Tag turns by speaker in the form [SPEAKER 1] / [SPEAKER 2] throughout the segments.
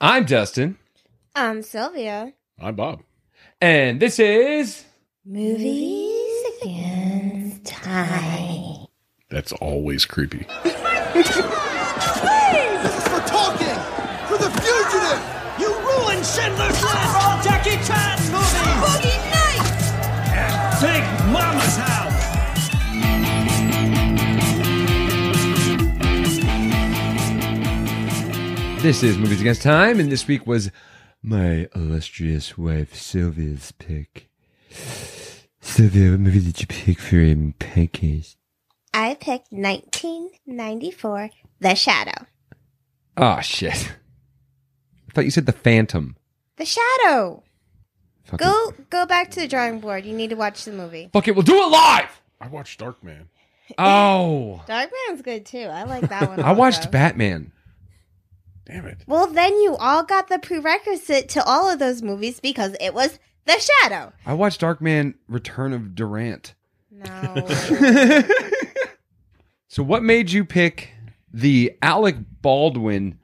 [SPEAKER 1] I'm Dustin,
[SPEAKER 2] I'm Sylvia.
[SPEAKER 3] I'm Bob.
[SPEAKER 1] and this is.
[SPEAKER 2] Movies against time.
[SPEAKER 3] That's always creepy.
[SPEAKER 4] This is for talking! For the fugitive! You ruined Schindler's List! All Jackie Chan movies! Boogie Nights! Big Mama's house!
[SPEAKER 1] This is Movies Against Time, and this week was my illustrious wife Sylvia's pick. Sylvia, what movie did you pick for him, pancakes?
[SPEAKER 2] I picked 1994, The Shadow.
[SPEAKER 1] Oh shit! I thought you said the Phantom.
[SPEAKER 2] The Shadow.
[SPEAKER 1] Fuck it.
[SPEAKER 2] Go go back to the drawing board. You need to watch the movie.
[SPEAKER 1] Fuck it, we'll do it live.
[SPEAKER 3] I watched Dark Man.
[SPEAKER 1] Oh,
[SPEAKER 2] Dark Man's good too. I like that one.
[SPEAKER 1] I watched
[SPEAKER 2] also.
[SPEAKER 1] Batman.
[SPEAKER 3] Damn it.
[SPEAKER 2] Well, then you all got the prerequisite to all of those movies because it was The Shadow.
[SPEAKER 1] I watched Darkman: Return of Durant.
[SPEAKER 2] No.
[SPEAKER 1] so, what made you pick the Alec Baldwin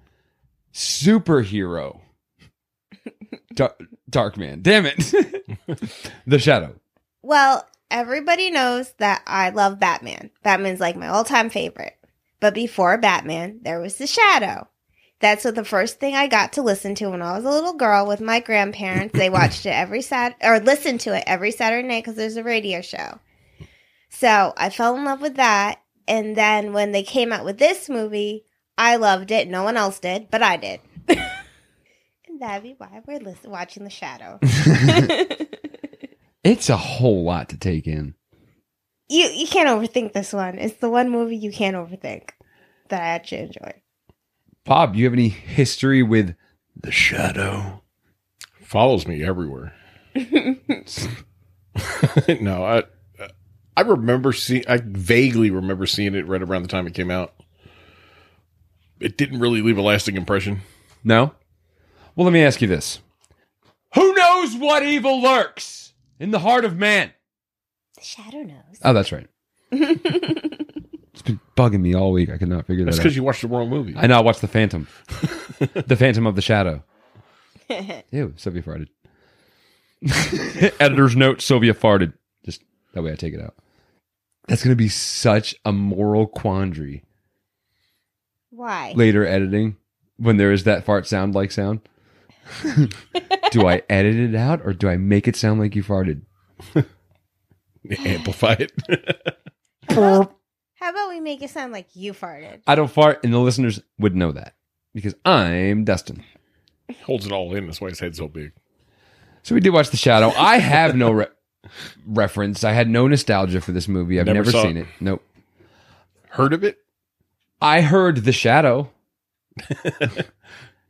[SPEAKER 1] superhero? Dar- Dark Man. Damn it. the Shadow.
[SPEAKER 2] Well, everybody knows that I love Batman. Batman's like my all time favorite. But before Batman, there was The Shadow. That's what the first thing I got to listen to when I was a little girl with my grandparents. They watched it every Saturday, or listened to it every Saturday night because there's a radio show. So I fell in love with that. And then when they came out with this movie, I loved it. No one else did, but I did. and that'd be why we're listen- watching The Shadow.
[SPEAKER 1] It's a whole lot to take in.
[SPEAKER 2] you you can't overthink this one. It's the one movie you can't overthink that I actually enjoy.
[SPEAKER 1] Bob, you have any history with The Shadow?
[SPEAKER 3] Follows me everywhere. no, I I remember seeing I vaguely remember seeing it right around the time it came out. It didn't really leave a lasting impression.
[SPEAKER 1] No? Well, let me ask you this Who knows what evil lurks in the heart of man?
[SPEAKER 2] The Shadow knows.
[SPEAKER 1] Oh, that's right. it's been bugging me all week. I could not figure that
[SPEAKER 3] That's
[SPEAKER 1] out.
[SPEAKER 3] because you watched the wrong movie.
[SPEAKER 1] I know. I watched The Phantom, The Phantom of the Shadow. Ew, Sylvia farted. Editor's note: Sylvia farted. Just that way, I take it out. That's gonna be such a moral quandary
[SPEAKER 2] Why?
[SPEAKER 1] later editing when there is that fart sound like sound. do I edit it out or do I make it sound like you farted?
[SPEAKER 3] Amplify it.
[SPEAKER 2] How about we make it sound like you farted?
[SPEAKER 1] I don't fart, and the listeners would know that because I'm Dustin.
[SPEAKER 3] Holds it all in. That's why his head's so big.
[SPEAKER 1] So we did watch The Shadow. I have no re- reference. I had no nostalgia for this movie. I've
[SPEAKER 3] Never
[SPEAKER 1] never,
[SPEAKER 3] saw
[SPEAKER 1] seen
[SPEAKER 3] it.
[SPEAKER 1] it. Nope.
[SPEAKER 3] Heard of it?
[SPEAKER 1] I heard The Shadow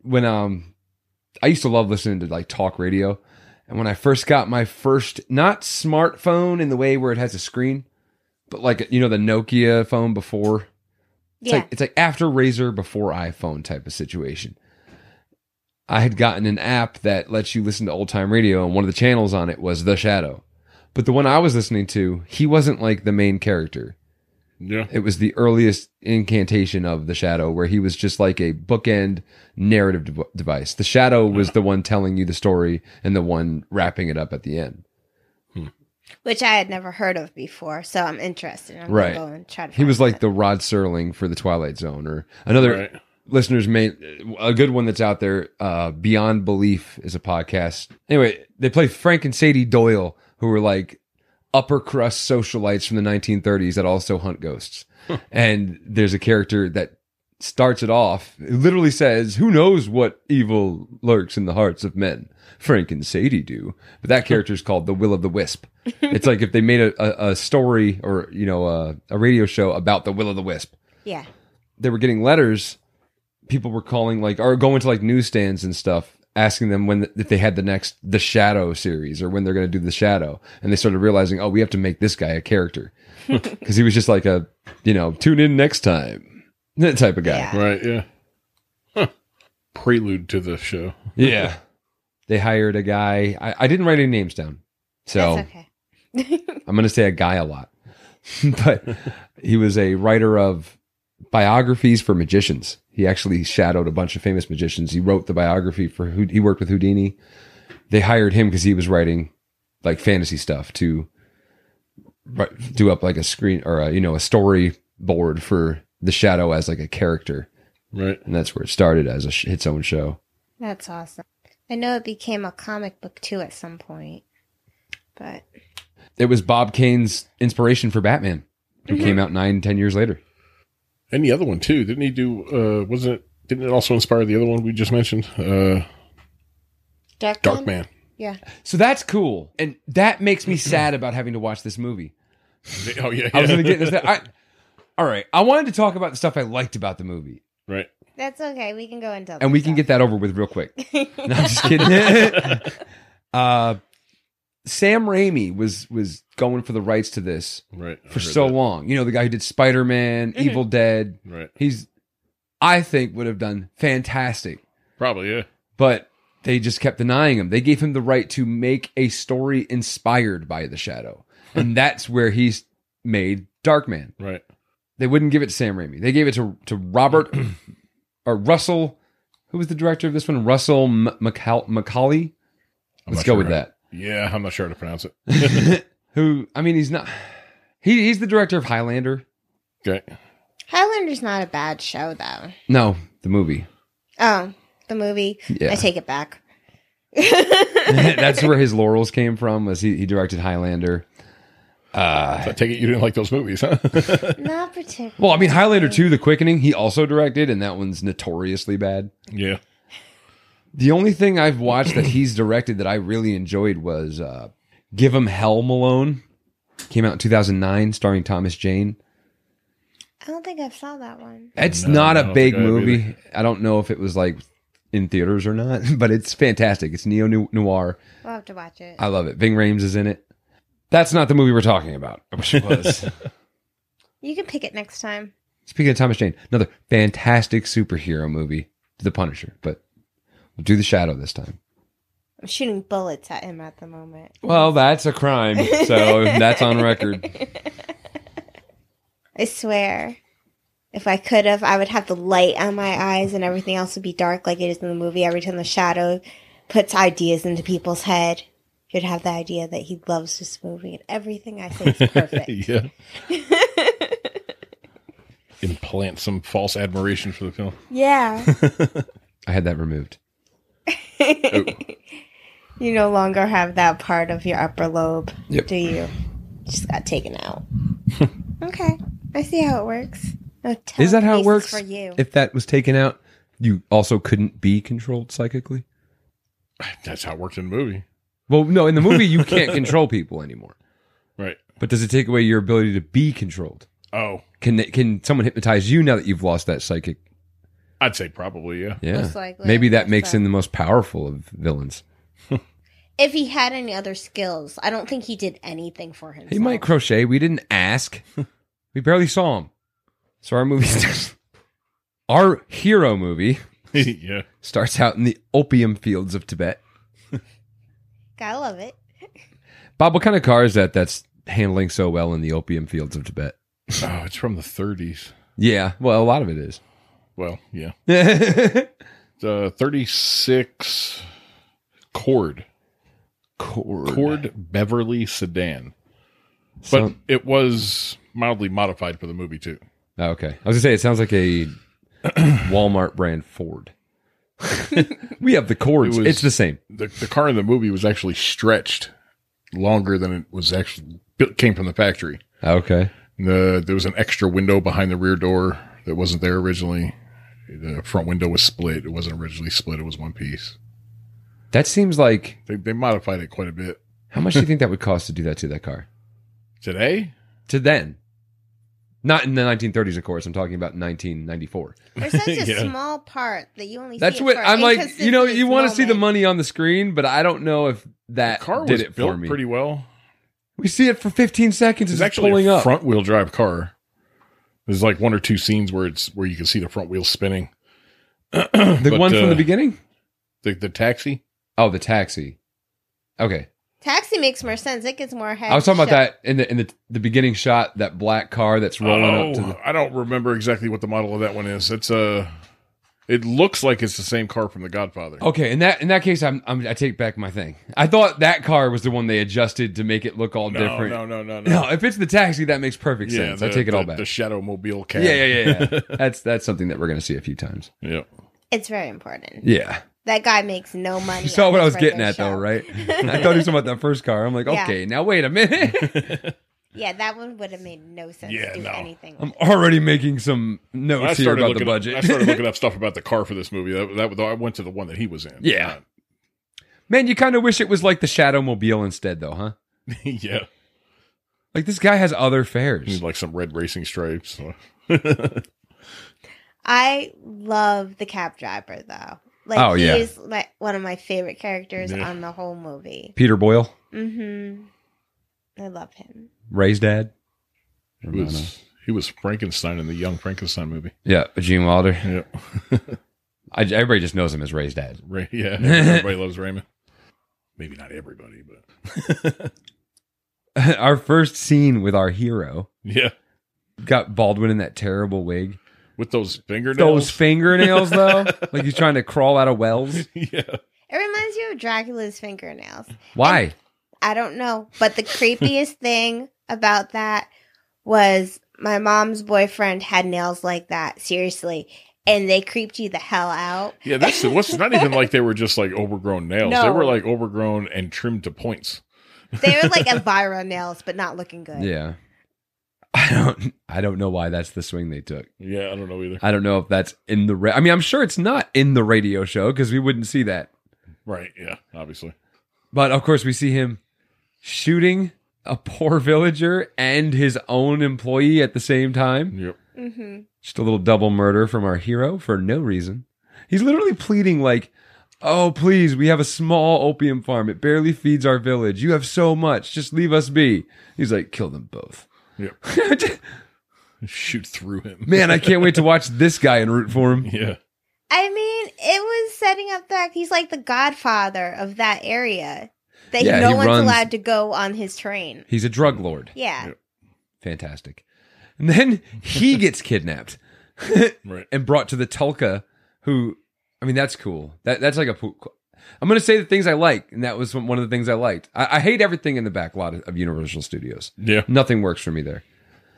[SPEAKER 1] when um I used to love listening to like talk radio. And when I first got my first not smartphone in the way where it has a screen, but like you know the Nokia phone before It's
[SPEAKER 2] yeah.
[SPEAKER 1] like it's like after Razor before iPhone type of situation. I had gotten an app that lets you listen to old time radio, and one of the channels on it was The Shadow. But the one I was listening to, he wasn't like the main character.
[SPEAKER 3] Yeah.
[SPEAKER 1] It was the earliest incantation of The Shadow, where he was just like a bookend narrative dev- device. The Shadow was the one telling you the story and the one wrapping it up at the end.
[SPEAKER 2] Which I had never heard of before, so I'm interested. I'm
[SPEAKER 1] Right.
[SPEAKER 2] gonna go and try to
[SPEAKER 1] He was
[SPEAKER 2] find
[SPEAKER 1] like the Rod Serling for The Twilight Zone, or another
[SPEAKER 3] Right.
[SPEAKER 1] listeners may a good one that's out there uh beyond belief is a podcast anyway they play frank and sadie doyle who were like upper crust socialites from the 1930s that also hunt ghosts and there's a character that starts it off it literally says who knows what evil lurks in the hearts of men frank and sadie do but that character is called the will of the wisp it's like if they made a, a, a story or you know a, a radio show about the will of the wisp
[SPEAKER 2] it. Yeah.
[SPEAKER 1] they were getting letters people were calling like or going to like newsstands and stuff asking them when if they had the next the shadow series or when they're going to do the shadow and they started realizing oh we have to make this guy a character because he was just like a you know tune in next time that type of guy
[SPEAKER 3] Right. Yeah. Huh. Prelude to the show.
[SPEAKER 1] yeah, they hired a guy I, I didn't write any names down so
[SPEAKER 2] That's okay.
[SPEAKER 1] I'm going to say a guy a lot, but he was a writer of biographies for magicians. He actually shadowed a bunch of famous magicians. He wrote the biography for who he worked with Houdini. They hired him because he was writing like fantasy stuff to write- do up like a screen or a, you know a story board for the shadow as like a character,
[SPEAKER 3] Right.
[SPEAKER 1] and that's where it started as a sh- its own show.
[SPEAKER 2] That's awesome. I know it became a comic book too at some point, but
[SPEAKER 1] It was Bob Kane's inspiration for Batman, who came out nine ten years later.
[SPEAKER 3] And the other one too. Didn't he do uh wasn't it didn't it also inspire the other one we just mentioned? Uh
[SPEAKER 2] Dark
[SPEAKER 3] Darkman.
[SPEAKER 2] Yeah.
[SPEAKER 1] So that's cool, and that makes me sad about having to watch this movie.
[SPEAKER 3] Oh yeah.
[SPEAKER 1] I was
[SPEAKER 3] yeah.
[SPEAKER 1] going to get this. I, all right, I wanted to talk about the stuff I liked about the movie,
[SPEAKER 3] Right.
[SPEAKER 2] That's okay. We can go into other
[SPEAKER 1] and we can
[SPEAKER 2] stuff.
[SPEAKER 1] get that over with real quick. No, I'm just kidding. uh, Sam Raimi was was going for the rights to this
[SPEAKER 3] Right. I
[SPEAKER 1] for
[SPEAKER 3] heard
[SPEAKER 1] so
[SPEAKER 3] that.
[SPEAKER 1] long. You know, the guy who did Spider Man, Evil Dead.
[SPEAKER 3] Right.
[SPEAKER 1] He's, I think, would have done fantastic,
[SPEAKER 3] Probably, yeah.
[SPEAKER 1] but they just kept denying him. They gave him the right to make a story inspired by the Shadow, and that's where he's made Darkman.
[SPEAKER 3] Right.
[SPEAKER 1] They wouldn't give it to Sam Raimi. They gave it to to Robert or Russell. Who was the director of this one? Russell M- McCall- McCauley.
[SPEAKER 3] I'm
[SPEAKER 1] Let's
[SPEAKER 3] not
[SPEAKER 1] go
[SPEAKER 3] sure
[SPEAKER 1] with
[SPEAKER 3] how-
[SPEAKER 1] that.
[SPEAKER 3] Yeah, I'm not sure how to pronounce it.
[SPEAKER 1] Who? I mean, he's not. He, he's the director of Highlander.
[SPEAKER 3] Okay.
[SPEAKER 2] Highlander's not a bad show though.
[SPEAKER 1] No, the movie.
[SPEAKER 2] Oh, the movie.
[SPEAKER 1] Yeah.
[SPEAKER 2] I take it back.
[SPEAKER 1] That's where his laurels came from. Was he, he directed Highlander?
[SPEAKER 3] So I take it you didn't like those movies, huh?
[SPEAKER 2] not particularly.
[SPEAKER 1] Well, I mean, Highlander two, The Quickening. He also directed, and that one's notoriously bad.
[SPEAKER 3] yeah.
[SPEAKER 1] The only thing I've watched that he's directed that I really enjoyed was uh, Give 'Em Hell Malone. Came out in 2009, starring Thomas Jane.
[SPEAKER 2] I don't think I saw that one.
[SPEAKER 1] It's
[SPEAKER 3] No,
[SPEAKER 1] not
[SPEAKER 3] I
[SPEAKER 1] a
[SPEAKER 3] don't
[SPEAKER 1] big
[SPEAKER 3] think I have
[SPEAKER 1] movie. I don't know if it was like in theaters or not, but it's fantastic. It's neo nu- noir.
[SPEAKER 2] We'll have to watch it.
[SPEAKER 1] I love it. Ving Rhames is in it. That's not the movie we're talking about. I wish it was.
[SPEAKER 2] you can pick it next time.
[SPEAKER 1] Speaking of Thomas Jane, another fantastic superhero movie, The Punisher, but we'll do The Shadow this time.
[SPEAKER 2] I'm shooting bullets at him at the moment.
[SPEAKER 1] Well, that's a crime. So that's on record.
[SPEAKER 2] I swear. If I could have, I would have the light on my eyes and everything else would be dark like it is in the movie. Every time the shadow puts ideas into people's head, you'd have the idea that he loves this movie and everything I say is perfect.
[SPEAKER 3] yeah. Implant some false admiration for the film.
[SPEAKER 2] yeah.
[SPEAKER 1] I had that removed.
[SPEAKER 2] You no longer have that part of your upper lobe,
[SPEAKER 1] Yep.
[SPEAKER 2] do you? Just got taken out. okay. I see how it works. No
[SPEAKER 1] Is that how it
[SPEAKER 2] telekinesis
[SPEAKER 1] works?
[SPEAKER 2] For you.
[SPEAKER 1] If that was taken out, you also couldn't be controlled psychically?
[SPEAKER 3] That's how it worked in the movie.
[SPEAKER 1] Well, no, in the movie, you can't control people anymore.
[SPEAKER 3] Right.
[SPEAKER 1] But does it take away your ability to be controlled?
[SPEAKER 3] Oh,
[SPEAKER 1] Can can someone hypnotize you now that you've lost that psychic?
[SPEAKER 3] I'd say probably, yeah.
[SPEAKER 1] Yeah,
[SPEAKER 2] Most likely.
[SPEAKER 1] maybe that
[SPEAKER 2] Most
[SPEAKER 1] makes him
[SPEAKER 2] likely.
[SPEAKER 1] the most powerful of villains.
[SPEAKER 2] if he had any other skills, I don't think he did anything for himself.
[SPEAKER 1] He might crochet. We didn't ask. we barely saw him. So our movie, starts- our hero movie,
[SPEAKER 3] yeah.
[SPEAKER 1] starts out in the opium fields of Tibet.
[SPEAKER 2] Gotta love it.
[SPEAKER 1] Bob, what kind of car is that? That's handling so well in the opium fields of Tibet.
[SPEAKER 3] Oh, it's from the 30s.
[SPEAKER 1] Yeah, well, a lot of it is.
[SPEAKER 3] Well, yeah. The 36 Cord.
[SPEAKER 1] Cord.
[SPEAKER 3] Cord Beverly sedan. But
[SPEAKER 1] So-
[SPEAKER 3] it was mildly modified for the movie too.
[SPEAKER 1] Oh, okay. I was gonna say it sounds like a Walmart brand Ford. we have the cords.
[SPEAKER 3] It was-
[SPEAKER 1] it's the same.
[SPEAKER 3] The the car in the movie was actually stretched longer than it was actually built came from the factory.
[SPEAKER 1] Okay.
[SPEAKER 3] The, there was an extra window behind the rear door that wasn't there originally. The front window was split. It wasn't originally split. It was one piece.
[SPEAKER 1] That seems like
[SPEAKER 3] They, they modified it quite a bit.
[SPEAKER 1] how much do you think that would cost to do that to that car?
[SPEAKER 3] Today?
[SPEAKER 1] To then. Not in the 1930s, of course. I'm talking about 1994.
[SPEAKER 2] There's such a
[SPEAKER 3] Yeah.
[SPEAKER 2] small part that you only.
[SPEAKER 1] That's
[SPEAKER 2] see it
[SPEAKER 1] what
[SPEAKER 2] for
[SPEAKER 1] I'm like. You know, you want to see the
[SPEAKER 2] moment.
[SPEAKER 1] money on the screen, but I don't know if that
[SPEAKER 3] The car
[SPEAKER 1] did
[SPEAKER 3] was
[SPEAKER 1] it
[SPEAKER 3] built
[SPEAKER 1] for me.
[SPEAKER 3] pretty well.
[SPEAKER 1] we see it for 15 seconds.
[SPEAKER 3] It's
[SPEAKER 1] It's
[SPEAKER 3] actually
[SPEAKER 1] pulling
[SPEAKER 3] a
[SPEAKER 1] up.
[SPEAKER 3] front wheel drive car. There's like one or two scenes where it's where you can see the front wheel spinning.
[SPEAKER 1] the
[SPEAKER 3] but,
[SPEAKER 1] one from
[SPEAKER 3] uh,
[SPEAKER 1] the beginning.
[SPEAKER 3] The the taxi.
[SPEAKER 1] Oh, the taxi. Okay.
[SPEAKER 2] Taxi makes more sense. It gets more head.
[SPEAKER 1] I was talking about
[SPEAKER 2] show-
[SPEAKER 1] that in the in the, the beginning shot, that black car that's rolling up to
[SPEAKER 3] Oh,
[SPEAKER 1] the
[SPEAKER 3] I don't remember exactly what the model of that one is. It's a. It looks like it's the same car from The Godfather.
[SPEAKER 1] Okay, in that in that case, I'm, I'm I take back my thing. I thought that car was the one they adjusted to make it look all
[SPEAKER 3] no,
[SPEAKER 1] different.
[SPEAKER 3] no, no, no, no,
[SPEAKER 1] No, if it's the taxi, that makes perfect
[SPEAKER 3] Yeah,
[SPEAKER 1] sense. I
[SPEAKER 3] the-
[SPEAKER 1] take it all
[SPEAKER 3] the-
[SPEAKER 1] back.
[SPEAKER 3] The Shadow Mobile cab.
[SPEAKER 1] yeah, yeah, yeah. yeah. that's that's something that we're gonna see a few times.
[SPEAKER 3] yeah.
[SPEAKER 2] It's very important.
[SPEAKER 1] Yeah,
[SPEAKER 2] That guy makes no money.
[SPEAKER 1] you saw
[SPEAKER 2] on
[SPEAKER 1] what I
[SPEAKER 2] this
[SPEAKER 1] was getting
[SPEAKER 2] regular
[SPEAKER 1] at though,
[SPEAKER 2] show.
[SPEAKER 1] right? I thought he was talking about that first car. I'm like,
[SPEAKER 2] Yeah.
[SPEAKER 1] okay, now wait a minute.
[SPEAKER 2] Yeah, that one would have made no sense
[SPEAKER 3] Yeah,
[SPEAKER 2] to do
[SPEAKER 3] no.
[SPEAKER 2] anything.
[SPEAKER 1] I'm already making some
[SPEAKER 3] I
[SPEAKER 1] notes here
[SPEAKER 3] started,
[SPEAKER 1] about
[SPEAKER 3] looking
[SPEAKER 1] the budget.
[SPEAKER 3] Up, I started looking up stuff about the car for this movie. That, that, I went to the one that he was in.
[SPEAKER 1] Yeah. Man, you kind of wish it was like the Shadow Mobile instead, though, huh?
[SPEAKER 3] yeah.
[SPEAKER 1] Like this guy has other
[SPEAKER 3] He's
[SPEAKER 1] fares.
[SPEAKER 3] like some red racing stripes.
[SPEAKER 2] I love the cab driver though. Like
[SPEAKER 1] Oh,
[SPEAKER 2] he
[SPEAKER 1] yeah.
[SPEAKER 2] is my, one of my favorite characters
[SPEAKER 3] Yeah.
[SPEAKER 2] on the whole movie.
[SPEAKER 1] Peter Boyle,
[SPEAKER 2] Mm-hmm. I love him.
[SPEAKER 1] Ray's dad.
[SPEAKER 3] He was, he was Frankenstein in the Young Frankenstein movie.
[SPEAKER 1] Yeah, Gene Wilder.
[SPEAKER 3] Yeah.
[SPEAKER 1] I, everybody just knows him as Ray's dad.
[SPEAKER 3] Ray, yeah. Everybody loves Raymond. Maybe not everybody, but
[SPEAKER 1] our first scene with our hero
[SPEAKER 3] yeah.
[SPEAKER 1] got Baldwin in that terrible wig.
[SPEAKER 3] With those
[SPEAKER 1] Those
[SPEAKER 3] fingernails.
[SPEAKER 1] fingernails, though, like he's trying to crawl out of wells.
[SPEAKER 3] yeah.
[SPEAKER 2] It reminds you of Dracula's fingernails.
[SPEAKER 1] Why?
[SPEAKER 2] I don't know, but the creepiest thing about that was my mom's boyfriend had nails like that. Seriously, and they creeped you the hell out.
[SPEAKER 3] Yeah, that's it. What's not even like they were just like overgrown nails. They
[SPEAKER 2] No.
[SPEAKER 3] were like overgrown and trimmed to points.
[SPEAKER 2] They were like Elvira nails, but not looking good.
[SPEAKER 1] Yeah, I don't. I don't know why that's the swing they took.
[SPEAKER 3] Yeah, I don't know either.
[SPEAKER 1] I don't know if that's in the. Ra- I mean, I'm sure it's not in the radio show because we wouldn't see that.
[SPEAKER 3] Right. Yeah. Obviously.
[SPEAKER 1] But of course, we see him shooting a poor villager and his own employee at the same time.
[SPEAKER 3] Yep.
[SPEAKER 2] Mm-hmm.
[SPEAKER 1] Just a little double murder from our hero for no reason. He's literally pleading, like, oh, please, we have a small opium farm. It barely feeds our village. You have so much. Just leave us be. He's like, kill them both.
[SPEAKER 3] Yep. Shoot through him.
[SPEAKER 1] Man, I can't wait to watch this guy and root for him.
[SPEAKER 3] Yeah.
[SPEAKER 2] I mean, it was setting up that he's like the godfather of that area. That
[SPEAKER 1] Yeah,
[SPEAKER 2] no
[SPEAKER 1] he
[SPEAKER 2] one's
[SPEAKER 1] runs-
[SPEAKER 2] allowed to go on his train.
[SPEAKER 1] He's a drug lord.
[SPEAKER 2] Yeah.
[SPEAKER 3] Yeah.
[SPEAKER 1] Fantastic. And then he gets kidnapped.
[SPEAKER 3] Right.
[SPEAKER 1] and brought to the Tulka, who I mean that's cool. That that's like a po- I'm gonna say the things I like, and that was one of the things I liked. I, I hate everything in the back lot of, of Universal Studios.
[SPEAKER 3] Yeah.
[SPEAKER 1] Nothing works for me there.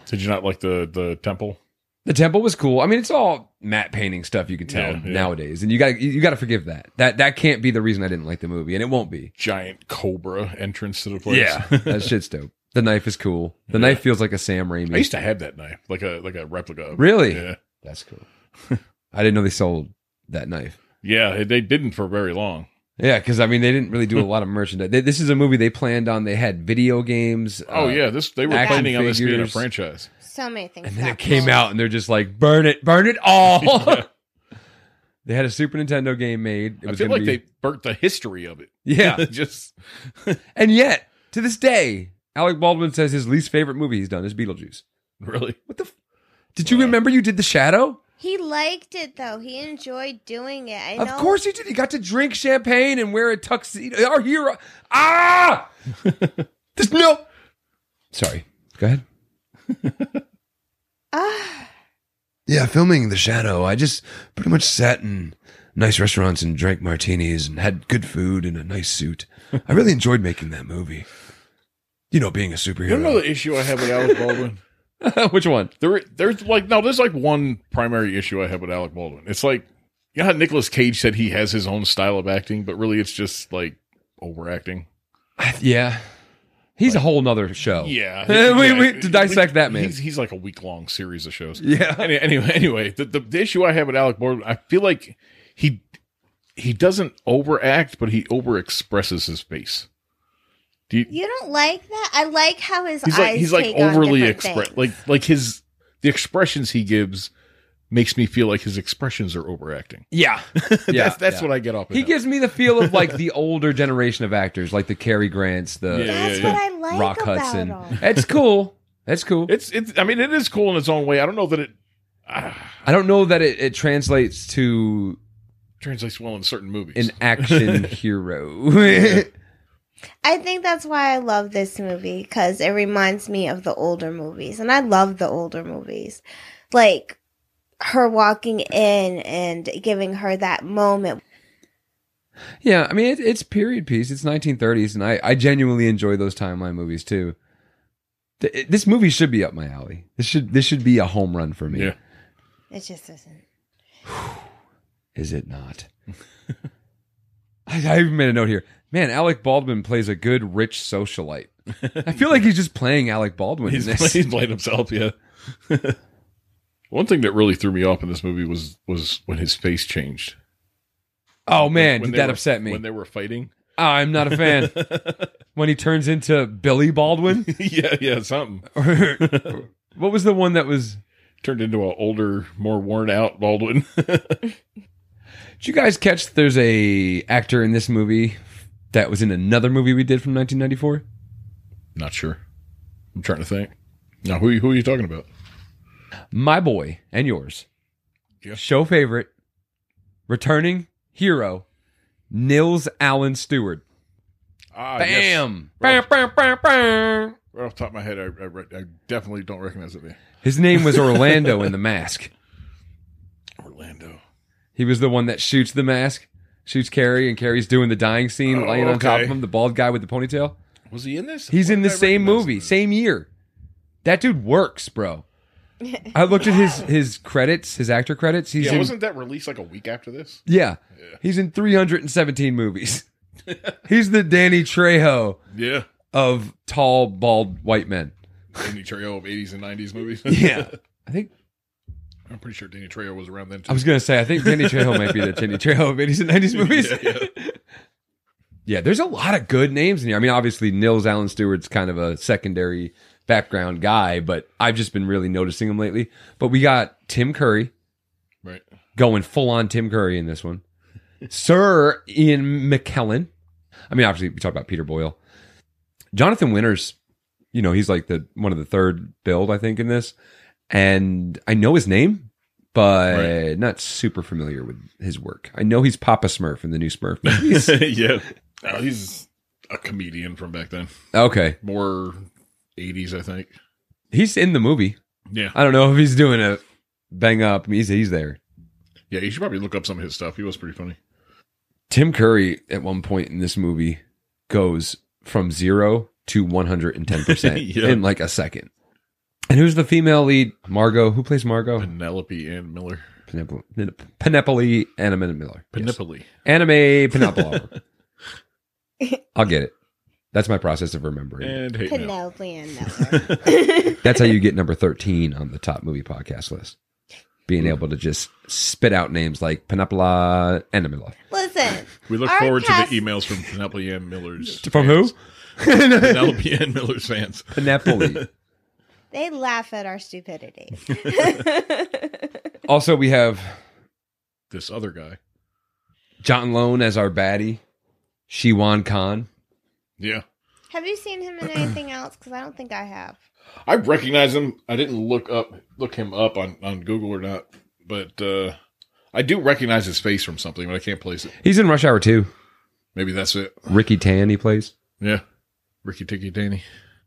[SPEAKER 3] Did you not like the the temple?
[SPEAKER 1] The temple was cool. I mean, it's all matte painting stuff you can tell
[SPEAKER 3] Yeah, yeah.
[SPEAKER 1] nowadays, and you got you got to forgive that. That that can't be the reason I didn't like the movie, and it won't be.
[SPEAKER 3] Giant cobra entrance to the place.
[SPEAKER 1] that shit's dope. The knife is cool. The knife feels like a Sam Raimi.
[SPEAKER 3] I used to have that knife, like a like a replica. Of it.
[SPEAKER 1] Really?
[SPEAKER 3] Yeah.
[SPEAKER 1] That's cool. I didn't know they sold that knife.
[SPEAKER 3] Yeah. They didn't for very long.
[SPEAKER 1] Yeah, because I mean, they didn't really do a lot of merchandise. They, this is a movie they planned on. They had video games.
[SPEAKER 3] Oh
[SPEAKER 1] uh,
[SPEAKER 3] yeah. This they were
[SPEAKER 1] action
[SPEAKER 3] planning on this being a
[SPEAKER 1] figures.
[SPEAKER 3] franchise.
[SPEAKER 2] So many things.
[SPEAKER 1] and then
[SPEAKER 2] got
[SPEAKER 1] it came
[SPEAKER 2] pulled.
[SPEAKER 1] out, and they're just like, "Burn it, burn it all."
[SPEAKER 3] Yeah.
[SPEAKER 1] They had a Super Nintendo game made. It
[SPEAKER 3] I
[SPEAKER 1] was
[SPEAKER 3] feel
[SPEAKER 1] gonna
[SPEAKER 3] like
[SPEAKER 1] be-
[SPEAKER 3] they burnt the history of it.
[SPEAKER 1] yeah.
[SPEAKER 3] Just
[SPEAKER 1] and yet, to this day, Alec Baldwin says his least favorite movie he's done is Beetlejuice.
[SPEAKER 3] really.
[SPEAKER 1] What the? F- did you remember you did the Shadow?
[SPEAKER 2] He liked it though. He enjoyed doing it. I know.
[SPEAKER 1] Of course he did. He got to drink champagne and wear a tuxedo. Our hero. Ah. There's no. Sorry. Go ahead.
[SPEAKER 2] Ah,
[SPEAKER 1] Yeah, filming The Shadow, I just pretty much sat in nice restaurants and drank martinis and had good food and a nice suit. I really enjoyed making that movie. You know, being a
[SPEAKER 3] You know
[SPEAKER 1] superhero.
[SPEAKER 3] the issue I have with Alec Baldwin.
[SPEAKER 1] Which one?
[SPEAKER 3] There, there's like no, there's like one primary issue I have with Alec Baldwin. It's like you know how Nicolas Cage said he has his own style of acting, but really it's just like overacting.
[SPEAKER 1] Yeah. He's a whole nother show.
[SPEAKER 3] Yeah,
[SPEAKER 1] we,
[SPEAKER 3] yeah.
[SPEAKER 1] we, to dissect that man.
[SPEAKER 3] He's, he's like a week long series of shows.
[SPEAKER 1] Yeah.
[SPEAKER 3] Any, anyway, anyway, the, the the issue I have with Alec Baldwin, I feel like he he doesn't overact, but he overexpresses his face. Do you,
[SPEAKER 2] you don't like that. I like how his
[SPEAKER 3] he's
[SPEAKER 2] eyes.
[SPEAKER 3] like he's like
[SPEAKER 2] take on
[SPEAKER 3] overly
[SPEAKER 2] different
[SPEAKER 3] express
[SPEAKER 2] things.
[SPEAKER 3] like like his the expressions he gives makes me feel like his expressions are overacting.
[SPEAKER 1] Yeah.
[SPEAKER 3] that's that's what I get off.
[SPEAKER 1] He gives me the feel of like the older generation of actors, like the Cary Grants, the
[SPEAKER 3] Yeah,
[SPEAKER 2] That's
[SPEAKER 3] yeah, yeah.
[SPEAKER 2] what I like
[SPEAKER 1] Rock
[SPEAKER 2] about
[SPEAKER 1] Hudson.
[SPEAKER 2] him.
[SPEAKER 1] That's cool. That's cool.
[SPEAKER 3] it's it's. I mean, it is cool in its own way. I don't know that it ah,
[SPEAKER 1] I don't know that it, it translates to
[SPEAKER 3] translates well in certain movies.
[SPEAKER 1] an action hero.
[SPEAKER 2] I think that's why I love this movie because it reminds me of the older movies, and I love the older movies, like her walking in and giving her that moment.
[SPEAKER 1] Yeah, I mean it, it's period piece. It's 1930s, and I I genuinely enjoy those timeline movies too. Th- it- this movie should be up my alley. This should this should be a home run for me.
[SPEAKER 3] Yeah.
[SPEAKER 2] It just isn't.
[SPEAKER 1] Is it not? I, I even made a note here. Man, Alec Baldwin plays a good rich socialite. I feel like he's just playing Alec Baldwin.
[SPEAKER 3] He's,
[SPEAKER 1] in this.
[SPEAKER 3] he's played himself, yeah. One thing that really threw me off in this movie was was when his face changed.
[SPEAKER 1] oh man,
[SPEAKER 3] When
[SPEAKER 1] did
[SPEAKER 3] they
[SPEAKER 1] that
[SPEAKER 3] were-
[SPEAKER 1] upset me? Ah,
[SPEAKER 3] When they were fighting.
[SPEAKER 1] I'm not a fan. when he turns into Billy Baldwin,
[SPEAKER 3] yeah, yeah, something.
[SPEAKER 1] what was the one that was?
[SPEAKER 3] Turned into an older, more worn out Baldwin.
[SPEAKER 1] Did you guys catch? There's a actor in this movie that was in another movie we did from 1994.
[SPEAKER 3] Not sure. I'm trying to think. Now, who, who are you talking about?
[SPEAKER 1] My boy and yours.
[SPEAKER 3] Yeah.
[SPEAKER 1] Show favorite, returning hero, Nils Allen Stewart.
[SPEAKER 3] Ah, yes.
[SPEAKER 1] Bam! Bam, bam, bam, bam.
[SPEAKER 3] Right off the top of my head, I, I, re- I definitely don't recognize it.
[SPEAKER 1] His name was Orlando in the mask.
[SPEAKER 3] Orlando.
[SPEAKER 1] He was the one that shoots the mask, shoots Carrie, and Carrie's doing the dying scene,
[SPEAKER 3] Oh,
[SPEAKER 1] laying on top of
[SPEAKER 3] okay.
[SPEAKER 1] him, the bald guy with the ponytail.
[SPEAKER 3] Was he in this?
[SPEAKER 1] He's
[SPEAKER 3] Why
[SPEAKER 1] in the
[SPEAKER 3] did I
[SPEAKER 1] same
[SPEAKER 3] recognize
[SPEAKER 1] movie,
[SPEAKER 3] him?
[SPEAKER 1] same year. That dude works, bro. I looked at his his credits, his actor credits. He's
[SPEAKER 3] Yeah,
[SPEAKER 1] in,
[SPEAKER 3] wasn't that released like a week after this?
[SPEAKER 1] yeah, he's in 317 movies. he's the Danny Trejo
[SPEAKER 3] Yeah.
[SPEAKER 1] of tall, bald white men.
[SPEAKER 3] Danny Trejo of 80s and 90s movies.
[SPEAKER 1] I think
[SPEAKER 3] I'm pretty sure Danny Trejo was around then
[SPEAKER 1] I
[SPEAKER 3] too.
[SPEAKER 1] was gonna say I think Danny Trejo might be the Danny Trejo of 80s and 90s movies.
[SPEAKER 3] Yeah,
[SPEAKER 1] yeah. there's a lot of good names in here. I mean, obviously Nils Allen Stewart's kind of a secondary background guy, but I've just been really noticing him lately. But we got Tim Curry
[SPEAKER 3] Right.
[SPEAKER 1] going full on Tim Curry in this one. Sir Ian McKellen. I mean, obviously we talked about Peter Boyle. Jonathan Winters, you know, he's like the one of the third build, I think, in this. And I know his name, but not super familiar with his work. I know he's Papa Smurf in the new Smurf. movies.
[SPEAKER 3] yeah. Oh, he's a comedian from back then.
[SPEAKER 1] okay.
[SPEAKER 3] More 80s, I think.
[SPEAKER 1] He's in the movie.
[SPEAKER 3] Yeah.
[SPEAKER 1] I don't know if he's doing a bang up. I mean, he's, he's there.
[SPEAKER 3] Yeah, you should probably look up some of his stuff. He was pretty funny.
[SPEAKER 1] Tim Curry at one point in this movie goes from zero to 110%
[SPEAKER 3] Yeah.
[SPEAKER 1] in like a second. And who's the female lead? Margot. Who plays
[SPEAKER 3] Oh.
[SPEAKER 1] Margot?
[SPEAKER 3] Penelope Ann Miller.
[SPEAKER 1] Penep- Penepoli Anna Miller. Yes.
[SPEAKER 3] Penepoli.
[SPEAKER 1] Anime Penepoli. I'll get it. That's my process of remembering.
[SPEAKER 3] And hey, now.
[SPEAKER 2] Penelope and Miller.
[SPEAKER 1] That's how you get number 13 on the top movie podcast list. Being able to just spit out names like Penepola Anamilla.
[SPEAKER 2] Listen,
[SPEAKER 3] we look
[SPEAKER 2] Our
[SPEAKER 3] forward
[SPEAKER 2] cast-
[SPEAKER 3] to the emails from Penelope Ann Miller's.
[SPEAKER 1] From who?
[SPEAKER 3] fans. Penelope Ann Miller's fans.
[SPEAKER 1] Penepoli.
[SPEAKER 2] they laugh at our stupidity.
[SPEAKER 1] Also, we have
[SPEAKER 3] This other guy.
[SPEAKER 1] John Lone as our baddie, Shiwan Khan.
[SPEAKER 3] Yeah.
[SPEAKER 2] have you seen him in anything else? Because I don't think I have.
[SPEAKER 3] I recognize him. I didn't look up look him up on, on Google or not, but uh, I do recognize his face from something, but I can't place it.
[SPEAKER 1] He's in Rush Hour 2.
[SPEAKER 3] Maybe that's it.
[SPEAKER 1] Ricky Tan, he plays.
[SPEAKER 3] Yeah. Ricky Ticky Danny.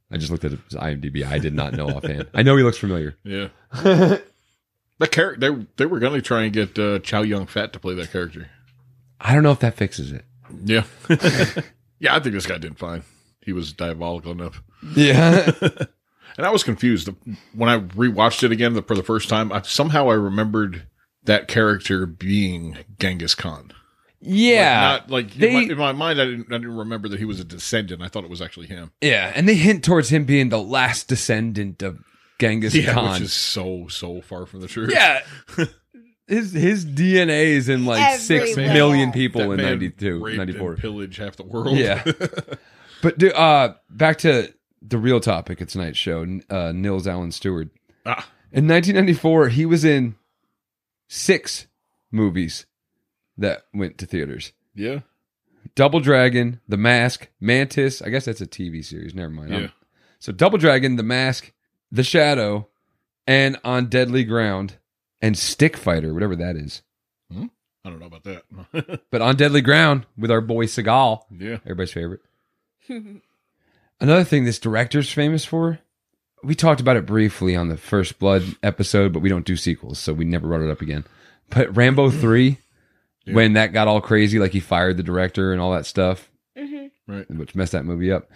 [SPEAKER 1] I just looked at his IMDb. I did not know offhand. I know he looks familiar.
[SPEAKER 3] Yeah. that character they they were gonna try and get uh, Chow Young Fat to play that character.
[SPEAKER 1] I don't know if that fixes it.
[SPEAKER 3] Yeah. yeah, I think this guy did fine. He was diabolical enough.
[SPEAKER 1] Yeah.
[SPEAKER 3] And I was confused The- when I rewatched it again the, for the first time. I, somehow I remembered that character being Genghis Khan.
[SPEAKER 1] yeah.
[SPEAKER 3] Like, not like
[SPEAKER 1] They-
[SPEAKER 3] in, my, in my mind, I didn't, I didn't remember that he was a descendant. I thought it was actually him.
[SPEAKER 1] yeah. And they hint towards him being the last descendant of Genghis Khan.
[SPEAKER 3] which is so so far from the truth.
[SPEAKER 1] yeah. His his DNA is in like six
[SPEAKER 2] Everywhere.
[SPEAKER 1] million
[SPEAKER 3] That
[SPEAKER 1] people in
[SPEAKER 3] man
[SPEAKER 1] 92,
[SPEAKER 3] raped
[SPEAKER 1] 94.
[SPEAKER 3] and pillaged half the world.
[SPEAKER 1] Yeah. but do, uh, back to the real topic of tonight's show, uh, Nils Allen Stewart.
[SPEAKER 3] Ah.
[SPEAKER 1] In 1994, he was in six movies that went to theaters.
[SPEAKER 3] yeah,
[SPEAKER 1] Double Dragon, The Mask, Mantis. I guess that's a TV series. Never mind. I'm-
[SPEAKER 3] yeah.
[SPEAKER 1] So Double Dragon, The Mask, The Shadow, and On Deadly Ground, and Stick Fighter, whatever that is.
[SPEAKER 3] I don't know about that.
[SPEAKER 1] But On Deadly Ground with our boy Seagal,
[SPEAKER 3] yeah,
[SPEAKER 1] everybody's favorite. Another thing this director's famous for, we talked about it briefly on the First Blood episode, but we don't do sequels, so we never brought it up again. But Rambo 3,
[SPEAKER 3] Mm-hmm. Yeah.
[SPEAKER 1] when that got all crazy, like he fired the director and all that stuff,
[SPEAKER 2] hmm
[SPEAKER 3] Right.
[SPEAKER 1] which messed that movie up.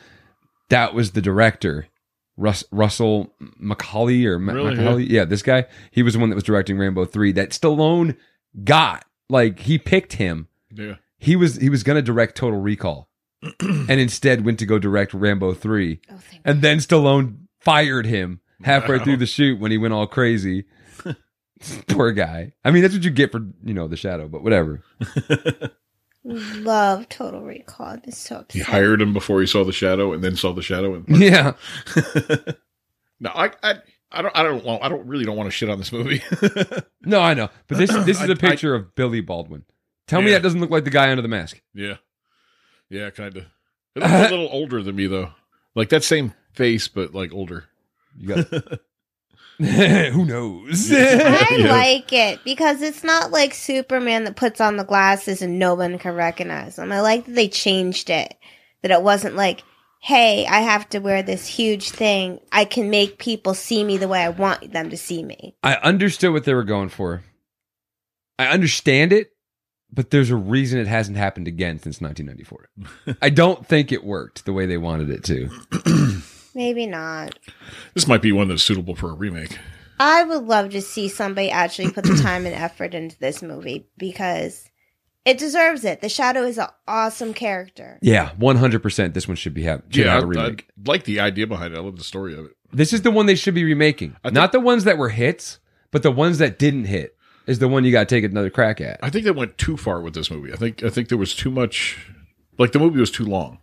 [SPEAKER 1] That was the director, Rus- Russell McCauley or Ma-
[SPEAKER 3] Really?
[SPEAKER 1] McCauley. Yeah. this guy. He was the one that was directing Rambo three. That Stallone got like he picked him.
[SPEAKER 3] Yeah.
[SPEAKER 1] He was he was gonna direct Total Recall, and instead went to go direct Rambo three.
[SPEAKER 2] Oh, thank
[SPEAKER 1] And then Stallone fired him halfway
[SPEAKER 3] Wow.
[SPEAKER 1] through the shoot when he went all crazy. Poor guy. I mean, that's what you get for you know the shadow, but whatever.
[SPEAKER 2] Love Total Recall. It's so
[SPEAKER 3] He
[SPEAKER 2] upset.
[SPEAKER 3] hired him before he saw the shadow, and then saw the shadow. And
[SPEAKER 1] Yeah,
[SPEAKER 3] no, I, I, I don't, I don't, want, I don't really don't want to shit on this movie.
[SPEAKER 1] No, I know, but this this is
[SPEAKER 3] I-
[SPEAKER 1] a picture of Billy Baldwin. Tell me
[SPEAKER 3] Yeah.
[SPEAKER 1] that doesn't look like the guy under the mask.
[SPEAKER 3] yeah, yeah, kind of. It looks a little older than me though. Like that same face, but like older.
[SPEAKER 1] You got Who knows? yeah,
[SPEAKER 2] I
[SPEAKER 3] Yeah.
[SPEAKER 2] like it because it's not like Superman that puts on the glasses and no one can recognize him. I like that they changed it. That it wasn't like, hey, I have to wear this huge thing. I can make people see me the way I want them to see me.
[SPEAKER 1] I understood what they were going for. I understand it, but there's a reason it hasn't happened again since 1994. I don't think it worked the way they wanted it to.
[SPEAKER 2] Maybe not.
[SPEAKER 3] This might be one that's suitable for a remake.
[SPEAKER 2] I would love to see somebody actually put the time and effort into this movie because it deserves it. The Shadow is an awesome character.
[SPEAKER 1] Yeah, 100%. This one should be have, should
[SPEAKER 3] yeah,
[SPEAKER 1] have a
[SPEAKER 3] I,
[SPEAKER 1] remake.
[SPEAKER 3] I like the idea behind it. I love the story of it.
[SPEAKER 1] this is the one they should be remaking.
[SPEAKER 3] I think-
[SPEAKER 1] Not the ones that were hits, but the ones that didn't hit is the one you got to take another crack at.
[SPEAKER 3] I think they went too far with this movie. I think I think there was too much. Like the movie was too long.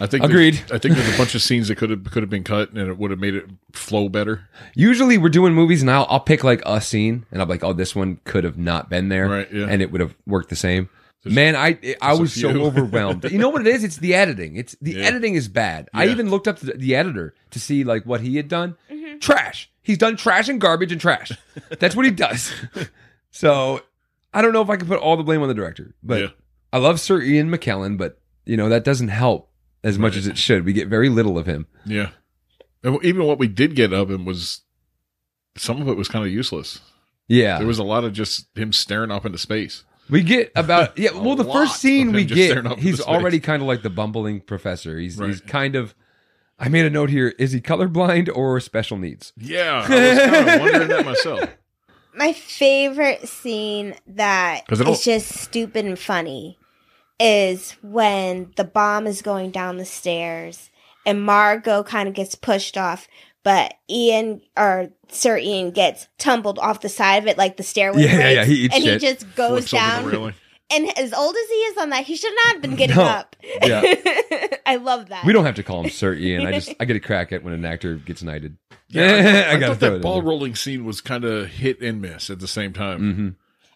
[SPEAKER 3] I think there's-
[SPEAKER 1] Agreed.
[SPEAKER 3] I think there's a bunch of scenes that could have could have been cut, and it would have made it flow better.
[SPEAKER 1] Usually we're doing movies and I'll, I'll pick like a scene and I'm like, oh, this one could have not been there.
[SPEAKER 3] Right, yeah.
[SPEAKER 1] And it would have worked the same. Man, I I
[SPEAKER 3] there's a
[SPEAKER 1] was so
[SPEAKER 3] few.
[SPEAKER 1] overwhelmed. you know what it is? It's the editing. It's the
[SPEAKER 3] Yeah.
[SPEAKER 1] editing is bad. I
[SPEAKER 3] Yeah.
[SPEAKER 1] even looked up to the, the editor to see like what he had done. Trash. He's done trash and garbage and trash. That's what he does. so I don't know if I can put all the blame on the director, but
[SPEAKER 3] Yeah.
[SPEAKER 1] I love Sir Ian McKellen, but you know that doesn't help as much
[SPEAKER 3] Right.
[SPEAKER 1] as it should. We get very little of him.
[SPEAKER 3] Yeah, and even what we did get of him was some of it was kind of useless.
[SPEAKER 1] Yeah,
[SPEAKER 3] There was a lot of just him staring off into space.
[SPEAKER 1] We get about yeah.
[SPEAKER 3] A
[SPEAKER 1] Well, the
[SPEAKER 3] lot
[SPEAKER 1] first
[SPEAKER 3] of
[SPEAKER 1] scene
[SPEAKER 3] him
[SPEAKER 1] we
[SPEAKER 3] just
[SPEAKER 1] get,
[SPEAKER 3] staring up
[SPEAKER 1] he's
[SPEAKER 3] into space.
[SPEAKER 1] already kind of like the bumbling professor. He's he's
[SPEAKER 3] Right.
[SPEAKER 1] kind of. I made a note here. Is he colorblind or special needs?
[SPEAKER 3] Yeah, I was kind of wondering that myself.
[SPEAKER 2] My favorite scene that
[SPEAKER 3] 'Cause it'll-
[SPEAKER 2] is just stupid and funny is when the bomb is going down the stairs and Margot kind of gets pushed off, but Ian or Sir Ian gets tumbled off the side of it like the stairway.
[SPEAKER 1] Yeah, yeah,
[SPEAKER 2] breaks,
[SPEAKER 1] yeah, he eats
[SPEAKER 2] and
[SPEAKER 1] shit.
[SPEAKER 2] he just goes
[SPEAKER 3] Flips over
[SPEAKER 2] down.
[SPEAKER 3] the railing.
[SPEAKER 2] And as old as he is on that, he should not have been getting
[SPEAKER 1] No.
[SPEAKER 2] up.
[SPEAKER 1] Yeah.
[SPEAKER 2] I love that.
[SPEAKER 1] We don't have to call him Sir Ian. I just I get a crack at when an actor gets knighted.
[SPEAKER 3] Yeah, I,
[SPEAKER 1] I
[SPEAKER 3] I
[SPEAKER 1] gotta
[SPEAKER 3] thought
[SPEAKER 1] throw it in
[SPEAKER 3] that ball
[SPEAKER 1] there.
[SPEAKER 3] rolling scene was kind of hit and miss at the same time.
[SPEAKER 1] hmm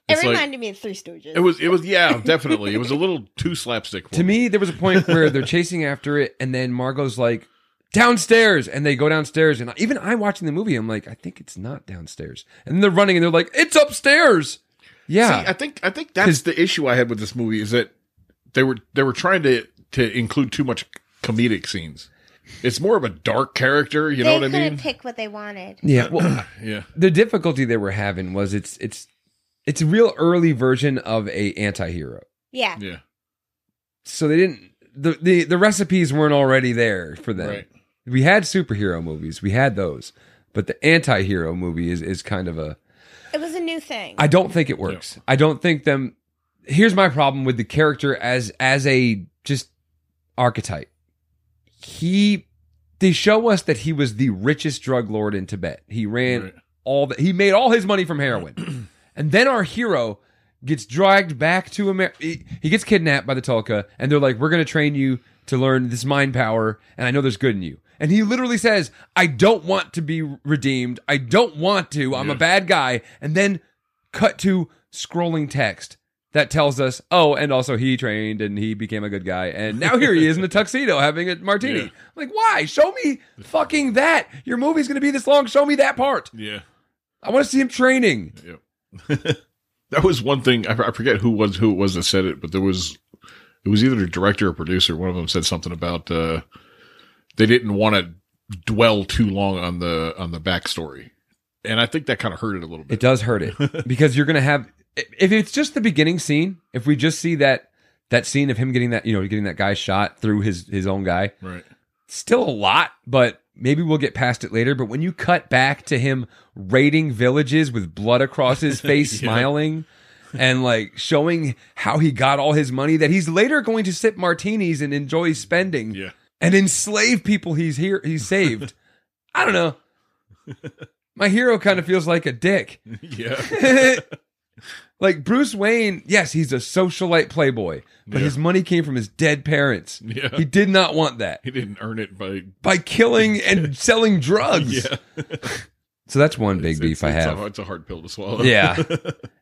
[SPEAKER 2] It
[SPEAKER 3] it's like-
[SPEAKER 2] reminded me of Three Stooges.
[SPEAKER 3] It was, it was, yeah, definitely. It was a little too slapstick. For
[SPEAKER 1] To me, there was a point where they're chasing after it, and then Margot's like downstairs, and they go downstairs, and even I watching the movie, I'm like, I think it's not downstairs, and then they're running, and they're like, it's upstairs. Yeah,
[SPEAKER 3] See, I think, I think that's the issue I had with this movie is that they were, they were trying to to include too much comedic scenes. It's more of a dark character, you
[SPEAKER 2] they
[SPEAKER 3] know what I
[SPEAKER 2] couldn't
[SPEAKER 3] mean?
[SPEAKER 2] pick what they wanted.
[SPEAKER 1] yeah. Well,
[SPEAKER 3] yeah,
[SPEAKER 1] the difficulty they were having was it's it's it's a real early version of a anti-hero
[SPEAKER 2] Yeah.
[SPEAKER 3] yeah,
[SPEAKER 1] so they didn't the, the the recipes weren't already there for them
[SPEAKER 3] right.
[SPEAKER 1] we had superhero movies we had those but the anti-hero movie is is kind of a
[SPEAKER 2] It was a new thing.
[SPEAKER 1] i don't think it works i don't think them here's my problem with the character as as a just archetype he they show us that he was the richest drug lord in tibet he ran
[SPEAKER 3] Right.
[SPEAKER 1] all that he made all his money from heroin and then our hero gets dragged back to america he, he gets kidnapped by the tulka and they're like we're going to train you to learn this mind power and i know there's good in you and he literally says i don't want to be redeemed i don't want to i'm a
[SPEAKER 3] Yeah.
[SPEAKER 1] bad guy and then cut to scrolling text that tells us oh and also he trained and he became a good guy and now here he is in a tuxedo having a martini
[SPEAKER 3] Yeah.
[SPEAKER 1] like why show me fucking that your movie's going to be this long show me that part
[SPEAKER 3] Yeah.
[SPEAKER 1] I want to see him training.
[SPEAKER 3] That was one thing. I, I forget who was who it was that said it, but there was It was either a director or producer. One of them said something about uh, they didn't want to dwell too long on the on the backstory, and I think that kind of hurt it a little bit.
[SPEAKER 1] It does hurt it because you're gonna have if it's just the beginning scene. If we just see that that scene of him getting that you know getting that guy shot through his his own guy,
[SPEAKER 3] Right.
[SPEAKER 1] still a lot, but maybe we'll get past it later. But when you cut back to him raiding villages with blood across his face, smiling, and like showing how he got all his money that he's later going to sip martinis and enjoy spending
[SPEAKER 3] Yeah.
[SPEAKER 1] and enslave people he's here he's saved. I don't know. My hero kind of feels like a dick.
[SPEAKER 3] Yeah.
[SPEAKER 1] like Bruce Wayne, yes, he's a socialite playboy, but
[SPEAKER 3] Yeah.
[SPEAKER 1] his money came from his dead parents.
[SPEAKER 3] Yeah.
[SPEAKER 1] He did not want that
[SPEAKER 3] He didn't earn it by.
[SPEAKER 1] by killing and selling drugs.
[SPEAKER 3] Yeah.
[SPEAKER 1] So that's one big
[SPEAKER 3] It's-
[SPEAKER 1] beef I
[SPEAKER 3] it's-
[SPEAKER 1] have.
[SPEAKER 3] It's a, it's a hard pill to swallow.
[SPEAKER 1] Yeah.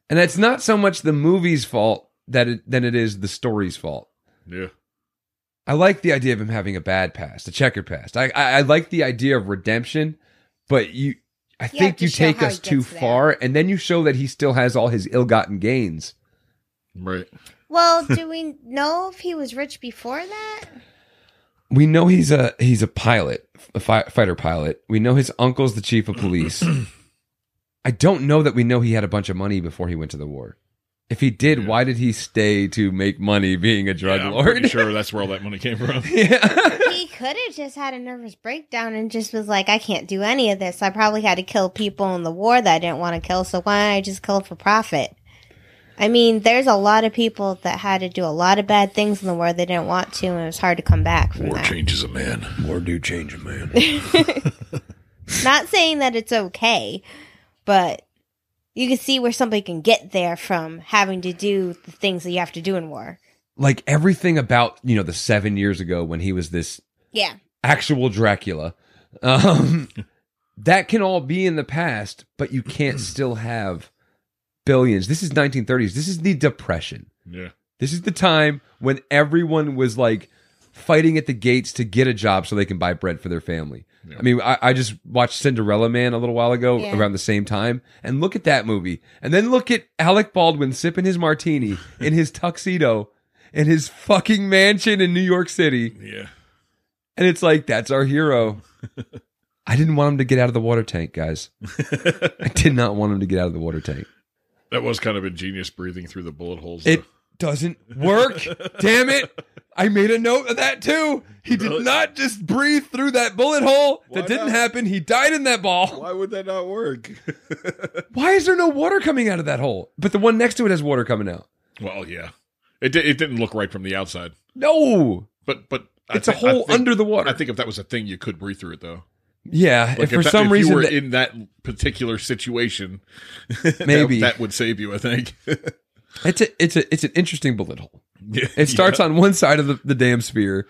[SPEAKER 1] and that's not so much the movie's fault that it, than it is the story's fault.
[SPEAKER 3] Yeah.
[SPEAKER 1] I like the idea of him having a bad past, a checkered past. I I, I like the idea of redemption, but you I
[SPEAKER 2] have
[SPEAKER 1] think
[SPEAKER 2] to
[SPEAKER 1] you
[SPEAKER 2] show
[SPEAKER 1] take
[SPEAKER 2] how
[SPEAKER 1] us
[SPEAKER 2] he
[SPEAKER 1] too
[SPEAKER 2] gets there.
[SPEAKER 1] far and then you show that he still has all his ill-gotten gains.
[SPEAKER 3] Right.
[SPEAKER 2] Well, do we know if he was rich before that?
[SPEAKER 1] We know he's a he's a pilot, a fi- fighter pilot. We know his uncle's the chief of police. I don't know that we know he had a bunch of money before he went to the war. If he did,
[SPEAKER 3] Yeah.
[SPEAKER 1] why did he stay to make money being a drug
[SPEAKER 3] Yeah, I'm
[SPEAKER 1] lord?
[SPEAKER 3] pretty sure that's where all that money came from.
[SPEAKER 1] yeah.
[SPEAKER 2] He could have just had a nervous breakdown and just was like, I can't do any of this. I probably had to kill people in the war that I didn't want to kill, so why don't I just kill for profit? I mean, there's a lot of people that had to do a lot of bad things in the war they didn't want to, and it was hard to come back from that.
[SPEAKER 3] changes a man.
[SPEAKER 5] Or do change a man.
[SPEAKER 2] Not saying that it's okay, but you can see where somebody can get there from having to do the things that you have to do in war.
[SPEAKER 1] Like everything about, you know, the 7 years ago when he was this
[SPEAKER 2] Yeah.
[SPEAKER 1] actual Dracula. Um, that can all be in the past, but you can't still have billions. This is 1930s. This is the Depression.
[SPEAKER 3] Yeah.
[SPEAKER 1] This is the time when everyone was like fighting at the gates to get a job so they can buy bread for their family. I mean, I, I just watched Cinderella Man a little while ago
[SPEAKER 2] Yeah.
[SPEAKER 1] around the same time, and look at that movie. And then look at Alec Baldwin sipping his martini in his tuxedo in his fucking mansion in New York City.
[SPEAKER 3] Yeah.
[SPEAKER 1] And it's like, that's our hero. I didn't want him to get out of the water tank, guys. I did not want him to get out of the water tank.
[SPEAKER 3] That was kind of ingenious breathing through the bullet holes.
[SPEAKER 1] It
[SPEAKER 3] though.
[SPEAKER 1] doesn't work. Damn it. I made a note of that too. He did
[SPEAKER 3] Really?
[SPEAKER 1] not just breathe through that bullet hole.
[SPEAKER 3] Why
[SPEAKER 1] that didn't
[SPEAKER 3] not?
[SPEAKER 1] happen. He died in that ball.
[SPEAKER 3] Why would that not work?
[SPEAKER 1] Why is there no water coming out of that hole? But the one next to it has water coming out.
[SPEAKER 3] well, yeah. It di- it didn't look right from the outside.
[SPEAKER 1] No.
[SPEAKER 3] But but
[SPEAKER 1] It's a hole under the water.
[SPEAKER 3] I think if that was a thing, you could breathe through it though.
[SPEAKER 1] yeah.
[SPEAKER 3] Like,
[SPEAKER 1] if for
[SPEAKER 3] that-
[SPEAKER 1] some
[SPEAKER 3] if you
[SPEAKER 1] reason,
[SPEAKER 3] were
[SPEAKER 1] that-
[SPEAKER 3] in that particular situation, that-
[SPEAKER 1] Maybe.
[SPEAKER 3] that, would save you. I think.
[SPEAKER 1] it's, a, it's, a, it's an interesting bullet hole.
[SPEAKER 3] Yeah.
[SPEAKER 1] It starts on one side of the, the damn sphere.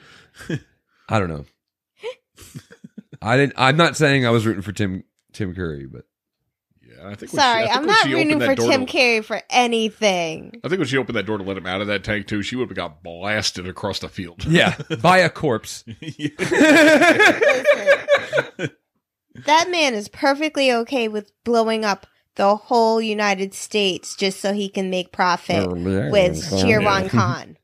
[SPEAKER 1] I don't know. I didn't. I'm not saying I was rooting for Tim Tim Curry, but
[SPEAKER 3] Yeah, I think. when she- I
[SPEAKER 2] Sorry,
[SPEAKER 3] think
[SPEAKER 2] I'm
[SPEAKER 3] when
[SPEAKER 2] not
[SPEAKER 3] she
[SPEAKER 2] rooting
[SPEAKER 3] opened
[SPEAKER 2] for
[SPEAKER 3] that door
[SPEAKER 2] Tim
[SPEAKER 3] to-
[SPEAKER 2] Carey for anything.
[SPEAKER 3] I think when she opened that door to let him out of that tank too, she would have got blasted across the field.
[SPEAKER 1] yeah, by a corpse.
[SPEAKER 2] That man is perfectly okay with blowing up the whole United States just so he can make profit with Shirvan Khan.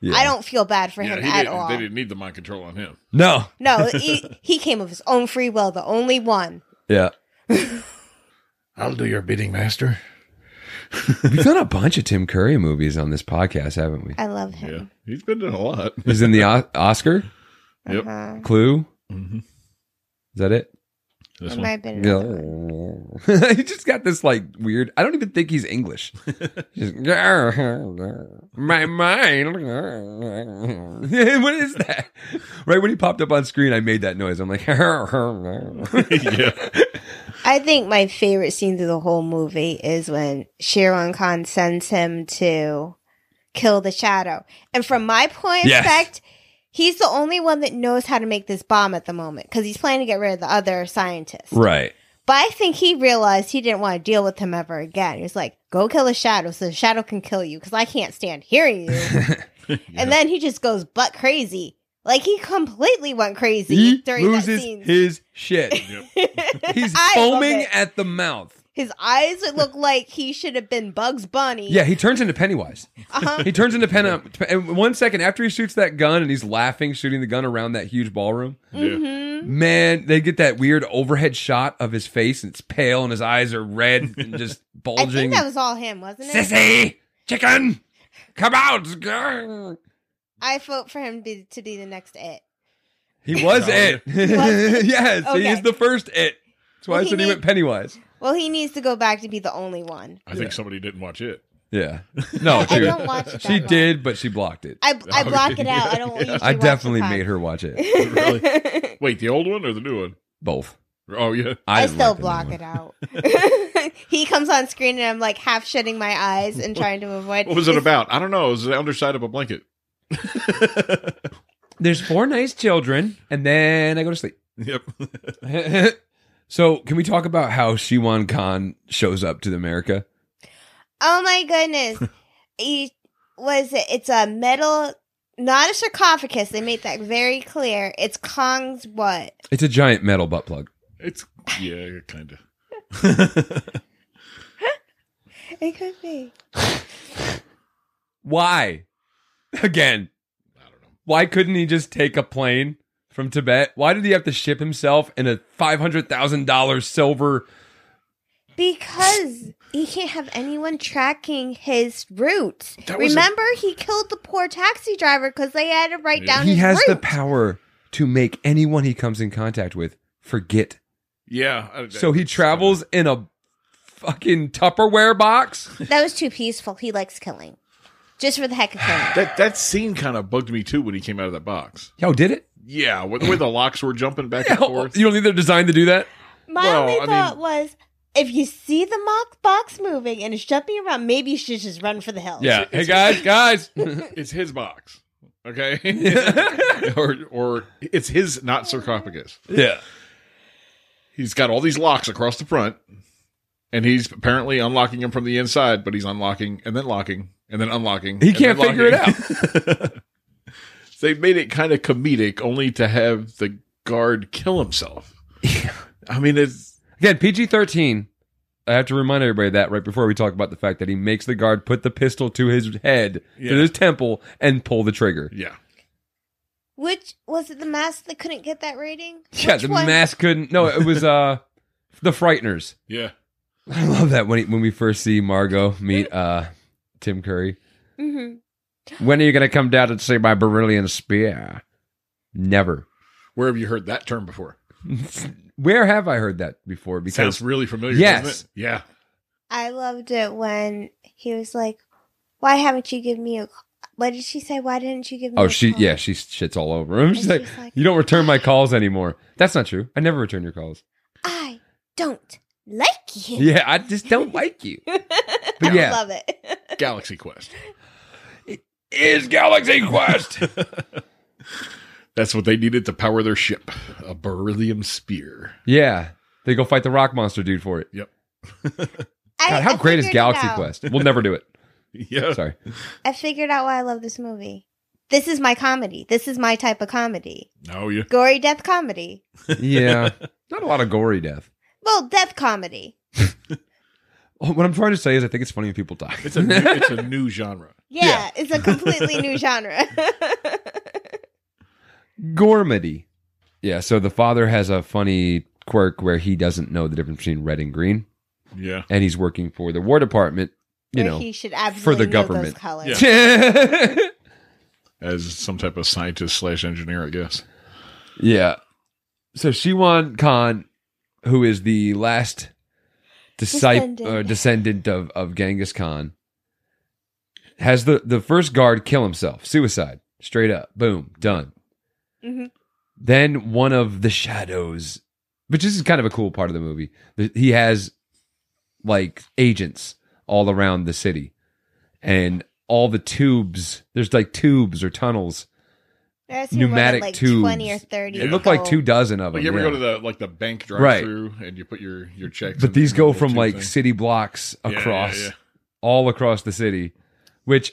[SPEAKER 1] Yeah.
[SPEAKER 2] I don't feel bad for
[SPEAKER 3] Yeah,
[SPEAKER 2] him
[SPEAKER 3] he
[SPEAKER 2] at
[SPEAKER 3] didn't-
[SPEAKER 2] all.
[SPEAKER 3] They didn't need the mind control on him.
[SPEAKER 1] No.
[SPEAKER 2] No, he, he came of his own free will, the only one.
[SPEAKER 1] Yeah.
[SPEAKER 5] I'll do your bidding, master.
[SPEAKER 1] We've done a bunch of Tim Curry movies on this podcast, haven't we?
[SPEAKER 2] I love him.
[SPEAKER 3] Yeah, he's been doing a lot.
[SPEAKER 1] He's in the o- Oscar,
[SPEAKER 3] Yep.
[SPEAKER 2] Uh-huh.
[SPEAKER 1] Clue.
[SPEAKER 3] Mm-hmm.
[SPEAKER 1] Is that it?
[SPEAKER 3] This
[SPEAKER 2] It
[SPEAKER 3] one.
[SPEAKER 2] might have been another one.
[SPEAKER 1] Yeah. he just got this like weird. I don't even think he's English. Just, my mind. what is that? Right when he popped up on screen, I made that noise. I'm like,
[SPEAKER 3] yeah.
[SPEAKER 2] I think my favorite scene through the whole movie is when Shiron Khan sends him to kill the shadow. And from my point of
[SPEAKER 1] Yes.
[SPEAKER 2] fact, he's the only one that knows how to make this bomb at the moment because he's planning to get rid of the other scientist.
[SPEAKER 1] right.
[SPEAKER 2] But I think he realized he didn't want to deal with him ever again. He was like, go kill the shadow so the shadow can kill you because I can't stand hearing you. And then he just goes butt crazy. Like he completely went crazy
[SPEAKER 1] He
[SPEAKER 2] during that
[SPEAKER 1] loses
[SPEAKER 2] scene.
[SPEAKER 1] his shit. He's
[SPEAKER 2] I love
[SPEAKER 1] foaming
[SPEAKER 2] it.
[SPEAKER 1] at the mouth.
[SPEAKER 2] His eyes would look like he should have been Bugs Bunny.
[SPEAKER 1] Yeah, he turns into Pennywise.
[SPEAKER 2] Uh-huh.
[SPEAKER 1] He turns into Pen. And one second after he shoots that gun, and he's laughing, shooting the gun around that huge ballroom.
[SPEAKER 2] Mm-hmm.
[SPEAKER 1] Man, they get that weird overhead shot of his face, and it's pale, and his eyes are red and just
[SPEAKER 2] I
[SPEAKER 1] bulging.
[SPEAKER 2] think that was all him, wasn't it?
[SPEAKER 1] Sissy, chicken, come out. Grr.
[SPEAKER 2] I vote for him be, to be the next it.
[SPEAKER 1] He was it. yes,
[SPEAKER 2] Okay.
[SPEAKER 1] he's the first it. That's why
[SPEAKER 2] Well,
[SPEAKER 1] I
[SPEAKER 2] he
[SPEAKER 1] said he
[SPEAKER 2] need-
[SPEAKER 1] went Pennywise.
[SPEAKER 2] Well, he needs to go back to be the only one.
[SPEAKER 3] I think somebody didn't watch it.
[SPEAKER 1] Yeah. No,
[SPEAKER 2] I
[SPEAKER 1] dude.
[SPEAKER 2] don't watch it. That
[SPEAKER 1] she
[SPEAKER 2] much.
[SPEAKER 1] did, but she blocked it.
[SPEAKER 2] I, I block it out. I don't want you to
[SPEAKER 1] I definitely made her watch it.
[SPEAKER 2] her.
[SPEAKER 3] Wait, the old one or the new one?
[SPEAKER 1] Both.
[SPEAKER 3] Oh yeah,
[SPEAKER 2] I,
[SPEAKER 1] didn't
[SPEAKER 2] still
[SPEAKER 1] like the new
[SPEAKER 2] block
[SPEAKER 1] one.
[SPEAKER 2] it out. he comes on screen and I'm like half shutting my eyes and trying to avoid.
[SPEAKER 3] what was it about? I don't know. It was the underside of a blanket.
[SPEAKER 1] There's four nice children, and then I go to sleep.
[SPEAKER 3] Yep.
[SPEAKER 1] so, can we talk about how Shiwan Khan shows up to America?
[SPEAKER 2] Oh my goodness! he was it? It's a metal, not a sarcophagus. They made that very clear. It's Kong's what?
[SPEAKER 1] It's a giant metal butt plug.
[SPEAKER 3] It's yeah, kind of.
[SPEAKER 2] It could be.
[SPEAKER 1] Why? Again, why couldn't he just take a plane from Tibet? Why did he have to ship himself in a $500,000 silver?
[SPEAKER 2] Because he can't have anyone tracking his route.
[SPEAKER 3] That was a-
[SPEAKER 2] Remember, he killed the poor taxi driver because they had to write
[SPEAKER 3] Yeah.
[SPEAKER 2] down
[SPEAKER 1] He
[SPEAKER 2] his
[SPEAKER 1] has the
[SPEAKER 2] route.
[SPEAKER 1] power to make anyone he comes in contact with forget
[SPEAKER 3] Yeah. I-
[SPEAKER 1] So he travels in a fucking Tupperware box.
[SPEAKER 2] that was too peaceful. He likes killing, just for the heck of killing.
[SPEAKER 3] That that scene kind of bugged me too when he came out of that box.
[SPEAKER 1] Yo, did it?
[SPEAKER 3] Yeah, with the way the locks were jumping back and
[SPEAKER 1] You
[SPEAKER 3] forth.
[SPEAKER 1] don't think they're designed to do that?
[SPEAKER 2] My
[SPEAKER 3] Well,
[SPEAKER 2] only
[SPEAKER 3] I mean-
[SPEAKER 2] thought was if you see the mock box moving and it's jumping around, maybe you should just run for the hills.
[SPEAKER 1] Yeah. Hey guys, guys.
[SPEAKER 3] It's his box. Okay. or or it's his not sarcophagus.
[SPEAKER 1] yeah.
[SPEAKER 3] He's got all these locks across the front, and he's apparently unlocking them from the inside, but he's unlocking and then locking and then unlocking.
[SPEAKER 1] He
[SPEAKER 3] and then
[SPEAKER 1] can't figure it
[SPEAKER 3] locking. They made it kind of comedic only to have the guard kill himself. I mean, it's
[SPEAKER 1] Again, PG thirteen. I have to remind everybody of that right before we talk about the fact that he makes the guard put the pistol to his head,
[SPEAKER 3] Yeah.
[SPEAKER 1] to his temple, and pull the trigger.
[SPEAKER 3] yeah.
[SPEAKER 2] Which was it the mask that couldn't get that rating?
[SPEAKER 1] Yeah,
[SPEAKER 2] Which
[SPEAKER 1] the
[SPEAKER 2] one?
[SPEAKER 1] mask couldn't. No, it was uh, the Frighteners.
[SPEAKER 3] Yeah.
[SPEAKER 1] I love that when he, when we first see Margot meet uh, Tim Curry.
[SPEAKER 2] Mhm.
[SPEAKER 1] When are you going to come down and see my beryllium spear? Never.
[SPEAKER 3] Where have you heard that term before?
[SPEAKER 1] Where have I heard that before? Because
[SPEAKER 3] Sounds really familiar.
[SPEAKER 1] Yes.
[SPEAKER 3] Doesn't it? Yeah.
[SPEAKER 2] I loved it when he was like, "Why haven't you given me a?" Call? What did she say? Why didn't you give me?
[SPEAKER 1] oh,
[SPEAKER 2] a
[SPEAKER 1] she
[SPEAKER 2] call?
[SPEAKER 1] yeah, she shits all over him. She's like,
[SPEAKER 2] she's like-
[SPEAKER 1] you don't return my calls anymore. That's not true. I never return your calls.
[SPEAKER 2] I don't like you.
[SPEAKER 1] Yeah, I just don't like you. But
[SPEAKER 2] I
[SPEAKER 1] yeah,
[SPEAKER 2] love it.
[SPEAKER 3] Galaxy Quest.
[SPEAKER 1] is Galaxy Quest.
[SPEAKER 3] That's what they needed to power their ship. A beryllium spear.
[SPEAKER 1] yeah, they go fight the rock monster dude for it.
[SPEAKER 2] I-
[SPEAKER 1] God, how
[SPEAKER 2] I
[SPEAKER 1] great is
[SPEAKER 2] figured it
[SPEAKER 1] Galaxy
[SPEAKER 2] out.
[SPEAKER 1] Quest? We'll never do it.
[SPEAKER 3] Yeah.
[SPEAKER 1] Sorry.
[SPEAKER 2] I figured out why I love this movie. This is my comedy. This is my type of comedy.
[SPEAKER 3] No, you.
[SPEAKER 2] Gory death comedy.
[SPEAKER 1] Yeah, not a lot of gory death.
[SPEAKER 2] Well, death comedy.
[SPEAKER 1] Oh, What I'm trying to say is, I think it's funny when people die.
[SPEAKER 3] It's a new, it's a new genre.
[SPEAKER 2] Yeah,
[SPEAKER 1] Yeah.
[SPEAKER 2] it's a completely new genre.
[SPEAKER 1] Gormity. Yeah, so the father has a funny quirk where he doesn't know the difference between red and green,
[SPEAKER 3] Yeah.
[SPEAKER 1] and he's working for the War Department, you
[SPEAKER 2] Where
[SPEAKER 1] know.
[SPEAKER 2] he should absolutely know
[SPEAKER 1] government.
[SPEAKER 2] those colors.
[SPEAKER 3] Yeah. As some type of scientist slash engineer, I guess.
[SPEAKER 1] yeah. So Shiwan Khan, who is the last disciple
[SPEAKER 2] Descendant.
[SPEAKER 1] or descendant of, of Genghis Khan, has the, the first guard kill himself. Suicide. Straight up. Boom. Done.
[SPEAKER 2] Mhm.
[SPEAKER 1] Then one of the shadows, which this is kind of a cool part of the movie. th- He has like agents all around the city, and all the tubes. There's like tubes or tunnels.
[SPEAKER 2] That's more than,
[SPEAKER 1] Pneumatic
[SPEAKER 2] like
[SPEAKER 1] tubes.
[SPEAKER 2] twenty or thirty.
[SPEAKER 1] It looked like
[SPEAKER 2] people.
[SPEAKER 1] two dozen of them.
[SPEAKER 3] Like you ever
[SPEAKER 1] yeah.
[SPEAKER 3] go to the like the bank
[SPEAKER 1] Right.
[SPEAKER 3] drive through and you put your your checks. in
[SPEAKER 1] but these
[SPEAKER 3] the
[SPEAKER 1] go
[SPEAKER 3] little
[SPEAKER 1] from
[SPEAKER 3] tube
[SPEAKER 1] like
[SPEAKER 3] thing?
[SPEAKER 1] city blocks
[SPEAKER 3] Yeah, yeah,
[SPEAKER 1] across,
[SPEAKER 3] yeah.
[SPEAKER 1] all across the city. Which,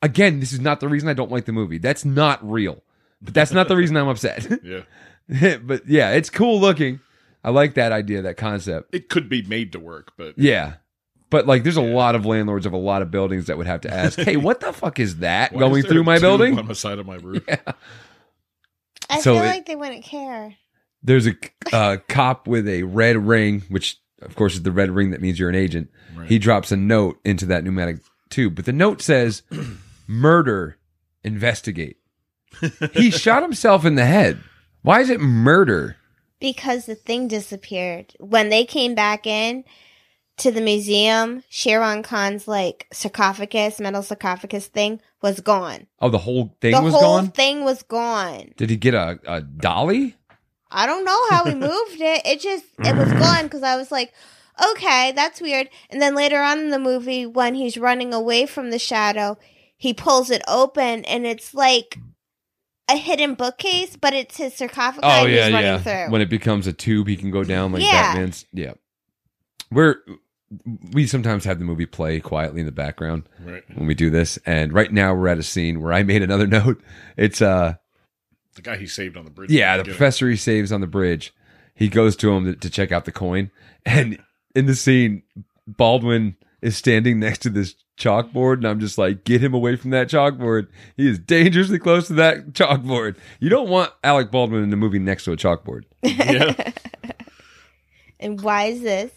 [SPEAKER 1] again, this is not the reason I don't like the movie. That's not real. But that's not the reason I'm upset.
[SPEAKER 3] Yeah.
[SPEAKER 1] but yeah, it's cool looking. I like that idea, that concept.
[SPEAKER 3] It could be made to work, but
[SPEAKER 1] Yeah. But like there's a lot of landlords of a lot of buildings that would have to ask, "Hey, what the fuck is that
[SPEAKER 3] Why
[SPEAKER 1] going
[SPEAKER 3] is there
[SPEAKER 1] through
[SPEAKER 3] a
[SPEAKER 1] my
[SPEAKER 3] tube
[SPEAKER 1] building?"
[SPEAKER 3] on the side of my roof.
[SPEAKER 2] I
[SPEAKER 1] So
[SPEAKER 2] feel
[SPEAKER 1] it-
[SPEAKER 2] like they wouldn't care.
[SPEAKER 1] There's a uh, cop with a red ring, which of course is the red ring that means you're an agent.
[SPEAKER 3] Right.
[SPEAKER 1] He drops a note into that pneumatic tube, but the note says, "Murder, investigate." he shot himself in the head. Why is it murder?
[SPEAKER 2] because the thing disappeared. When they came back in to the museum, Sharon Khan's like sarcophagus, metal sarcophagus thing was gone.
[SPEAKER 1] Oh, the whole thing
[SPEAKER 2] the
[SPEAKER 1] was
[SPEAKER 2] whole
[SPEAKER 1] gone.
[SPEAKER 2] thing was gone.
[SPEAKER 1] Did he get a, a dolly?
[SPEAKER 2] I don't know how we moved it. It just it was gone because I was like, okay, that's weird. And then later on in the movie, when he's running away from the shadow, he pulls it open and it's like a hidden bookcase, but it's his sarcophagus he's running through.
[SPEAKER 1] Oh, When it becomes a tube, he can go down like
[SPEAKER 2] Yeah.
[SPEAKER 1] Batman's. Yeah, we're we sometimes have the movie play quietly in the background
[SPEAKER 3] Right.
[SPEAKER 1] when we do this, and right now we're at a scene where I made another note. It's uh
[SPEAKER 3] The guy he saved on the bridge.
[SPEAKER 1] yeah, the
[SPEAKER 3] Get it.
[SPEAKER 1] professor he saves on the bridge. He goes to him to, to check out the coin, and in the scene, Baldwin is standing next to this chalkboard, and I'm just like, get him away from that chalkboard. He is dangerously close to that chalkboard. You don't want Alec Baldwin in the movie next to a chalkboard.
[SPEAKER 3] Yeah.
[SPEAKER 2] and why is this?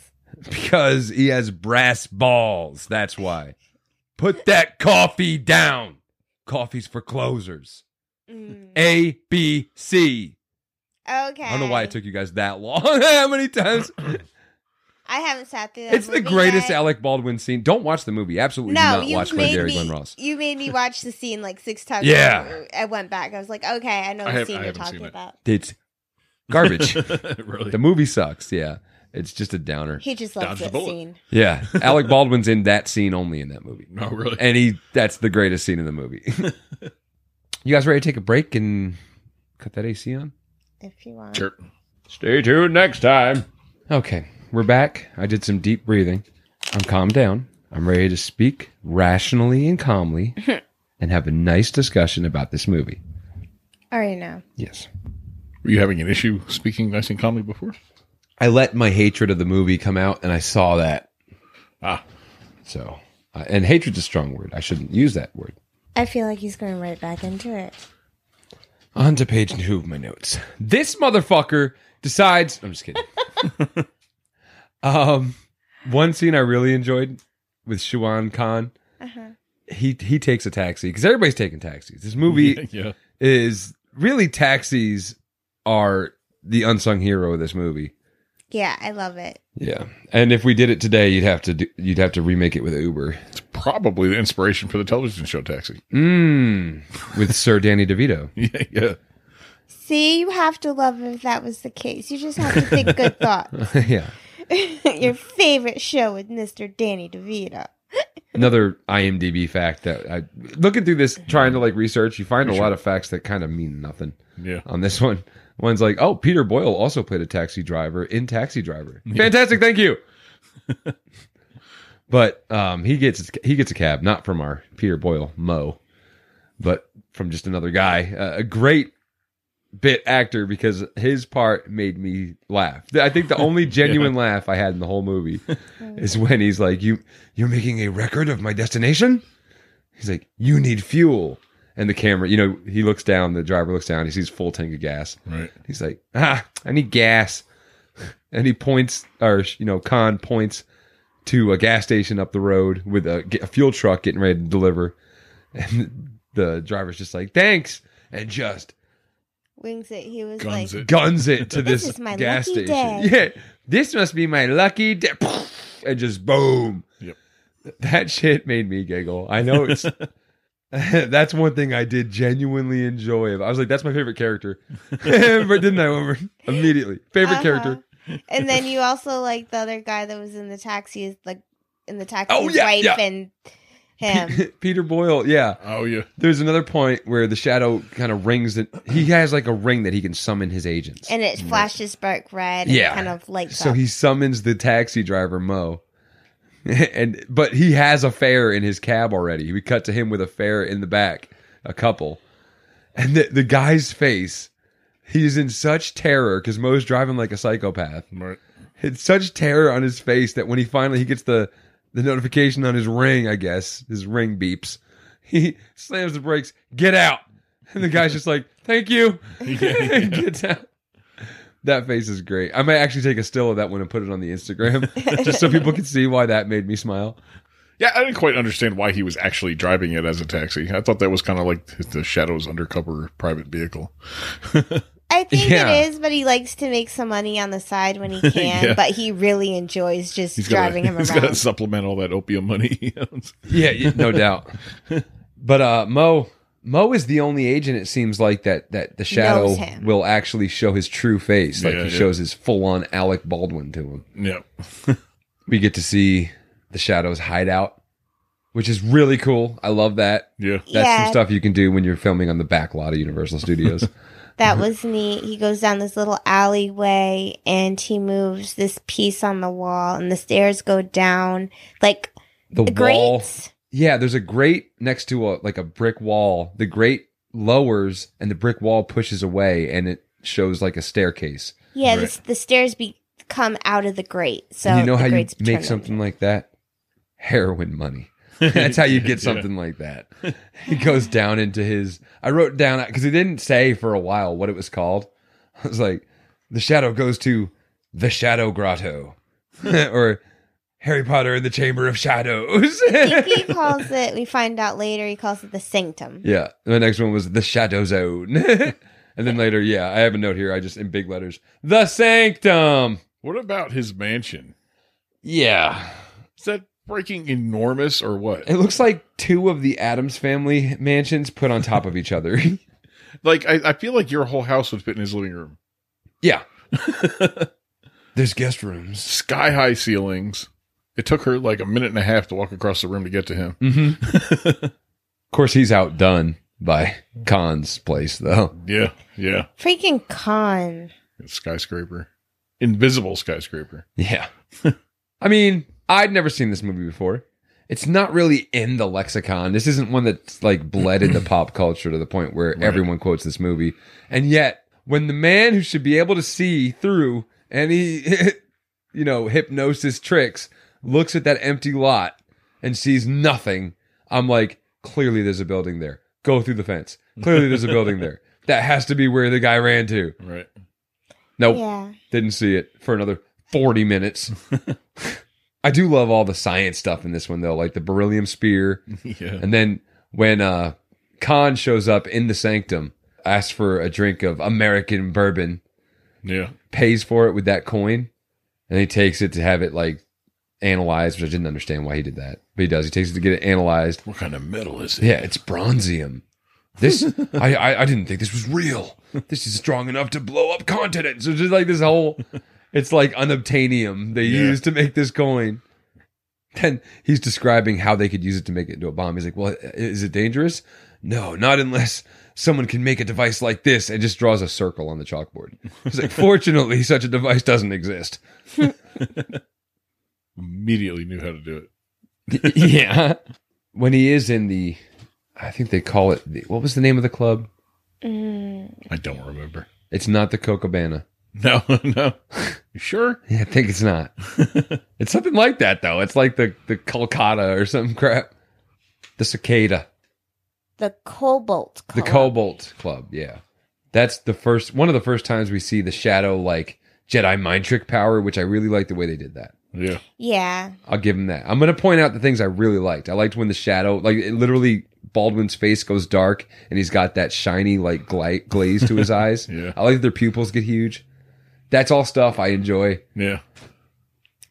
[SPEAKER 1] Because he has brass balls. That's why. Put that coffee down. Coffee's for closers.
[SPEAKER 2] Mm.
[SPEAKER 1] A, B, C.
[SPEAKER 2] Okay.
[SPEAKER 1] I don't know why it took you guys that long. How many times?
[SPEAKER 2] I haven't sat through that.
[SPEAKER 1] It's the
[SPEAKER 2] movie
[SPEAKER 1] greatest
[SPEAKER 2] yet.
[SPEAKER 1] Alec Baldwin scene. Don't watch the movie. Absolutely do
[SPEAKER 2] No,
[SPEAKER 1] not
[SPEAKER 2] you
[SPEAKER 1] watch my
[SPEAKER 2] made
[SPEAKER 1] Gary
[SPEAKER 2] me.
[SPEAKER 1] Glenn Ross.
[SPEAKER 2] You made me watch the scene like six times.
[SPEAKER 1] Yeah.
[SPEAKER 2] over. I went back. I was like, okay, I know the
[SPEAKER 3] I have- I
[SPEAKER 2] scene you're
[SPEAKER 3] haven't
[SPEAKER 2] talking
[SPEAKER 3] seen it.
[SPEAKER 2] about.
[SPEAKER 1] It's garbage.
[SPEAKER 3] really.
[SPEAKER 1] the movie sucks. Yeah. It's just a downer.
[SPEAKER 2] He just loves
[SPEAKER 3] Dodged the
[SPEAKER 2] that
[SPEAKER 3] bullet.
[SPEAKER 2] scene.
[SPEAKER 1] Yeah. Alec Baldwin's in that scene only in that movie.
[SPEAKER 3] no, really.
[SPEAKER 1] And he that's the greatest scene in the movie. you guys ready to take a break and cut that AC on?
[SPEAKER 2] If you want,
[SPEAKER 3] Sure.
[SPEAKER 1] Stay tuned next time. Okay, we're back. I did some deep breathing. I'm calmed down. I'm ready to speak rationally and calmly and have a nice discussion about this movie.
[SPEAKER 2] I already know.
[SPEAKER 1] Yes.
[SPEAKER 3] Were you having an issue speaking nice and calmly before?
[SPEAKER 1] I let my hatred of the movie come out and I saw that.
[SPEAKER 3] Ah.
[SPEAKER 1] So, uh, and hatred's a strong word. I shouldn't use that word.
[SPEAKER 2] I feel like he's going right back into it.
[SPEAKER 1] On to page two of my notes. This motherfucker decides. I'm just kidding. um, one scene I really enjoyed with Shuan Khan. He he takes a taxi because everybody's taking taxis. This movie
[SPEAKER 3] yeah.
[SPEAKER 1] is really taxis are the unsung hero of this movie.
[SPEAKER 2] Yeah, I love it.
[SPEAKER 1] Yeah, and if we did it today, you'd have to do, you'd have to remake it with Uber.
[SPEAKER 3] It's probably the inspiration for the television show Taxi.
[SPEAKER 1] Mm, with Sir Danny DeVito.
[SPEAKER 3] yeah. Yeah.
[SPEAKER 2] See, you have to love if that was the case. You just have to think good thoughts.
[SPEAKER 1] yeah,
[SPEAKER 2] Your favorite show with Mr. Danny DeVito.
[SPEAKER 1] another IMDb fact that I looking through this trying to like research, you find a lot of facts that kind of mean nothing
[SPEAKER 3] Yeah.
[SPEAKER 1] on this one. One's like, oh, Peter Boyle also played a taxi driver in Taxi Driver. Fantastic, thank you. but um, he gets he gets a cab, not from our Peter Boyle Mo, but from just another guy, uh, a great bit actor because his part made me laugh. I think the only genuine laugh I had in the whole movie is when he's like, "You you're making a record of my destination." He's like, "You need fuel." And the camera, you know, he looks down, the driver looks down, he sees full tank of gas.
[SPEAKER 3] Right.
[SPEAKER 1] He's like, "Ah, I need gas." And he points or you know, Khan points to a gas station up the road with a, a fuel truck getting ready to deliver. And the driver's just like, "Thanks." And just
[SPEAKER 2] Wings it. He was
[SPEAKER 3] Guns
[SPEAKER 2] like,
[SPEAKER 3] it.
[SPEAKER 1] guns it to this,
[SPEAKER 2] This is my
[SPEAKER 1] gas
[SPEAKER 2] lucky
[SPEAKER 1] station. Yeah, this must be my lucky day. And just boom.
[SPEAKER 3] Yep.
[SPEAKER 1] That shit made me giggle. I know it's. that's one thing I did genuinely enjoy. I was like, "That's my favorite character," but didn't I? Over immediately, favorite
[SPEAKER 2] Uh-huh.
[SPEAKER 1] character.
[SPEAKER 2] And then you also like the other guy that was in the taxi is like in the taxi
[SPEAKER 1] Oh,
[SPEAKER 2] his
[SPEAKER 1] yeah,
[SPEAKER 2] wife
[SPEAKER 1] yeah.
[SPEAKER 2] and him.
[SPEAKER 1] Peter Boyle. Yeah,
[SPEAKER 3] Oh yeah.
[SPEAKER 1] there's another point where the shadow kind of rings that he has like a ring that he can summon his agents.
[SPEAKER 2] and it flashes dark red and
[SPEAKER 1] Yeah.
[SPEAKER 2] kind of lights
[SPEAKER 1] So
[SPEAKER 2] up.
[SPEAKER 1] he summons the taxi driver Mo, and but he has a fare in his cab already. We cut to him with a fare in the back, a couple, and the, the guy's face He's in such terror because Moe's driving like a psychopath.
[SPEAKER 3] Right.
[SPEAKER 1] It's such terror on his face that when he finally he gets the the notification on his ring, I guess his ring beeps. He slams the brakes. Get out! And the guy's just like, "Thank you." and gets out. That face is great. I might actually take a still of that one and put it on the Instagram just so people can see why that made me smile.
[SPEAKER 3] Yeah, I didn't quite understand why he was actually driving it as a taxi. I thought that was kind of like the Shadow's undercover private vehicle.
[SPEAKER 2] I think
[SPEAKER 1] Yeah.
[SPEAKER 2] it is, but he likes to make some money on the side when he can.
[SPEAKER 3] Yeah.
[SPEAKER 2] But he really enjoys just
[SPEAKER 3] He's
[SPEAKER 2] driving
[SPEAKER 3] gotta,
[SPEAKER 2] him
[SPEAKER 3] He's got to
[SPEAKER 2] around.
[SPEAKER 3] supplement all that opium money. he owns.
[SPEAKER 1] Yeah, yeah, no doubt. But uh Mo Mo is the only agent it seems like that that the shadow
[SPEAKER 2] Knows him.
[SPEAKER 1] will actually show his true face. Like
[SPEAKER 3] Yeah,
[SPEAKER 1] he
[SPEAKER 3] yeah.
[SPEAKER 1] shows his full on Alec Baldwin to him.
[SPEAKER 3] yeah.
[SPEAKER 1] We get to see the shadow's hideout, which is really cool. I love that.
[SPEAKER 3] Yeah.
[SPEAKER 1] That's
[SPEAKER 2] yeah,
[SPEAKER 1] some stuff you can do when you're filming on the back lot of Universal Studios. Mm-hmm.
[SPEAKER 2] that was neat. He goes down this little alleyway and he moves this piece on the wall, and the stairs go down like
[SPEAKER 1] The
[SPEAKER 2] the
[SPEAKER 1] wall.
[SPEAKER 2] grates.
[SPEAKER 1] Yeah, there's a grate next to a like a brick wall. The grate lowers and the brick wall pushes away and it shows like a staircase.
[SPEAKER 2] Yeah,
[SPEAKER 3] Right.
[SPEAKER 2] the, the stairs be, come out of the grate. So
[SPEAKER 1] and you know
[SPEAKER 2] the
[SPEAKER 1] how you
[SPEAKER 2] grates turn
[SPEAKER 1] make
[SPEAKER 2] on.
[SPEAKER 1] something like that? Heroin money. That's how you get
[SPEAKER 3] Yeah.
[SPEAKER 1] something like that. He goes down into his. I wrote down because he didn't say for a while what it was called. I was like, the shadow goes to the shadow grotto, or Harry Potter and the Chamber of Shadows.
[SPEAKER 2] I think he calls it. We find out later. He calls it the sanctum.
[SPEAKER 1] Yeah. The next one was the Shadow Zone. and then later, yeah, I have a note here. I just in big letters, the Sanctum.
[SPEAKER 3] What about his mansion?
[SPEAKER 1] Yeah.
[SPEAKER 3] Is that freaking enormous or what?
[SPEAKER 1] It looks like two of the Adams family mansions put on top of each other.
[SPEAKER 3] Like, I, I feel like your whole house would fit in his living room.
[SPEAKER 1] yeah. There's guest rooms.
[SPEAKER 3] Sky high ceilings. It took her like a minute and a half to walk across the room to get to him.
[SPEAKER 1] Mm-hmm. of course, he's outdone by Khan's place, though.
[SPEAKER 3] Yeah. Yeah.
[SPEAKER 2] Freaking con.
[SPEAKER 3] Skyscraper. Invisible skyscraper.
[SPEAKER 1] Yeah. I mean, I'd never seen this movie before. It's not really in the lexicon. This isn't one that's like bled into pop culture to the point where everyone quotes this movie. And yet, when the man who should be able to see through any, you know, hypnosis tricks looks at that empty lot and sees nothing, I'm like, clearly there's a building there. Go through the fence. Clearly there's a building there. That has to be where the guy ran to.
[SPEAKER 3] Right.
[SPEAKER 1] Nope.
[SPEAKER 2] Yeah.
[SPEAKER 1] Didn't see it for another 40 minutes. I do love all the science stuff in this one though, like the beryllium spear.
[SPEAKER 3] Yeah.
[SPEAKER 1] And then when uh Khan shows up in the sanctum, asks for a drink of American bourbon,
[SPEAKER 3] Yeah.
[SPEAKER 1] pays for it with that coin, and he takes it to have it like analyzed, which I didn't understand why he did that. But he does. He takes it to get it analyzed.
[SPEAKER 5] What kind of metal is it?
[SPEAKER 1] Yeah, it's bronzium. This I, I I didn't think this was real. This is strong enough to blow up continents. It's just like this whole it's like unobtainium they
[SPEAKER 3] Yeah.
[SPEAKER 1] used to make this coin. Then he's describing how they could use it to make it into a bomb. He's like, Well, is it dangerous? No, not unless someone can make a device like this and just draws a circle on the chalkboard. He's like, Fortunately, such a device doesn't exist.
[SPEAKER 3] Immediately knew how to do it.
[SPEAKER 1] yeah. When he is in the I think they call it the what was the name of the club?
[SPEAKER 2] Mm.
[SPEAKER 3] I don't remember.
[SPEAKER 1] It's not the Cocobana.
[SPEAKER 3] No, no. You sure?
[SPEAKER 1] Yeah, I think it's not. it's something like that though. It's like the the Kolkata or some crap. The cicada,
[SPEAKER 2] The cobalt.
[SPEAKER 1] the
[SPEAKER 2] color.
[SPEAKER 1] Cobalt Club. Yeah, that's the first one of the first times we see the shadow like Jedi mind trick power, which I really like the way they did that.
[SPEAKER 3] Yeah.
[SPEAKER 2] Yeah.
[SPEAKER 1] I'll give him that. I'm gonna point out the things I really liked. I liked when the shadow, like it literally Baldwin's face goes dark and he's got that shiny like gla- glaze to his eyes.
[SPEAKER 3] Yeah.
[SPEAKER 1] I like that their pupils get huge. That's all stuff I enjoy.
[SPEAKER 3] Yeah.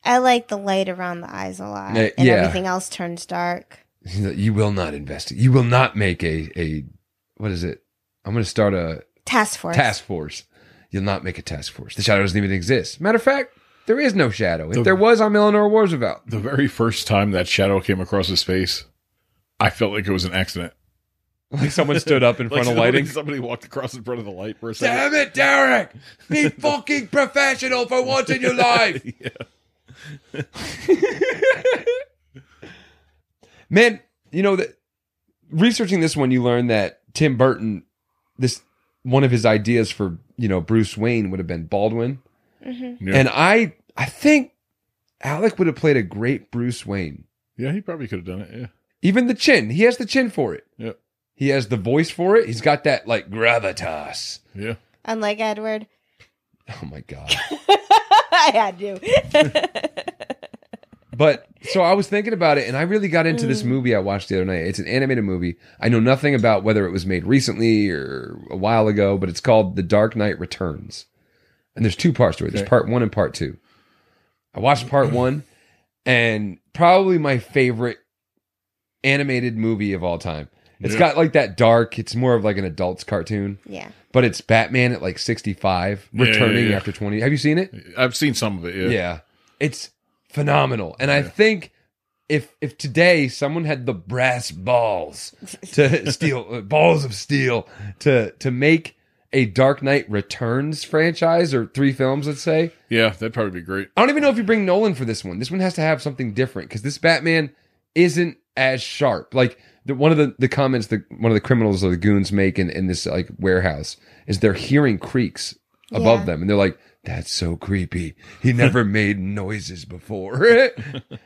[SPEAKER 2] I like the light around the eyes a lot.
[SPEAKER 1] Uh,
[SPEAKER 2] and
[SPEAKER 1] yeah.
[SPEAKER 2] everything else turns dark.
[SPEAKER 1] He's like, you will not invest. You will not make a a what is it? I'm going to start a
[SPEAKER 2] Task force.
[SPEAKER 1] task force. You'll not make a task force. The shadow doesn't even exist. Matter of fact, there is no shadow. If
[SPEAKER 3] The-
[SPEAKER 1] there was, I'm Eleanor Roosevelt.
[SPEAKER 3] The very first time that shadow came across his face, I felt like it was an accident.
[SPEAKER 1] Like someone stood up in
[SPEAKER 3] Like somebody- Somebody walked across in front of the light for a second.
[SPEAKER 1] Damn it, Derek! Be fucking professional for once in your life. Man, you know that researching this one, you learn that Tim Burton, this one of his ideas for you know Bruce Wayne would have been Baldwin,
[SPEAKER 2] hmm
[SPEAKER 3] Yeah.
[SPEAKER 1] and I I think Alec would have played a great Bruce Wayne.
[SPEAKER 3] yeah, he probably could have done it. Yeah.
[SPEAKER 1] Even the chin, he has the chin for it.
[SPEAKER 3] Yep.
[SPEAKER 1] He has the voice for it. He's got that like gravitas.
[SPEAKER 3] Yeah.
[SPEAKER 2] Unlike Edward.
[SPEAKER 1] Oh my god.
[SPEAKER 2] I had to.
[SPEAKER 1] But so I was thinking about it, and I really got into
[SPEAKER 3] Mm.
[SPEAKER 1] this movie I watched the other night. It's an animated movie. I know nothing about whether it was made recently or a while ago, but it's called The Dark Knight Returns. And there's two parts to it. There's
[SPEAKER 3] Okay.
[SPEAKER 1] part one and part two. I watched part one, and probably my favorite animated movie of all time. It's
[SPEAKER 3] Yeah.
[SPEAKER 1] got like that dark. It's more of like an adult's cartoon,
[SPEAKER 2] yeah.
[SPEAKER 1] but it's Batman at like 65,
[SPEAKER 3] Yeah, yeah,
[SPEAKER 1] returning
[SPEAKER 3] yeah.
[SPEAKER 1] after 20. Have you seen it?
[SPEAKER 3] I've seen some of it.
[SPEAKER 1] Yeah.
[SPEAKER 3] Yeah.
[SPEAKER 1] It's phenomenal. And I
[SPEAKER 3] Yeah.
[SPEAKER 1] think if if today someone had the brass balls to steal uh, balls of steel to to make a Dark Knight Returns franchise or three films, let's say.
[SPEAKER 3] Yeah, that'd probably be great.
[SPEAKER 1] I don't even know if you bring Nolan for this one. This one has to have something different because this Batman isn't as sharp. Like the, one of the, the comments that one of the criminals or the goons make in, in this like warehouse is they're hearing creaks above
[SPEAKER 2] Yeah.
[SPEAKER 1] them and they're like, that's so creepy. He never made noises before.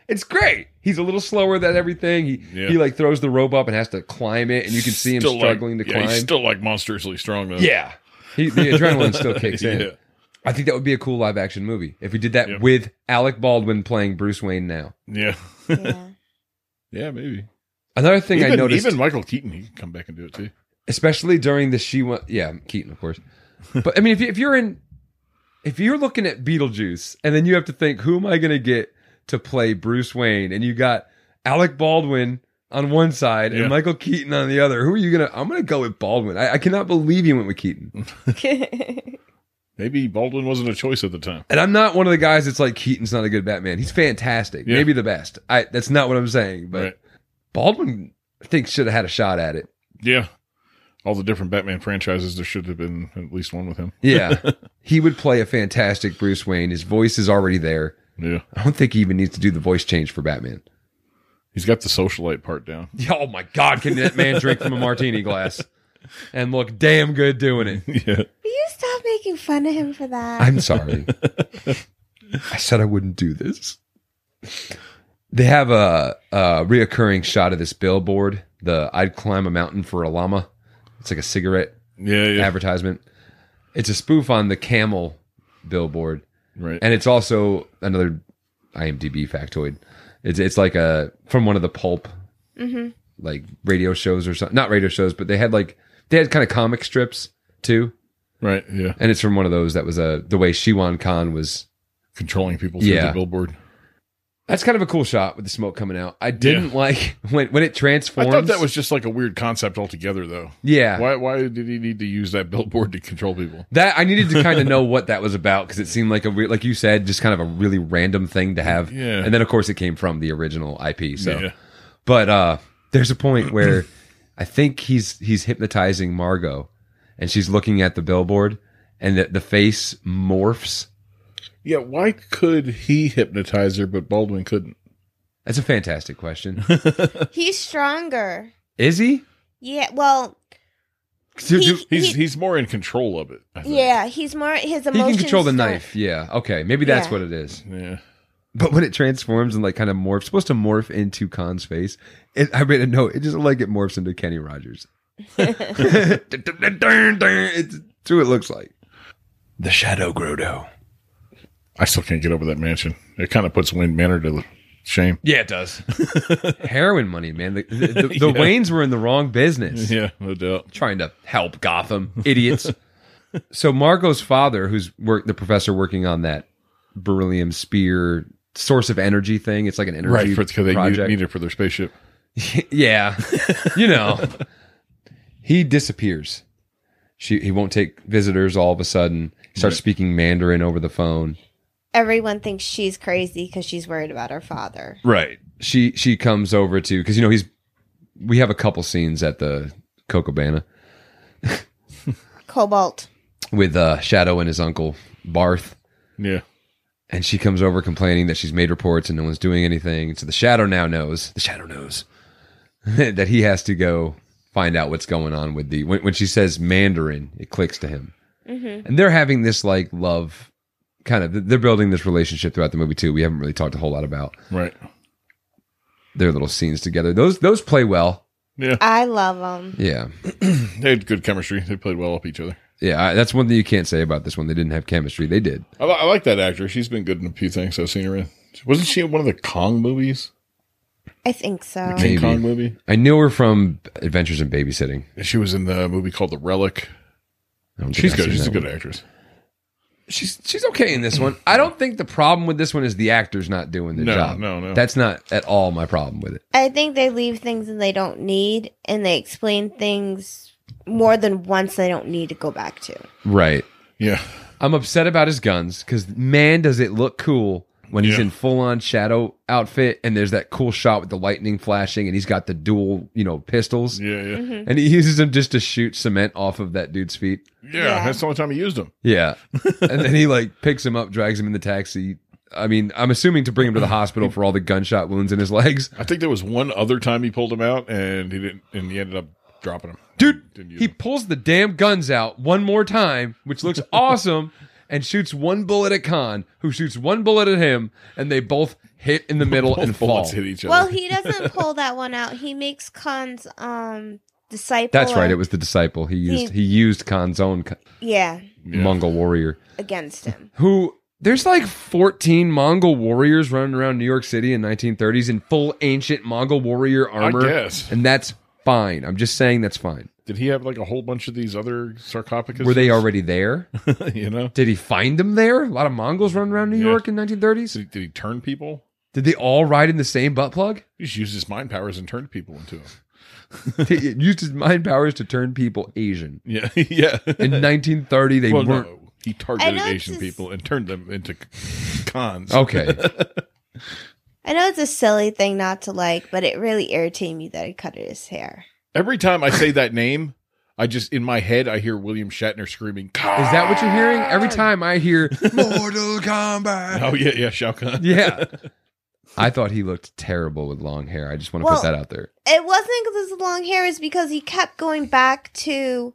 [SPEAKER 1] it's great. He's a little slower than everything. He,
[SPEAKER 3] Yeah.
[SPEAKER 1] he like throws the rope up and has to climb it and you can see him
[SPEAKER 3] Still, like-
[SPEAKER 1] struggling to
[SPEAKER 3] yeah,
[SPEAKER 1] climb.
[SPEAKER 3] He's still like monstrously strong though.
[SPEAKER 1] yeah. He, the adrenaline still kicks in.
[SPEAKER 3] Yeah.
[SPEAKER 1] I think that would be a cool live action movie if we did that
[SPEAKER 3] Yep.
[SPEAKER 1] with Alec Baldwin playing Bruce Wayne now.
[SPEAKER 3] Yeah.
[SPEAKER 2] Yeah.
[SPEAKER 3] Yeah, maybe.
[SPEAKER 1] Another thing
[SPEAKER 3] even,
[SPEAKER 1] I noticed,
[SPEAKER 3] even Michael Keaton, he can come back and do it too.
[SPEAKER 1] especially during the she went, yeah, Keaton, of course. But I mean, if, you, if you're in, if you're looking at Beetlejuice and then you have to think, who am I going to get to play Bruce Wayne? And you got Alec Baldwin on one side
[SPEAKER 3] Yeah.
[SPEAKER 1] and Michael Keaton on the other. Who are you going to, I'm going to go with Baldwin. I, I cannot believe you went with Keaton.
[SPEAKER 3] Maybe Baldwin wasn't a choice at the time.
[SPEAKER 1] And I'm not one of the guys that's like Keaton's not a good Batman. He's fantastic,
[SPEAKER 3] Yeah.
[SPEAKER 1] maybe the best. I that's not what I'm saying, but
[SPEAKER 3] Right.
[SPEAKER 1] Baldwin I think should have had a shot at it.
[SPEAKER 3] Yeah. All the different Batman franchises, there should have been at least one with him.
[SPEAKER 1] Yeah, he would play a fantastic Bruce Wayne. His voice is already there.
[SPEAKER 3] Yeah.
[SPEAKER 1] I don't think he even needs to do the voice change for Batman.
[SPEAKER 3] He's got the socialite part down.
[SPEAKER 1] Yeah, Oh my God, can that man drink from a martini glass and look damn good doing it?
[SPEAKER 3] yeah.
[SPEAKER 2] Will you stop making fun of him for that?
[SPEAKER 1] I'm sorry. I said I wouldn't do this. They have a, a reoccurring shot of this billboard. The I'd climb a mountain for a llama. It's like a cigarette
[SPEAKER 3] Yeah. Yeah.
[SPEAKER 1] advertisement. It's a spoof on the camel billboard,
[SPEAKER 3] right.
[SPEAKER 1] and it's also another IMDb factoid. It's it's like a from one of the pulp
[SPEAKER 2] Mhm.
[SPEAKER 1] like radio shows or something. Not radio shows, but they had like they had kind of comic strips too,
[SPEAKER 3] right. Yeah.
[SPEAKER 1] and it's from one of those that was a the way Shiwan Khan was
[SPEAKER 3] Controlling people through
[SPEAKER 1] Yeah.
[SPEAKER 3] the billboard.
[SPEAKER 1] That's kind of a cool shot with the smoke coming out. I didn't like when when it transforms.
[SPEAKER 3] I thought that was just like a weird concept altogether, though.
[SPEAKER 1] yeah.
[SPEAKER 3] Why, why did he need to use that billboard to control people?
[SPEAKER 1] That I needed to kind of know what that was about because it seemed like a re- like you said just kind of a really random thing to have.
[SPEAKER 3] Yeah.
[SPEAKER 1] And then of course it came from the original IP. So,
[SPEAKER 3] Yeah.
[SPEAKER 1] but uh, there's a point where I think he's he's hypnotizing Margot, and she's looking at the billboard, and the, the face morphs.
[SPEAKER 3] Yeah. Why could he hypnotize her, but Baldwin couldn't?
[SPEAKER 1] That's a fantastic question.
[SPEAKER 2] He's stronger.
[SPEAKER 1] Is he?
[SPEAKER 2] Yeah. Well,
[SPEAKER 1] Do- do-
[SPEAKER 2] He-
[SPEAKER 3] He's he's more in control of it. I think.
[SPEAKER 2] yeah. He's more. His
[SPEAKER 1] he
[SPEAKER 2] emotions.
[SPEAKER 1] can control the
[SPEAKER 2] don't-
[SPEAKER 1] knife. Yeah. Okay. Maybe that's
[SPEAKER 2] Yeah.
[SPEAKER 1] what it is.
[SPEAKER 3] Yeah.
[SPEAKER 1] But when it transforms and like kind of morphs, supposed to morph into Khan's face, it, I made a note. It just looked like it morphs into Kenny Rogers. it's that's what it looks like.
[SPEAKER 5] The Shadow Grodo.
[SPEAKER 3] I still can't get over that mansion. It kind of puts Wayne Manor to shame.
[SPEAKER 1] Yeah, it does. Heroin money, man. The, the, the, the Waynes were in the wrong business.
[SPEAKER 3] Yeah, no doubt.
[SPEAKER 1] Trying to help Gotham, idiots. so Margot's father, who's work the professor working on that beryllium spear source of energy thing. It's like an energy
[SPEAKER 3] Right, because they need,
[SPEAKER 1] project.
[SPEAKER 3] need it for their spaceship.
[SPEAKER 1] yeah, you know, he disappears. She he won't take visitors. All of a sudden, he starts
[SPEAKER 3] Right.
[SPEAKER 1] speaking Mandarin over the phone.
[SPEAKER 2] Everyone thinks she's crazy because she's worried about her father.
[SPEAKER 1] Right. She she comes over to because you know he's we have a couple scenes at the Cocobana
[SPEAKER 2] Cobalt.
[SPEAKER 1] with uh, Shadow and his uncle Barth,
[SPEAKER 3] Yeah,
[SPEAKER 1] and she comes over complaining that she's made reports and no one's doing anything. So the Shadow now knows. The Shadow knows that he has to go find out what's going on with the when, when she says Mandarin, it clicks to him, and they're having this like love kind of they're building this relationship throughout the movie too. We haven't really talked a whole lot about
[SPEAKER 3] Right.
[SPEAKER 1] their little scenes together. Those those play well.
[SPEAKER 3] Yeah.
[SPEAKER 2] I love them.
[SPEAKER 1] Yeah,
[SPEAKER 3] They had good chemistry. They played well off each other.
[SPEAKER 1] yeah. I, that's one thing you can't say about this one. They didn't have chemistry. They did.
[SPEAKER 3] I, li- I like that actor. She's been good in a few things I've seen her in. Wasn't she in one of the Kong movies?
[SPEAKER 2] I think so.
[SPEAKER 3] King
[SPEAKER 1] Maybe.
[SPEAKER 3] Kong movie?
[SPEAKER 1] I knew her from Adventures in Babysitting.
[SPEAKER 3] She was in the movie called The Relic.
[SPEAKER 1] I don't think
[SPEAKER 3] She's
[SPEAKER 1] I've
[SPEAKER 3] good.
[SPEAKER 1] seen
[SPEAKER 3] She's a
[SPEAKER 1] that
[SPEAKER 3] good
[SPEAKER 1] one.
[SPEAKER 3] actress.
[SPEAKER 1] She's she's okay in this one. I don't think the problem with this one is the actors not doing their
[SPEAKER 3] No,
[SPEAKER 1] job.
[SPEAKER 3] no, no.
[SPEAKER 1] That's not at all my problem with it.
[SPEAKER 2] I think they leave things that they don't need and they explain things more than once they don't need to go back to.
[SPEAKER 1] Right.
[SPEAKER 3] Yeah.
[SPEAKER 1] I'm upset about his guns because man, does it look cool when he's
[SPEAKER 3] Yeah.
[SPEAKER 1] in full on shadow outfit and there's that cool shot with the lightning flashing and he's got the dual you know pistols
[SPEAKER 3] Yeah, yeah.
[SPEAKER 2] Mm-hmm.
[SPEAKER 3] Yeah.
[SPEAKER 1] and he uses them just to shoot cement off of that dude's feet.
[SPEAKER 2] Yeah.
[SPEAKER 3] That's the only time he used them.
[SPEAKER 1] Yeah. and then he like picks him up, drags him in the taxi. I mean, I'm assuming to bring him to the hospital for all the gunshot wounds in his legs.
[SPEAKER 3] I think there was one other time he pulled him out and he didn't and he ended up dropping him.
[SPEAKER 1] Dude,
[SPEAKER 3] Didn't use
[SPEAKER 1] he
[SPEAKER 3] them.
[SPEAKER 1] pulls the damn guns out one more time, which looks awesome, and shoots one bullet at Khan, who shoots one bullet at him, and they both hit in the middle
[SPEAKER 3] Both
[SPEAKER 1] and fall.
[SPEAKER 3] bullets hit each other.
[SPEAKER 2] Well, he doesn't pull that one out. He makes Khan's um disciple.
[SPEAKER 1] That's right.
[SPEAKER 2] or-
[SPEAKER 1] It was the disciple. He used he,
[SPEAKER 2] He-
[SPEAKER 1] used Khan's own K-
[SPEAKER 2] yeah
[SPEAKER 3] Yeah.
[SPEAKER 1] Mongol warrior.
[SPEAKER 2] against him.
[SPEAKER 1] Who there's like 14 Mongol warriors running around New York City in 1930s in full ancient Mongol warrior armor.
[SPEAKER 3] guess.
[SPEAKER 1] And that's fine. I'm just saying that's fine.
[SPEAKER 3] Did he have like a whole bunch of these other sarcophagus?
[SPEAKER 1] Were they already there?
[SPEAKER 3] you know?
[SPEAKER 1] Did he find them there? A lot of Mongols running around New
[SPEAKER 3] Yeah.
[SPEAKER 1] York in 1930s.
[SPEAKER 3] Did he, did he turn people?
[SPEAKER 1] Did they all ride in the same butt plug?
[SPEAKER 3] He just used his mind powers and turned people into him.
[SPEAKER 1] He used his mind powers to turn people Asian.
[SPEAKER 3] Yeah, yeah.
[SPEAKER 1] In 1930, they
[SPEAKER 3] well,
[SPEAKER 1] weren't.
[SPEAKER 3] no, he targeted
[SPEAKER 2] know it's
[SPEAKER 3] Asian
[SPEAKER 2] just-
[SPEAKER 3] people and turned them into cons.
[SPEAKER 1] Okay.
[SPEAKER 2] I know it's a silly thing not to like, but it really irritated me that he cut his hair.
[SPEAKER 3] Every time I say that name, I just in my head I hear William Shatner screaming. Con!
[SPEAKER 1] Is that what you're hearing? Every time I hear Mortal Kombat.
[SPEAKER 3] Oh yeah, yeah, Shao Kahn.
[SPEAKER 1] Yeah. I thought he looked terrible with long hair. I just want to
[SPEAKER 2] Well-
[SPEAKER 1] put that out there.
[SPEAKER 2] It wasn't because his long hair; is because he kept going back to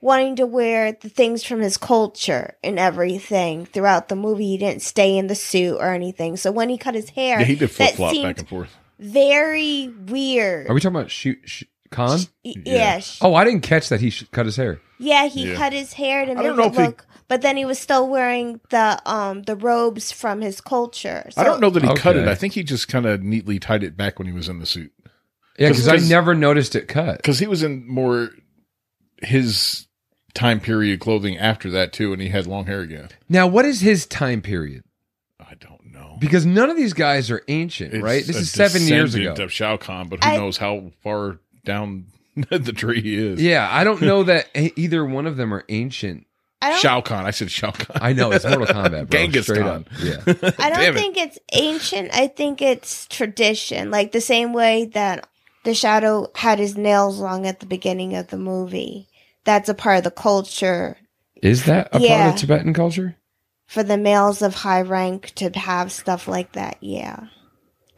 [SPEAKER 2] wanting to wear the things from his culture and everything throughout the movie. He didn't stay in the suit or anything. So when he cut his hair,
[SPEAKER 3] Yeah, he did flip
[SPEAKER 2] that
[SPEAKER 3] flop
[SPEAKER 2] seemed
[SPEAKER 3] back and forth.
[SPEAKER 2] very weird.
[SPEAKER 1] Are we talking about shoot sh- Khan?
[SPEAKER 2] Y-
[SPEAKER 3] Yeah.
[SPEAKER 2] yeah.
[SPEAKER 1] Oh, I didn't catch that he sh- cut his hair.
[SPEAKER 2] Yeah, he
[SPEAKER 3] Yeah.
[SPEAKER 2] cut his hair to
[SPEAKER 3] don't
[SPEAKER 2] make it
[SPEAKER 3] know if he-
[SPEAKER 2] look, but then he was still wearing the um the robes from his culture. So
[SPEAKER 3] I don't know that he cut it.
[SPEAKER 1] Okay.
[SPEAKER 3] I think he just kind of neatly tied it back when he was in the suit
[SPEAKER 1] Yeah,
[SPEAKER 3] 'Cause-
[SPEAKER 1] because I
[SPEAKER 3] 'cause-
[SPEAKER 1] never noticed it cut.
[SPEAKER 3] because he was in more his time period clothing after that too, and he had long hair again.
[SPEAKER 1] Now, what is his time period?
[SPEAKER 3] I don't know.
[SPEAKER 1] Because none of these guys are ancient,
[SPEAKER 3] It's
[SPEAKER 1] right? This
[SPEAKER 3] a
[SPEAKER 1] is seven years ago.
[SPEAKER 3] descendant Of Shao Kahn, but who
[SPEAKER 2] I-
[SPEAKER 3] knows how far down the tree he is?
[SPEAKER 1] Yeah, I don't know that e- either one of them are ancient.
[SPEAKER 2] I don't,
[SPEAKER 3] Shao Kahn. I said Shao Kahn.
[SPEAKER 1] I know it's Mortal Kombat, bro.
[SPEAKER 3] Genghis
[SPEAKER 1] straight
[SPEAKER 3] Khan.
[SPEAKER 1] up. Yeah,
[SPEAKER 2] I
[SPEAKER 3] Damn
[SPEAKER 2] don't
[SPEAKER 3] it.
[SPEAKER 2] think it's ancient. I think it's tradition, like the same way that the shadow had his nails long at the beginning of the movie. That's a part of the culture
[SPEAKER 1] is that a part
[SPEAKER 2] Yeah.
[SPEAKER 1] of Tibetan culture?
[SPEAKER 2] for the males of high rank to have stuff like that. Yeah,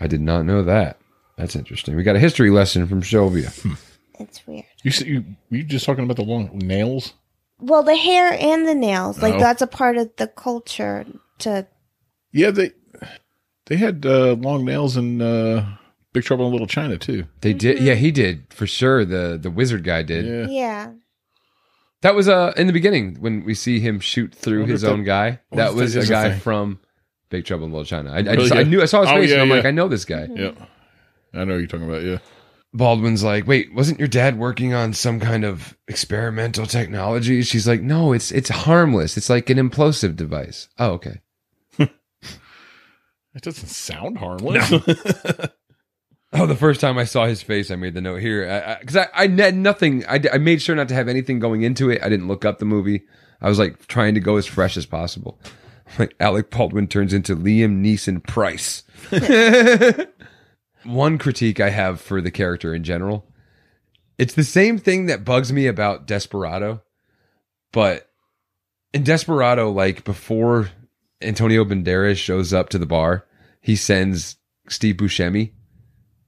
[SPEAKER 1] I did not know that. That's interesting. We got a history lesson from Sylvia.
[SPEAKER 2] it's weird.
[SPEAKER 3] You said you were you just talking about the long nails?
[SPEAKER 2] Well, the hair and the nails, like
[SPEAKER 3] Oh.
[SPEAKER 2] that's a part of the culture to
[SPEAKER 3] Yeah, they they had uh, long nails in uh, Big Trouble in Little China too.
[SPEAKER 1] They did. Yeah, he did for sure. The the wizard guy did.
[SPEAKER 3] Yeah.
[SPEAKER 2] yeah.
[SPEAKER 1] That was uh in the beginning when we see him shoot through
[SPEAKER 3] Wonder
[SPEAKER 1] his
[SPEAKER 3] if
[SPEAKER 1] own guy.
[SPEAKER 3] wonder
[SPEAKER 1] That
[SPEAKER 3] if that
[SPEAKER 1] was a
[SPEAKER 3] is a
[SPEAKER 1] guy
[SPEAKER 3] thing.
[SPEAKER 1] from Big Trouble in Little China. I, I,
[SPEAKER 3] Really?
[SPEAKER 1] just, I knew I saw his
[SPEAKER 3] Oh,
[SPEAKER 1] face
[SPEAKER 3] yeah,
[SPEAKER 1] and I'm like,
[SPEAKER 3] yeah.
[SPEAKER 1] I know this guy.
[SPEAKER 2] Mm-hmm. Mm.
[SPEAKER 3] Yeah. I know what you're talking about. Yeah.
[SPEAKER 1] Baldwin's like, wait, wasn't your dad working on some kind of experimental technology? She's like, no, it's it's harmless. It's like an implosive device. Oh, okay.
[SPEAKER 3] It doesn't sound harmless.
[SPEAKER 1] Oh, the first time I saw his face, I made the note here because I, I, I had nothing. I, d- I made sure not to have anything going into it. I didn't look up the movie. I was like trying to go as fresh as possible. Like Alec Baldwin turns into Liam Neeson Price. One critique I have for the character in general, it's the same thing that bugs me about Desperado, but in Desperado, like before Antonio Banderas shows up to the bar, he sends Steve Buscemi.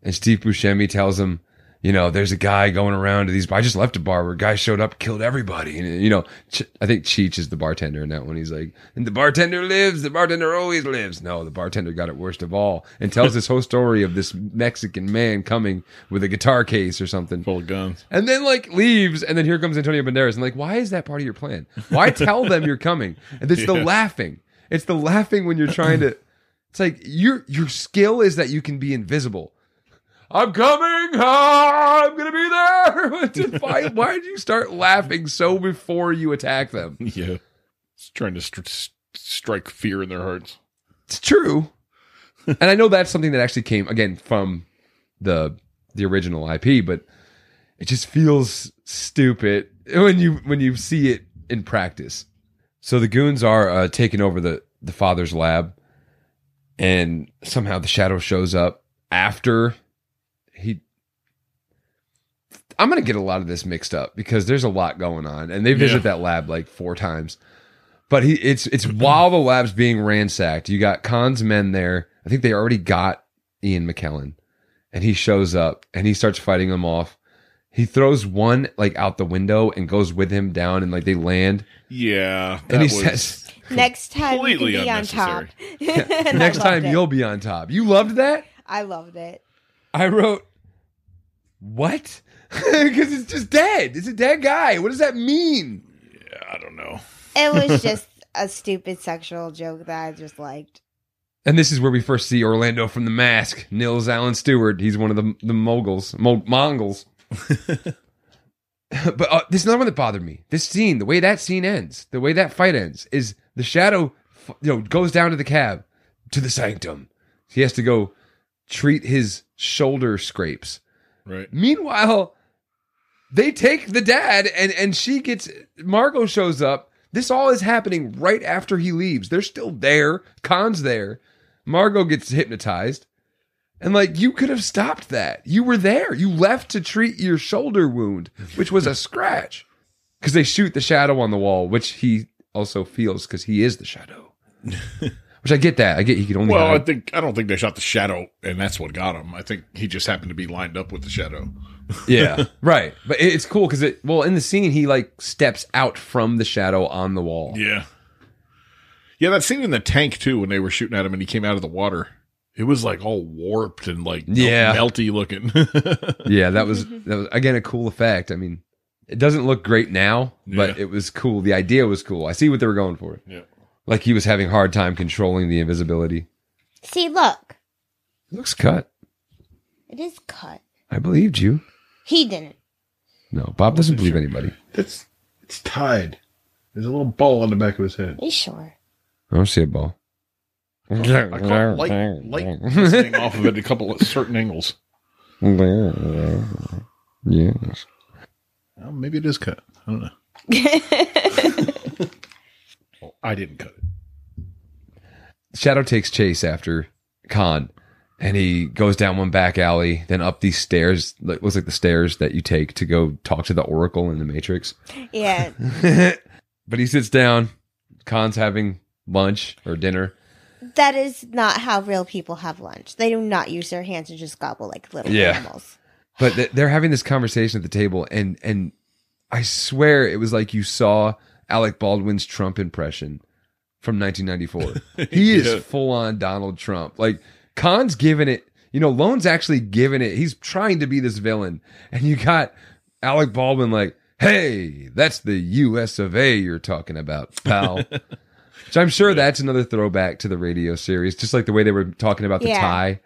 [SPEAKER 1] And Steve Buscemi tells him, you know, there's a guy going around to these. I just left a bar where a guy showed up, killed everybody. And, you know, Ch- I think Cheech is the bartender in that one. He's like, and the bartender lives, the bartender always lives. No, the bartender got it worst of all and tells this whole story of this Mexican man coming with a guitar case or something
[SPEAKER 3] full of guns.
[SPEAKER 1] and then like leaves, and then here comes Antonio Banderas, and like, why is that part of your plan? Why tell them you're coming? And it's the
[SPEAKER 3] Yeah.
[SPEAKER 1] laughing. It's the laughing when you're trying to. It's like your your skill is that you can be invisible. I'm coming. ah, I'm gonna be there. It's just, why, why did you start laughing so before you attack them?
[SPEAKER 3] Yeah, it's trying to str- s- strike fear in their hearts.
[SPEAKER 1] It's true. and I know that's something that actually came again from the the original IP, but it just feels stupid when you when you see it in practice. So the goons are uh, taking over the the father's lab, and somehow the shadow shows up after he. I'm gonna get a lot of this mixed up because there's a lot going on, and they visit that lab like four times. But he, it's it's while the lab's being ransacked, you got Khan's men there. I think they already got Ian McKellen, and he shows up and he starts fighting them off. He throws one like out the window and goes with him down, and like they land.
[SPEAKER 3] Yeah,
[SPEAKER 1] and he
[SPEAKER 3] that was-
[SPEAKER 1] says,
[SPEAKER 2] Next time you can
[SPEAKER 3] Completely
[SPEAKER 2] be on top. And I
[SPEAKER 1] next
[SPEAKER 2] loved
[SPEAKER 1] time
[SPEAKER 2] it.
[SPEAKER 1] you'll be on top. You loved that?
[SPEAKER 2] I loved it.
[SPEAKER 1] I wrote, what? Because it's just dead. It's a dead guy. What does that mean?
[SPEAKER 3] Yeah, I don't know.
[SPEAKER 2] It was just a stupid sexual joke that I just liked.
[SPEAKER 1] And this is where we first see Orlando from the mask, Nils Allen Stewart. He's one of the the moguls, Mo- Mongols. but uh, this is another one that bothered me. This scene, the way that scene ends, the way that fight ends, is the shadow, f- you know, goes down to the cab, to the sanctum. He has to go treat his shoulder scrapes.
[SPEAKER 3] Right?
[SPEAKER 1] Meanwhile, they take the dad and and she gets Margot shows up. This all is happening right after he leaves. They're still there. Khan's there. Margot gets hypnotized. And like you could have stopped that. You were there. You left to treat your shoulder wound, which was a scratch. Cuz they shoot the shadow on the wall, which he also feels cuz he is the shadow. which I get that. I get he could only
[SPEAKER 3] Well, I
[SPEAKER 1] hide-
[SPEAKER 3] think I don't think they shot the shadow, and that's what got him. I think he just happened to be lined up with the shadow.
[SPEAKER 1] Yeah, right. But it- it's cool because it. Well, in the scene, he like steps out from the shadow on the wall.
[SPEAKER 3] Yeah, yeah. That scene in the tank too, when they were shooting at him, and he came out of the water. It was like all warped and like mel-
[SPEAKER 1] Yeah.
[SPEAKER 3] melty looking.
[SPEAKER 1] Yeah, that was that was again a cool effect. I mean, it doesn't look great now, but
[SPEAKER 3] Yeah.
[SPEAKER 1] it was cool. The idea was cool. I see what they were going for.
[SPEAKER 3] yeah.
[SPEAKER 1] Like he was having a hard time controlling the invisibility.
[SPEAKER 2] See, look.
[SPEAKER 1] looks cut.
[SPEAKER 2] It is cut.
[SPEAKER 1] I believed you.
[SPEAKER 2] He didn't.
[SPEAKER 1] No, Bob doesn't believe anybody.
[SPEAKER 6] It's it's tied. There's a little ball on the back of his head.
[SPEAKER 2] Are you sure?
[SPEAKER 1] I don't see a ball.
[SPEAKER 3] I caught light, light glistening off of it at a couple of certain angles.
[SPEAKER 1] Yes.
[SPEAKER 6] Well, maybe it is cut. I don't know. Oh,
[SPEAKER 3] Well, I didn't cut it.
[SPEAKER 1] Shadow takes chase after Khan, and he goes down one back alley, then up these stairs. It looks like the stairs that you take to go talk to the Oracle in the Matrix.
[SPEAKER 2] Yeah.
[SPEAKER 1] but he sits down. Khan's having lunch or dinner.
[SPEAKER 2] That is not how real people have lunch. They do not use their hands and just gobble like little
[SPEAKER 1] Yeah.
[SPEAKER 2] animals.
[SPEAKER 1] but th- they're having this conversation at the table and and i swear it was like you saw alec baldwin's trump impression from 1994 he
[SPEAKER 3] Yeah.
[SPEAKER 1] is full on donald trump like khan's giving it you know loan's actually giving it he's trying to be this villain and you got alec baldwin like hey that's the us of a you're talking about pal so i'm sure that's another throwback to the radio series just like the way they were talking about the
[SPEAKER 2] Yeah.
[SPEAKER 1] tie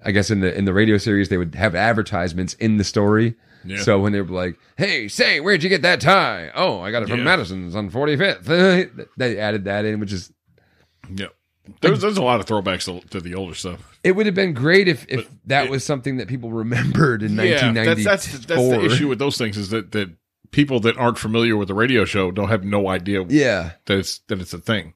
[SPEAKER 1] I guess in the in the radio series they would have advertisements in the story.
[SPEAKER 3] Yeah.
[SPEAKER 1] So when they were like, "Hey, say, where'd you get that tie?" "Oh, I got it from
[SPEAKER 3] Yeah.
[SPEAKER 1] Madison's on 45th." they added that in, which is
[SPEAKER 3] Yeah. There's, there's a lot of throwbacks to, to the older stuff.
[SPEAKER 1] it would have been great if if that
[SPEAKER 3] it-
[SPEAKER 1] was something that people remembered in
[SPEAKER 3] Yeah,
[SPEAKER 1] 1994.
[SPEAKER 3] that's, that's, the- that's the issue with those things is that, that people that aren't familiar with the radio show don't have no idea
[SPEAKER 1] Yeah.
[SPEAKER 3] that, it's, that it's a thing.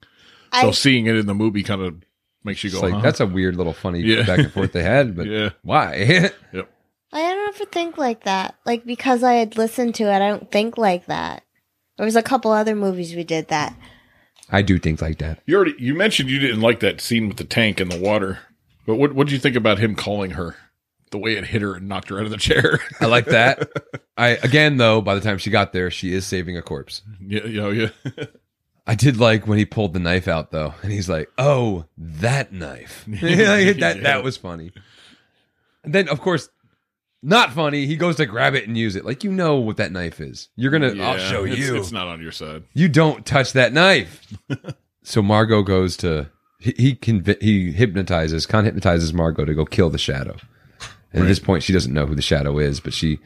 [SPEAKER 3] So
[SPEAKER 2] I,
[SPEAKER 3] seeing it in the movie kind of makes you
[SPEAKER 1] It's
[SPEAKER 3] go,
[SPEAKER 1] like
[SPEAKER 3] huh?
[SPEAKER 1] that's a weird little funny
[SPEAKER 3] Yeah.
[SPEAKER 1] back and forth they had, but
[SPEAKER 3] Yeah.
[SPEAKER 1] why?
[SPEAKER 2] I don't ever think like that. Like, because I had listened to it, I don't think like that. There was a couple other movies we did that.
[SPEAKER 1] I do things like that.
[SPEAKER 3] You already you mentioned you didn't like that scene with the tank and the water, but what what did you think about him calling her? the way it hit her and knocked her out of the chair.
[SPEAKER 1] I like that. I again though, by the time she got there, she is saving a corpse.
[SPEAKER 3] yeah, you know, yeah.
[SPEAKER 1] I did like when he pulled the knife out though, and he's like, "Oh, that knife." Like, that
[SPEAKER 3] Yeah.
[SPEAKER 1] that was funny. And then, of course, not funny. He goes to grab it and use it. Like you know what that knife is. You're gonna. I'll
[SPEAKER 3] Yeah,
[SPEAKER 1] show
[SPEAKER 3] it's-
[SPEAKER 1] you.
[SPEAKER 3] It's not on your side.
[SPEAKER 1] you don't touch that knife. so Margot goes to he he, conv- he hypnotizes con hypnotizes Margot to go kill the shadow. And at this point, she doesn't know who the shadow is, but she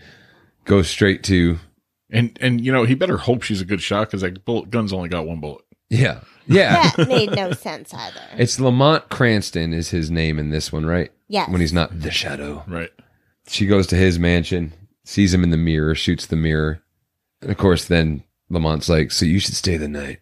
[SPEAKER 1] goes straight to
[SPEAKER 3] And and you know he better hope she's a good shot because that bullet gun's only got one bullet.
[SPEAKER 1] yeah yeah.
[SPEAKER 2] That made no sense either.
[SPEAKER 1] it's Lamont Cranston is his name in this one, right?
[SPEAKER 2] Yes.
[SPEAKER 1] When he's not the shadow.
[SPEAKER 3] Right.
[SPEAKER 1] she goes to his mansion, sees him in the mirror, shoots the mirror. And of course, then Lamont's like, So you should stay the night.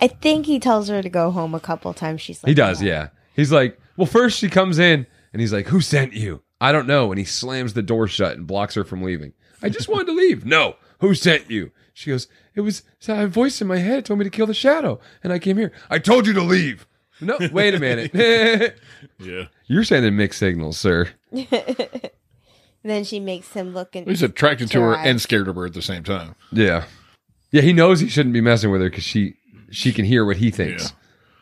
[SPEAKER 2] I think he tells her to go home a couple times. She's like,
[SPEAKER 1] He does,
[SPEAKER 2] "No."
[SPEAKER 1] yeah. He's like, Well, first she comes in and he's like, Who sent you? I don't know. And he slams the door shut and blocks her from leaving. I just wanted to leave. No, who sent you? She goes, It was a voice in my head told me to kill the shadow. And I came here. I told you to leave. No, wait a minute.
[SPEAKER 3] Yeah.
[SPEAKER 1] You're sending mixed signals, sir.
[SPEAKER 2] Then she makes him look and
[SPEAKER 3] He's attracted to her
[SPEAKER 2] Right.
[SPEAKER 3] and scared of her at the same time.
[SPEAKER 1] Yeah, yeah. He knows he shouldn't be messing with her because she she can hear what he thinks
[SPEAKER 3] Yeah.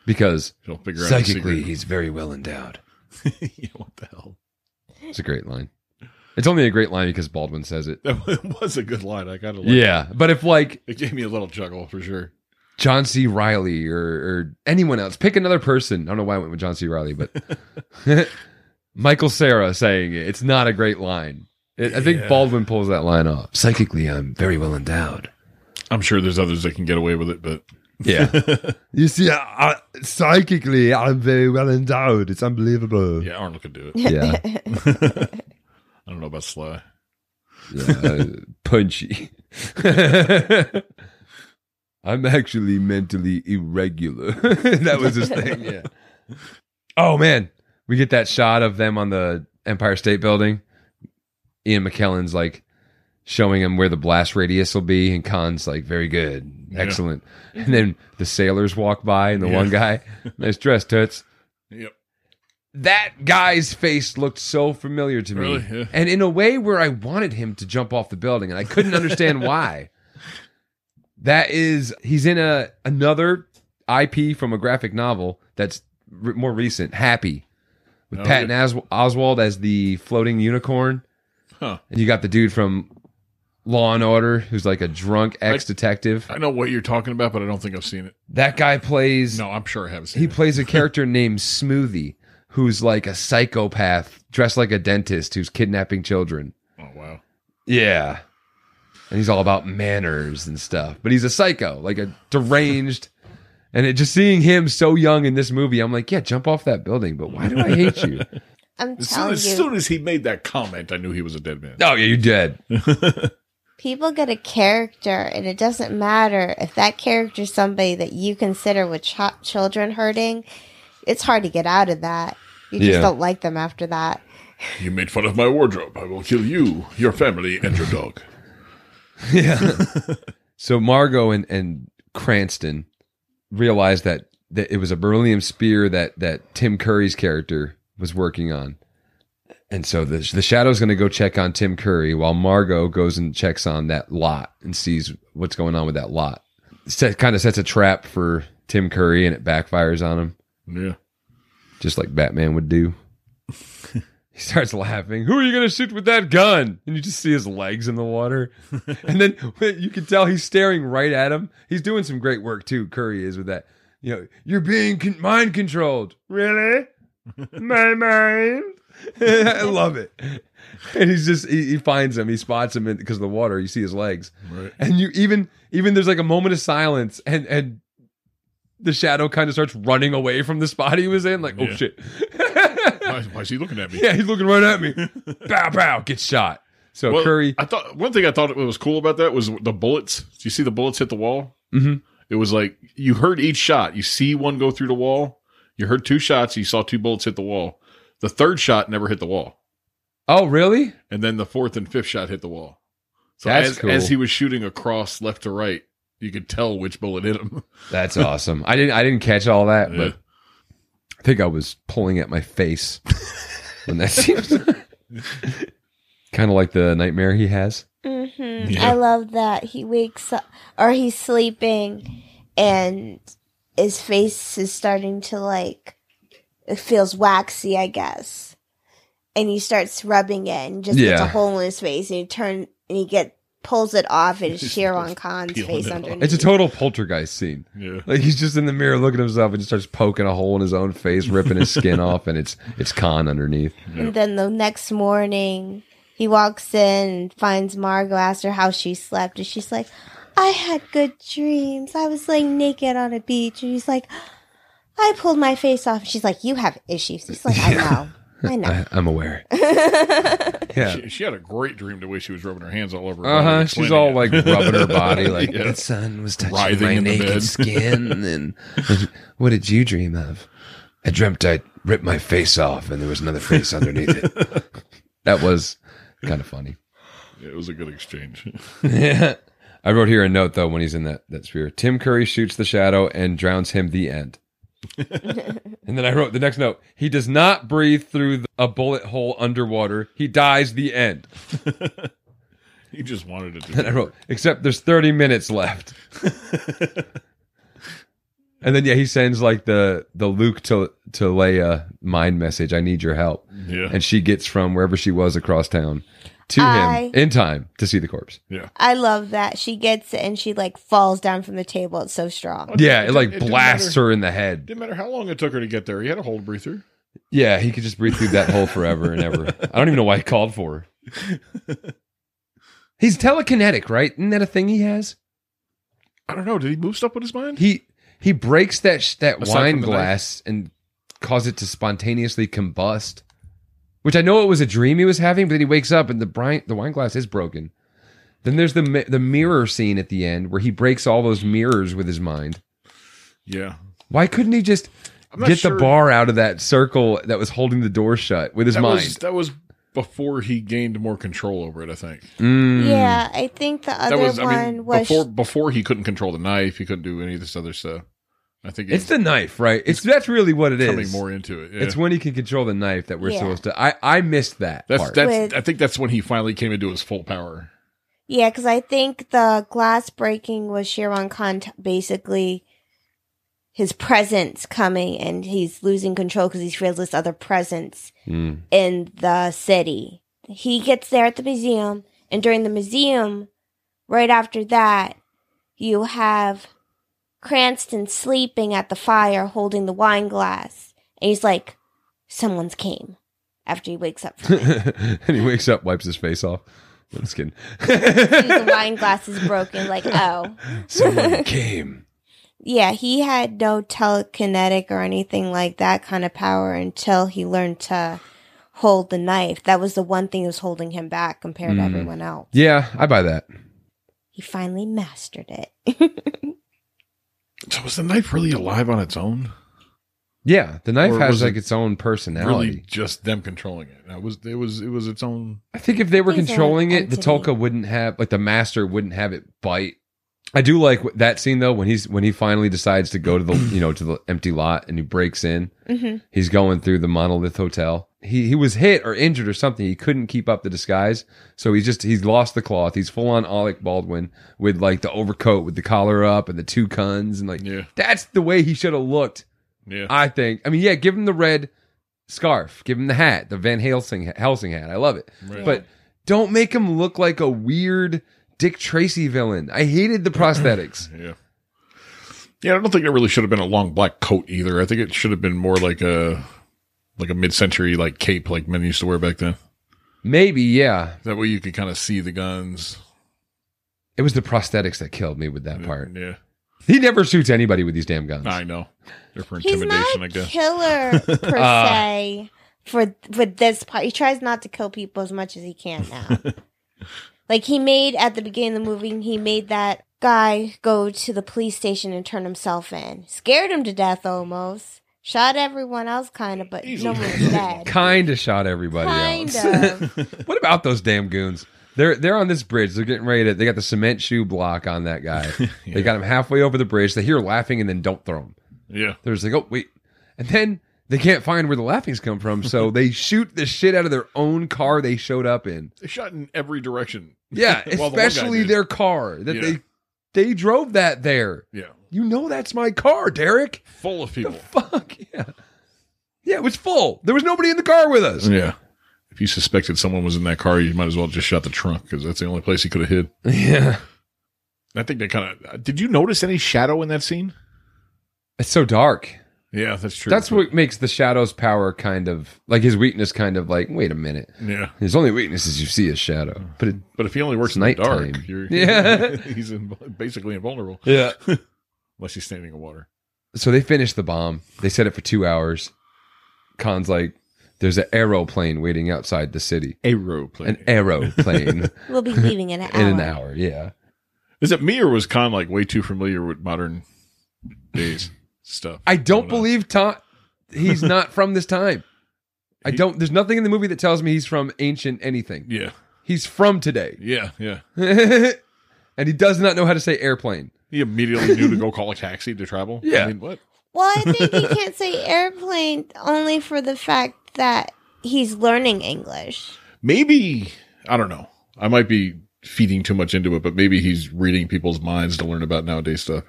[SPEAKER 1] because
[SPEAKER 3] She'll figure out the
[SPEAKER 1] psychically
[SPEAKER 3] secret.
[SPEAKER 1] he's very well endowed.
[SPEAKER 3] yeah, what the hell?
[SPEAKER 1] It's a great line. It's only a great line because Baldwin says it.
[SPEAKER 3] That was a good line. I gotta. Like,
[SPEAKER 1] Yeah, but if like
[SPEAKER 3] It gave me a little chuckle for sure.
[SPEAKER 1] John C. Riley or, or anyone else, pick another person. I don't know why I went with John C. Riley, but Michael Sarah saying it. It's not a great line. It, I think
[SPEAKER 3] Yeah.
[SPEAKER 1] Baldwin pulls that line off. Psychically, I'm very well endowed.
[SPEAKER 3] I'm sure there's others that can get away with it, but
[SPEAKER 1] Yeah, you see, I, I, psychically, I'm very well endowed. It's unbelievable.
[SPEAKER 3] yeah, Arnold could do it.
[SPEAKER 1] yeah.
[SPEAKER 3] I don't know about Sly.
[SPEAKER 1] yeah, uh, punchy. I'm actually mentally irregular. that was his thing. Yeah. Oh man, we get that shot of them on the Empire State Building. Ian McKellen's like showing him where the blast radius will be, and Khan's like, "Very good,
[SPEAKER 3] Yeah.
[SPEAKER 1] excellent." And then the sailors walk by, and the
[SPEAKER 3] Yeah.
[SPEAKER 1] one guy, "Nice dress, toots."
[SPEAKER 3] Yep.
[SPEAKER 1] that guy's face looked so familiar to me.
[SPEAKER 3] Really? Yeah.
[SPEAKER 1] And in a way where I wanted him to jump off the building and I couldn't understand why. That is he's in a another IP from a graphic novel that's re- more recent, Happy, with
[SPEAKER 3] Oh,
[SPEAKER 1] Patton
[SPEAKER 3] yeah.
[SPEAKER 1] Os- Oswald as the floating unicorn.
[SPEAKER 3] Huh.
[SPEAKER 1] And you got the dude from Law and Order who's like a drunk ex-detective.
[SPEAKER 3] I know what you're talking about, but I don't think I've seen it.
[SPEAKER 1] that guy plays
[SPEAKER 3] No, I'm sure I haven't seen
[SPEAKER 1] he
[SPEAKER 3] it.
[SPEAKER 1] plays a character named Smoothie, who's like a psychopath dressed like a dentist who's kidnapping children.
[SPEAKER 3] Oh wow.
[SPEAKER 1] Yeah. And he's all about manners and stuff. But he's a psycho, like a deranged. and it, just seeing him so young in this movie, I'm like, yeah, jump off that building. But why do I hate you?
[SPEAKER 2] I'm
[SPEAKER 3] As soon,
[SPEAKER 2] telling
[SPEAKER 3] as
[SPEAKER 2] you,
[SPEAKER 3] soon as he made that comment, I knew he was a dead man.
[SPEAKER 1] oh, yeah, you're dead.
[SPEAKER 2] people get a character, and it doesn't matter if that character's somebody that you consider with ch- children hurting. It's hard to get out of that. You just
[SPEAKER 1] Yeah.
[SPEAKER 2] don't like them after that.
[SPEAKER 3] You made fun of my wardrobe. I will kill you, your family, and your dog.
[SPEAKER 1] Yeah. so Margot and, and Cranston realized that, that it was a beryllium spear that, that Tim Curry's character was working on. And so the, the shadow's going to go check on Tim Curry while Margot goes and checks on that lot and sees what's going on with that lot. Set, kind of sets a trap for Tim Curry and it backfires on him,
[SPEAKER 3] Yeah.
[SPEAKER 1] just like Batman would do. he starts laughing. Who are you going to shoot with that gun? And you just see his legs in the water. and then you can tell he's staring right at him. He's doing some great work too. Curry is with that. You know, you're being con- mind controlled. Really? My mind. I love it. And he's just he, he finds him. He spots him because of the water. You see his legs.
[SPEAKER 3] Right.
[SPEAKER 1] And you even even there's like a moment of silence and and the shadow kind of starts running away from the spot he was in. Like, oh
[SPEAKER 3] Yeah.
[SPEAKER 1] shit.
[SPEAKER 3] Why, why is he looking at me?
[SPEAKER 1] Yeah, he's looking right at me. bow, bow, get shot. So
[SPEAKER 3] Well,
[SPEAKER 1] Curry,
[SPEAKER 3] I thought one thing I thought was cool about that was the bullets. Do you see the bullets hit the wall?
[SPEAKER 1] Mhm.
[SPEAKER 3] It was like you heard each shot. You see one go through the wall. You heard two shots. You saw two bullets hit the wall. The third shot never hit the wall,
[SPEAKER 1] oh really?
[SPEAKER 3] and then the fourth and fifth shot hit the wall. So
[SPEAKER 1] That's
[SPEAKER 3] as,
[SPEAKER 1] cool.
[SPEAKER 3] as he was shooting across left to right, you could tell which bullet hit him.
[SPEAKER 1] That's awesome. I didn't I didn't catch all that,
[SPEAKER 3] Yeah.
[SPEAKER 1] but I think I was pulling at my face when that seems. kind of like the nightmare he has.
[SPEAKER 2] Mm-hmm.
[SPEAKER 3] Yeah.
[SPEAKER 2] I love that he wakes up or he's sleeping, and his face is starting to like it feels waxy, I guess. And he starts rubbing it, and just gets a
[SPEAKER 1] Yeah.
[SPEAKER 2] hole in his face, and he turn and he get pulls it off, and it's Sharon Khan's
[SPEAKER 3] peeling
[SPEAKER 2] face
[SPEAKER 3] it off.
[SPEAKER 2] underneath.
[SPEAKER 1] It's a total poltergeist scene.
[SPEAKER 3] Yeah.
[SPEAKER 1] Like he's just in the mirror looking at himself and just starts poking a hole in his own face, ripping his skin off, and it's it's Khan underneath.
[SPEAKER 2] And then the next morning, he walks in and finds Margot, asks her how she slept, and she's like, I had good dreams. I was laying naked on a beach. And he's like, I pulled my face off. She's like, You have issues. He's like, I know. I know.
[SPEAKER 1] I, I'm aware. Yeah.
[SPEAKER 3] She, she had a great dream the way she was rubbing her hands all over. her
[SPEAKER 1] Uh
[SPEAKER 3] body,
[SPEAKER 1] huh. She's
[SPEAKER 3] explaining
[SPEAKER 1] all
[SPEAKER 3] it.
[SPEAKER 1] like rubbing her body, like
[SPEAKER 3] Yeah.
[SPEAKER 1] the sun was touching
[SPEAKER 3] Writhing
[SPEAKER 1] my
[SPEAKER 3] in the bed.
[SPEAKER 1] naked skin. And what did you dream of?
[SPEAKER 5] I dreamt I ripped my face off and there was another face underneath it.
[SPEAKER 1] That was kind of funny.
[SPEAKER 3] it was a good exchange.
[SPEAKER 1] Yeah. I wrote here a note though when he's in that that sphere. Tim Curry shoots the shadow and drowns him. The end. and then I wrote the next note. He does not breathe through the, a bullet hole underwater. He dies. The end.
[SPEAKER 3] He just wanted it to.
[SPEAKER 1] And I wrote, except there's 30 minutes left. and then yeah, he sends like the the Luke to to Leia mind message. I need your help.
[SPEAKER 3] yeah,
[SPEAKER 1] And she gets from wherever she was across town to
[SPEAKER 2] I-
[SPEAKER 1] him in time to see the corpse.
[SPEAKER 2] I love that. She gets it and she like falls down from the table. It's so strong.
[SPEAKER 1] Yeah,
[SPEAKER 3] It
[SPEAKER 1] it
[SPEAKER 3] didn't-
[SPEAKER 1] like
[SPEAKER 3] it didn't
[SPEAKER 1] blasts
[SPEAKER 3] matter.
[SPEAKER 1] her in the head.
[SPEAKER 3] didn't matter how long it took her to get there. He had a hold breather.
[SPEAKER 1] Yeah, he could just breathe through that hole forever and ever. I don't even know why he called for her. He's telekinetic, right? Isn't that a thing he has?
[SPEAKER 3] I don't know. Did he move stuff with his mind?
[SPEAKER 1] He he breaks that sh- that
[SPEAKER 3] Aside
[SPEAKER 1] wine
[SPEAKER 3] from the
[SPEAKER 1] glass and cause it to spontaneously combust. Which I know it was a dream he was having, but then he wakes up and the brine, the wine glass is broken. Then there's the mi- the mirror scene at the end where he breaks all those mirrors with his mind.
[SPEAKER 3] Yeah.
[SPEAKER 1] Why couldn't he just
[SPEAKER 3] I'm not
[SPEAKER 1] get
[SPEAKER 3] sure.
[SPEAKER 1] the bar out of that circle that was holding the door shut with his
[SPEAKER 3] That
[SPEAKER 1] mind?
[SPEAKER 3] was that was before he gained more control over it. I think
[SPEAKER 1] Mm.
[SPEAKER 2] Yeah, I think the other
[SPEAKER 3] Hmm. that was.
[SPEAKER 2] one
[SPEAKER 3] I mean,
[SPEAKER 2] was
[SPEAKER 3] before before he couldn't control the knife, he couldn't do any of this other stuff. I think
[SPEAKER 1] It's
[SPEAKER 3] he's
[SPEAKER 1] the knife, right? It's that's really what it is.
[SPEAKER 3] coming more into it. Yeah.
[SPEAKER 1] It's when he can control the knife that we're
[SPEAKER 2] Yeah.
[SPEAKER 1] supposed to. I I missed that
[SPEAKER 3] that's
[SPEAKER 1] part.
[SPEAKER 3] that's.
[SPEAKER 2] With-
[SPEAKER 3] I think that's when he finally came into his full power.
[SPEAKER 2] Yeah, because I think the glass breaking was Sharon Khan t- basically his presence coming and he's losing control because he feels this other presence
[SPEAKER 1] Mm.
[SPEAKER 2] in the city. He gets there at the museum, and during the museum, right after that, you have Cranston sleeping at the fire holding the wine glass. And he's like, Someone's came after he wakes up from it.
[SPEAKER 1] and he wakes up, wipes his face off. I'm just kidding.
[SPEAKER 2] the wine glass is broken, like, oh.
[SPEAKER 5] Someone came.
[SPEAKER 2] Yeah, he had no telekinetic or anything like that kind of power until he learned to hold the knife. That was the one thing that was holding him back compared to
[SPEAKER 1] Mm.
[SPEAKER 2] everyone else.
[SPEAKER 1] yeah, I buy that.
[SPEAKER 2] He finally mastered it.
[SPEAKER 3] So was the knife really alive on its own?
[SPEAKER 1] Yeah, the knife
[SPEAKER 3] Or
[SPEAKER 1] has
[SPEAKER 3] was
[SPEAKER 1] like
[SPEAKER 3] it
[SPEAKER 1] its own personality.
[SPEAKER 3] Really, just them controlling it. That was it was it was its own.
[SPEAKER 1] I think if they were
[SPEAKER 2] He's an
[SPEAKER 1] controlling it, the
[SPEAKER 2] entity.
[SPEAKER 1] Tolka wouldn't have like the master wouldn't have it bite. I do like wh- that scene though when he's when he finally decides to go to the you know to the empty lot and he breaks in.
[SPEAKER 2] hmm
[SPEAKER 1] He's going through the monolith hotel. He he was hit or injured or something. He couldn't keep up the disguise, so he's just he's lost the cloth. He's full on Alec Baldwin with like the overcoat with the collar up and the two cuns and like
[SPEAKER 3] Yeah,
[SPEAKER 1] that's the way he should have looked.
[SPEAKER 3] yeah.
[SPEAKER 1] I think. I mean, yeah, give him the red scarf, give him the hat, the Van Helsing Helsing hat. I love it,
[SPEAKER 3] Right.
[SPEAKER 1] but don't make him look like a weird Dick Tracy villain. I hated the prosthetics.
[SPEAKER 3] Yeah. Yeah, I don't think it really should have been a long black coat either. I think it should have been more like a like a mid century like cape like men used to wear back then.
[SPEAKER 1] Maybe, yeah,
[SPEAKER 3] That way you could kind of see the guns.
[SPEAKER 1] it was the prosthetics that killed me with that part.
[SPEAKER 3] Yeah.
[SPEAKER 1] He never shoots anybody with these damn guns.
[SPEAKER 3] I know. They're for
[SPEAKER 2] He's
[SPEAKER 3] intimidation,
[SPEAKER 2] not
[SPEAKER 3] I
[SPEAKER 2] a
[SPEAKER 3] guess. Uh,
[SPEAKER 2] killer per
[SPEAKER 1] Ah.
[SPEAKER 2] se for for this part. He tries not to kill people as much as he can now. like he made at the beginning of the movie, he made that guy go to the police station and turn himself in. Scared him to death almost. Shot everyone else kind of, but no one was dead.
[SPEAKER 1] Kind of shot everybody
[SPEAKER 2] Kind
[SPEAKER 1] else.
[SPEAKER 2] of.
[SPEAKER 1] what about those damn goons? They're they're on this bridge. They're getting ready to. They got the cement shoe block on that guy. They got him halfway over the bridge. They hear laughing and then don't throw him.
[SPEAKER 3] Yeah.
[SPEAKER 1] They're just like, oh wait, and then They can't find where the laughings come from, so they shoot the shit out of their own car they showed up in.
[SPEAKER 3] They shot in every direction.
[SPEAKER 1] Yeah,
[SPEAKER 3] Well, the one guy
[SPEAKER 1] especially
[SPEAKER 3] did.
[SPEAKER 1] their car that
[SPEAKER 3] Yeah.
[SPEAKER 1] they they drove that there.
[SPEAKER 3] Yeah,
[SPEAKER 1] You know that's my car, Derek.
[SPEAKER 3] full of
[SPEAKER 1] The
[SPEAKER 3] people.
[SPEAKER 1] fuck yeah, yeah. It was full. There was nobody in the car with us.
[SPEAKER 3] Yeah. If you suspected someone was in that car, you might as well just shut the trunk because that's the only place he could have hid.
[SPEAKER 1] Yeah,
[SPEAKER 3] I think they kind of. Did you notice any shadow in that scene?
[SPEAKER 1] it's so dark.
[SPEAKER 3] Yeah, that's true.
[SPEAKER 1] That's what makes the shadow's power kind of like his weakness. Kind of like, wait a minute.
[SPEAKER 3] Yeah,
[SPEAKER 1] His only weakness is you see his shadow, but it,
[SPEAKER 3] but if he only
[SPEAKER 1] It's
[SPEAKER 3] works in the dark,
[SPEAKER 1] nighttime.
[SPEAKER 3] you're,
[SPEAKER 1] Yeah.
[SPEAKER 3] he's in, basically invulnerable
[SPEAKER 1] yeah.
[SPEAKER 3] unless he's standing in water.
[SPEAKER 1] so they finished the bomb. They set it for two hours. Khan's like, there's an aeroplane waiting outside the city.
[SPEAKER 3] Aeroplane.
[SPEAKER 1] An aeroplane
[SPEAKER 2] We'll be leaving in an hour.
[SPEAKER 1] in an hour. Yeah.
[SPEAKER 3] Is it me or was Khan like way too familiar with modern days stuff?
[SPEAKER 1] I don't
[SPEAKER 3] know.
[SPEAKER 1] believe Tom, he's not from this time. I
[SPEAKER 3] He-
[SPEAKER 1] don't, there's nothing in the movie that tells me he's from ancient anything.
[SPEAKER 3] Yeah,
[SPEAKER 1] He's from today.
[SPEAKER 3] yeah, yeah.
[SPEAKER 1] and he does not know how to say airplane.
[SPEAKER 3] He immediately knew to go call a taxi to travel.
[SPEAKER 1] Yeah.
[SPEAKER 3] I mean, what?
[SPEAKER 2] Well, I think he can't say airplane only for the fact that he's learning English.
[SPEAKER 3] Maybe I don't know. I might be feeding too much into it, but maybe he's reading people's minds to learn about nowadays stuff.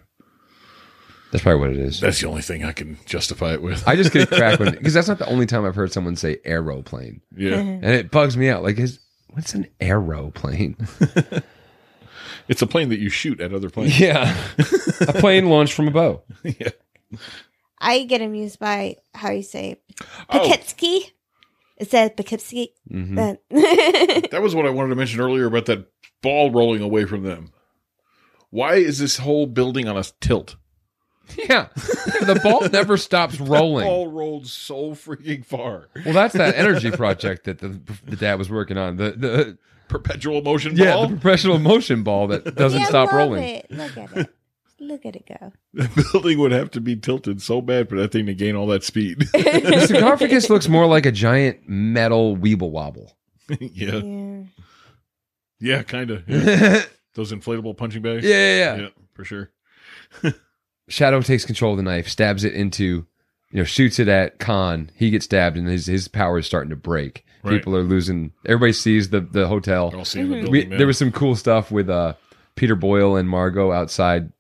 [SPEAKER 1] That's probably what it is.
[SPEAKER 3] That's the only thing I can justify it with.
[SPEAKER 1] I just get a crack when, because that's not the only time I've heard someone say aeroplane.
[SPEAKER 3] yeah,
[SPEAKER 1] And it bugs me out. Like, is, what's an aeroplane?
[SPEAKER 3] it's a plane that you shoot at other planes.
[SPEAKER 1] Yeah. a plane launched from a bow.
[SPEAKER 2] I get amused by how you say
[SPEAKER 3] Oh,
[SPEAKER 2] Poughkeepsie. It says Poughkeepsie.
[SPEAKER 1] Mhm.
[SPEAKER 2] Uh,
[SPEAKER 3] that was what I wanted to mention earlier about that ball rolling away from them. Why is this whole building on a tilt?
[SPEAKER 1] Yeah. The ball never stops rolling.
[SPEAKER 3] Ball rolled so freaking far.
[SPEAKER 1] Well, that's that energy project that the, the dad was working on. The the
[SPEAKER 3] Perpetual motion
[SPEAKER 1] yeah,
[SPEAKER 3] ball.
[SPEAKER 1] the professional motion ball that doesn't
[SPEAKER 2] Yeah,
[SPEAKER 1] stop
[SPEAKER 2] love
[SPEAKER 1] rolling.
[SPEAKER 2] it. Look at it. Look at it go.
[SPEAKER 3] The building would have to be tilted so bad for that thing to gain all that speed.
[SPEAKER 1] The sarcophagus looks more like a giant metal weeble wobble.
[SPEAKER 3] yeah.
[SPEAKER 2] Yeah.
[SPEAKER 3] Yeah, kind of.
[SPEAKER 1] yeah,
[SPEAKER 3] Those inflatable punching bags.
[SPEAKER 1] yeah, yeah.
[SPEAKER 3] Yeah, for sure.
[SPEAKER 1] Shadow takes control of the knife, stabs it into, you know, shoots it at Khan. He gets stabbed, and his his power is starting to break.
[SPEAKER 3] Right.
[SPEAKER 1] People are losing. Everybody sees the the hotel.
[SPEAKER 3] They're all seeing the building.
[SPEAKER 1] we,
[SPEAKER 3] man.
[SPEAKER 1] there was some cool stuff with uh, Peter Boyle and Margot outside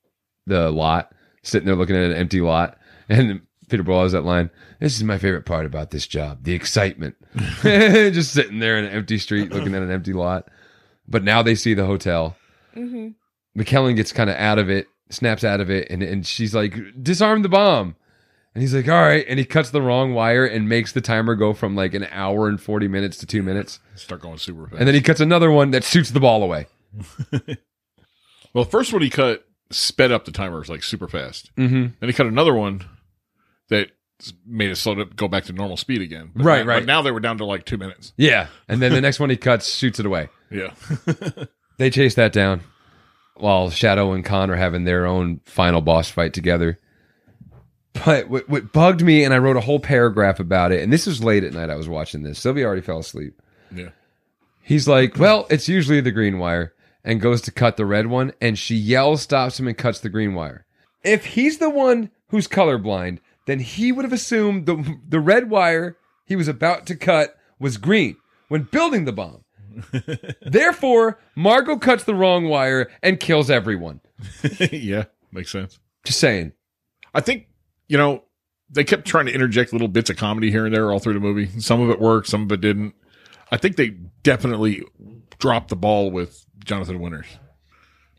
[SPEAKER 1] the lot, sitting there looking at an empty lot. And Peter Boyle has that line, This is my favorite part about this job the excitement. Just sitting there in an empty street looking at an empty lot. But now they see the hotel.
[SPEAKER 2] hmm
[SPEAKER 1] McKellen gets kind of out of it, snaps out of it, and, and she's like, disarm the bomb. And he's like, all right. And he cuts the wrong wire and makes the timer go from like an hour and 40 minutes to two minutes.
[SPEAKER 3] start going super fast.
[SPEAKER 1] And then he cuts another one that shoots the ball away.
[SPEAKER 3] well, the first one he cut sped up the timers like super fast.
[SPEAKER 1] Mm-hmm.
[SPEAKER 3] Then he cut another one that s- made it slow to go back to normal speed again. But
[SPEAKER 1] Right,
[SPEAKER 3] now-
[SPEAKER 1] right.
[SPEAKER 3] But now they were down to like two minutes.
[SPEAKER 1] Yeah. And then the next one he cuts, shoots it away.
[SPEAKER 3] Yeah.
[SPEAKER 1] They chase that down while Shadow and Khan are having their own final boss fight together. But what, what bugged me, and I wrote a whole paragraph about it, and this was late at night. I was watching this. Sylvia already fell asleep.
[SPEAKER 3] Yeah.
[SPEAKER 1] He's like, Well, it's usually the green wire, and goes to cut the red one, and she yells, stops him, and cuts the green wire. If he's the one who's colorblind, then he would have assumed the, the red wire he was about to cut was green when building the bomb. Therefore, Margot cuts the wrong wire and kills everyone.
[SPEAKER 3] yeah. Makes sense.
[SPEAKER 1] Just saying.
[SPEAKER 3] I think, you know, they kept trying to interject little bits of comedy here and there all through the movie. Some of it worked, some of it didn't. I think they definitely dropped the ball with Jonathan Winters.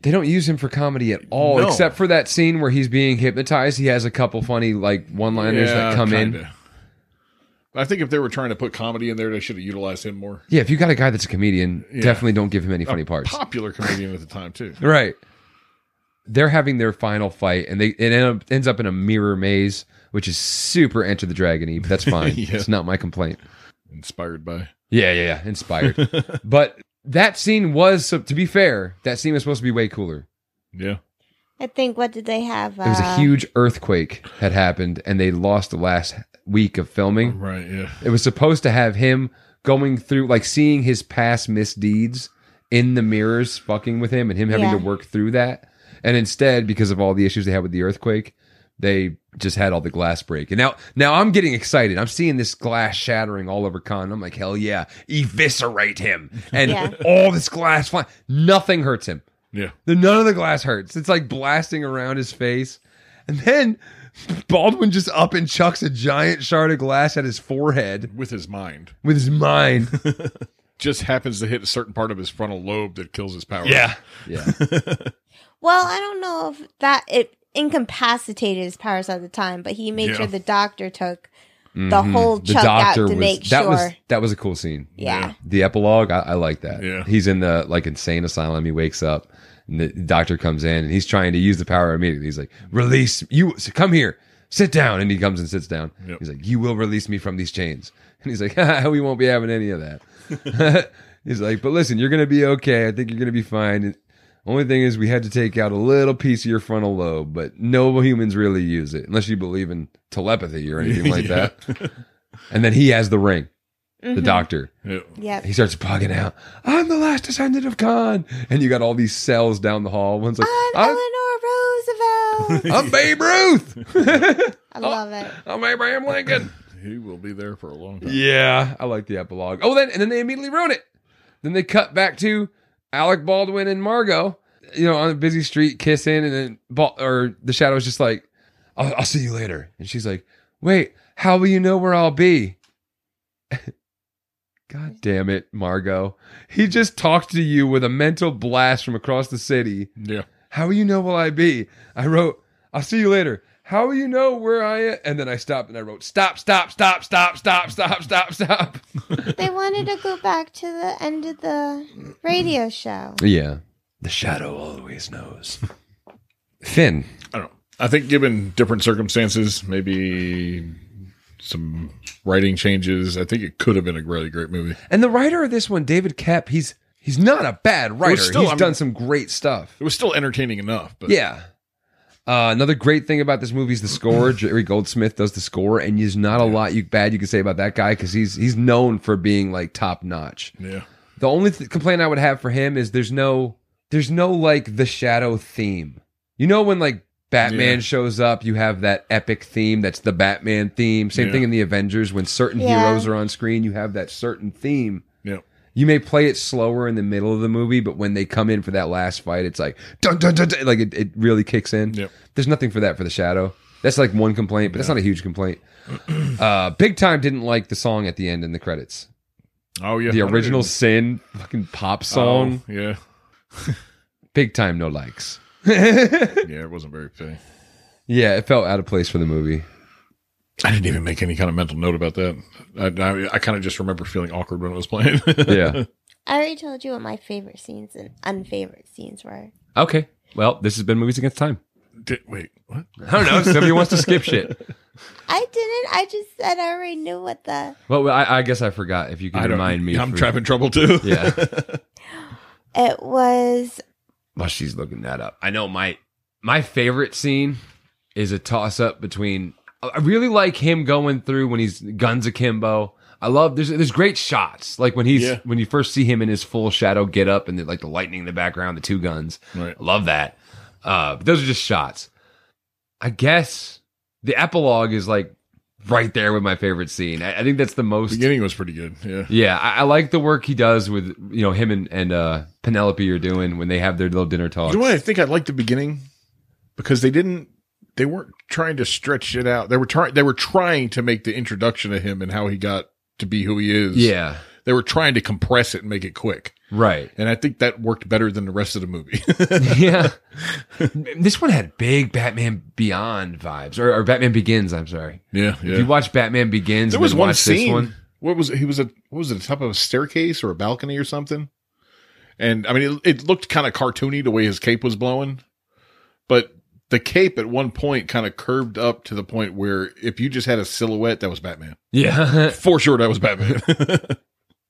[SPEAKER 1] They don't use him for comedy at all,
[SPEAKER 3] No.
[SPEAKER 1] except for that scene where he's being hypnotized. He has a couple funny like one-liners that come in.
[SPEAKER 3] I think if they were trying to put comedy in there, they should have utilized him more.
[SPEAKER 1] Yeah, if you got a guy that's a comedian,
[SPEAKER 3] Yeah.
[SPEAKER 1] definitely don't give him any funny parts.
[SPEAKER 3] Popular comedian at the time too.
[SPEAKER 1] Right. They're having their final fight, and they it end up, ends up in a mirror maze, which is super Enter the Dragon-y, but that's fine.
[SPEAKER 3] Yeah.
[SPEAKER 1] It's not my complaint.
[SPEAKER 3] Inspired by.
[SPEAKER 1] Yeah, yeah, yeah. Inspired. but that scene was, so, to be fair, that scene was supposed to be way cooler.
[SPEAKER 3] Yeah.
[SPEAKER 2] I think what did they have? Uh,
[SPEAKER 1] There was a huge earthquake had happened, and they lost the last week of filming.
[SPEAKER 3] Right. Yeah.
[SPEAKER 1] It was supposed to have him going through, like, seeing his past misdeeds in the mirrors, fucking with him, and him having
[SPEAKER 2] Yeah.
[SPEAKER 1] to work through that. And instead, because of all the issues they had with the earthquake, they just had all the glass break. And now now I'm getting excited. I'm seeing this glass shattering all over Khan. I'm like, hell yeah, eviscerate him. And
[SPEAKER 2] Yeah.
[SPEAKER 1] all this glass flying. Nothing hurts him.
[SPEAKER 3] Yeah.
[SPEAKER 1] The none of the glass hurts. It's like blasting around his face. And then Baldwin just up and chucks a giant shard of glass at his forehead
[SPEAKER 3] With his mind.
[SPEAKER 1] with his mind.
[SPEAKER 3] Just happens to hit a certain part of his frontal lobe that kills his power.
[SPEAKER 1] Yeah.
[SPEAKER 2] Well, I don't know if that it incapacitated his powers at the time, but he made
[SPEAKER 3] Yeah.
[SPEAKER 2] sure the doctor took the whole chunk out to
[SPEAKER 1] Mm-hmm. was
[SPEAKER 2] make
[SPEAKER 1] that
[SPEAKER 2] sure.
[SPEAKER 1] was that was a cool scene.
[SPEAKER 2] yeah.
[SPEAKER 1] The epilogue, I, I like that.
[SPEAKER 3] Yeah.
[SPEAKER 1] He's in the like insane asylum. He wakes up and the doctor comes in and he's trying to use the power immediately. He's like, Release you come here. Sit down. And he comes and sits down.
[SPEAKER 3] Yep.
[SPEAKER 1] He's like, You will release me from these chains. And he's like, "Ha, we won't be having any of that. he's like, But listen, you're gonna be okay. I think you're gonna be fine. And only thing is we had to take out a little piece of your frontal lobe, but no humans really use it unless you believe in telepathy or anything like
[SPEAKER 3] Yeah.
[SPEAKER 1] that. And then he has the ring, the
[SPEAKER 2] Mhm.
[SPEAKER 1] doctor.
[SPEAKER 3] Yeah.
[SPEAKER 2] Yep.
[SPEAKER 1] He starts bugging out. I'm the last descendant of Khan. And you got all these cells down the hall. One's like,
[SPEAKER 2] I'm
[SPEAKER 1] I'm,
[SPEAKER 2] Eleanor Roosevelt.
[SPEAKER 1] I'm Babe Ruth.
[SPEAKER 2] I love it.
[SPEAKER 1] I'm Abraham Lincoln.
[SPEAKER 3] He will be there for a long time.
[SPEAKER 1] Yeah. I like the epilogue. Oh, then, and then they immediately ruin it. Then they cut back to Alec Baldwin and Margot, you know, on a busy street kissing. And then, Bal- or the shadow's just like, I'll, I'll see you later. And she's like, wait, how will you know where I'll be? God damn it, Margot. He just talked to you with a mental blast from across the city.
[SPEAKER 3] Yeah.
[SPEAKER 1] How will you know will I be? I wrote, I'll see you later. How will you know where I am? And then I stopped and I wrote, stop, stop, stop, stop, stop, stop, stop, stop.
[SPEAKER 2] They wanted to go back to the end of the radio show.
[SPEAKER 1] Yeah. The shadow always knows. Finn.
[SPEAKER 3] I don't know. I think given different circumstances, maybe some writing changes, I think it could have been a really great movie.
[SPEAKER 1] And the writer of this one, David Kep, he's he's not a bad writer.
[SPEAKER 3] still,
[SPEAKER 1] he's
[SPEAKER 3] I mean-
[SPEAKER 1] done some great stuff.
[SPEAKER 3] It was still entertaining enough, but
[SPEAKER 1] Yeah. Uh, another great thing about this movie is the score. Jerry Goldsmith does the score, and there's not a lot you bad you can say about that guy because he's he's known for being like top notch.
[SPEAKER 3] yeah.
[SPEAKER 1] The only th- complaint I would have for him is there's no there's no like the shadow theme. You know when like Batman
[SPEAKER 3] Yeah.
[SPEAKER 1] shows up, you have that epic theme that's the Batman theme. Same
[SPEAKER 3] Yeah.
[SPEAKER 1] thing in the Avengers when certain
[SPEAKER 2] Yeah.
[SPEAKER 1] heroes are on screen, you have that certain theme.
[SPEAKER 3] Yeah.
[SPEAKER 1] You may play it slower in the middle of the movie, but when they come in for that last fight, it's like dun dun dun, dun like it, it really kicks in.
[SPEAKER 3] Yep.
[SPEAKER 1] There's nothing for that for the shadow. That's like one complaint, but that's not a huge complaint. uh, Big Time didn't like the song at the end in the credits.
[SPEAKER 3] Oh yeah.
[SPEAKER 1] The
[SPEAKER 3] I don't
[SPEAKER 1] original
[SPEAKER 3] even-
[SPEAKER 1] Sin fucking pop song.
[SPEAKER 3] Oh, yeah.
[SPEAKER 1] Big Time no likes.
[SPEAKER 3] Yeah, it wasn't very funny.
[SPEAKER 1] Yeah, it felt out of place for the movie.
[SPEAKER 3] I didn't even make any kind of mental note about that. I, I, I kind of just remember feeling awkward when it was playing.
[SPEAKER 1] Yeah.
[SPEAKER 2] I already told you what my favorite scenes and unfavorite scenes were.
[SPEAKER 1] okay. Well, this has been Movies Against Time.
[SPEAKER 3] Did- wait, what?
[SPEAKER 1] I don't know. Somebody wants to skip shit.
[SPEAKER 2] I didn't. I just said I already knew what the.
[SPEAKER 1] Well, I, I guess I forgot. If you could
[SPEAKER 3] I don't
[SPEAKER 1] remind me.
[SPEAKER 3] I'm
[SPEAKER 1] for-
[SPEAKER 3] trapping trouble too.
[SPEAKER 1] Yeah.
[SPEAKER 2] It was.
[SPEAKER 1] While she's looking that up, I know my my favorite scene is a toss up between. I really like him going through when he's guns akimbo. I love there's there's great shots like when he's
[SPEAKER 3] Yeah.
[SPEAKER 1] when you first see him in his full shadow get up and the, like the lightning in the background, the two guns.
[SPEAKER 3] Right.
[SPEAKER 1] I love that. Uh, but those are just shots. I guess the epilogue is like right there with my favorite scene. I, I think that's the most.
[SPEAKER 3] Beginning was pretty good. Yeah.
[SPEAKER 1] Yeah, I, I like the work he does with you know him and and uh, Penelope are doing when they have their little dinner talk.
[SPEAKER 3] You know what? I think I liked the beginning because they didn't. They weren't trying to stretch it out. They were trying. They were trying to make the introduction of him and how he got to be who he is.
[SPEAKER 1] Yeah,
[SPEAKER 3] They were trying to compress it and make it quick.
[SPEAKER 1] right.
[SPEAKER 3] And I think that worked better than the rest of the movie.
[SPEAKER 1] yeah, this one had big Batman Beyond vibes or, or Batman Begins. I'm sorry.
[SPEAKER 3] yeah.
[SPEAKER 1] If you watch Batman Begins,
[SPEAKER 3] there
[SPEAKER 1] and
[SPEAKER 3] was
[SPEAKER 1] then
[SPEAKER 3] one
[SPEAKER 1] watch
[SPEAKER 3] scene.
[SPEAKER 1] This one,
[SPEAKER 3] What was it? He was at what was it? The top of a staircase or a balcony or something. And I mean, it, it looked kind of cartoony the way his cape was blowing, but the cape at one point kind of curved up to the point where if you just had a silhouette, that was Batman.
[SPEAKER 1] yeah,
[SPEAKER 3] For sure, that was Batman.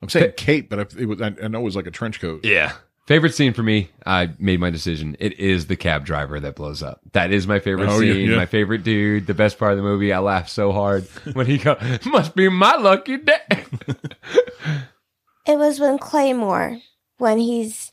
[SPEAKER 3] I'm saying cape, but I, it was, I, I know it was like a trench coat.
[SPEAKER 1] yeah. Favorite scene for me, I made my decision. It is the cab driver that blows up. That is my favorite
[SPEAKER 3] Oh, yeah,
[SPEAKER 1] scene,
[SPEAKER 3] yeah.
[SPEAKER 1] my favorite dude, the best part of the movie. I laughed so hard when he go, must be my lucky day.
[SPEAKER 2] It was when Claymore, when he's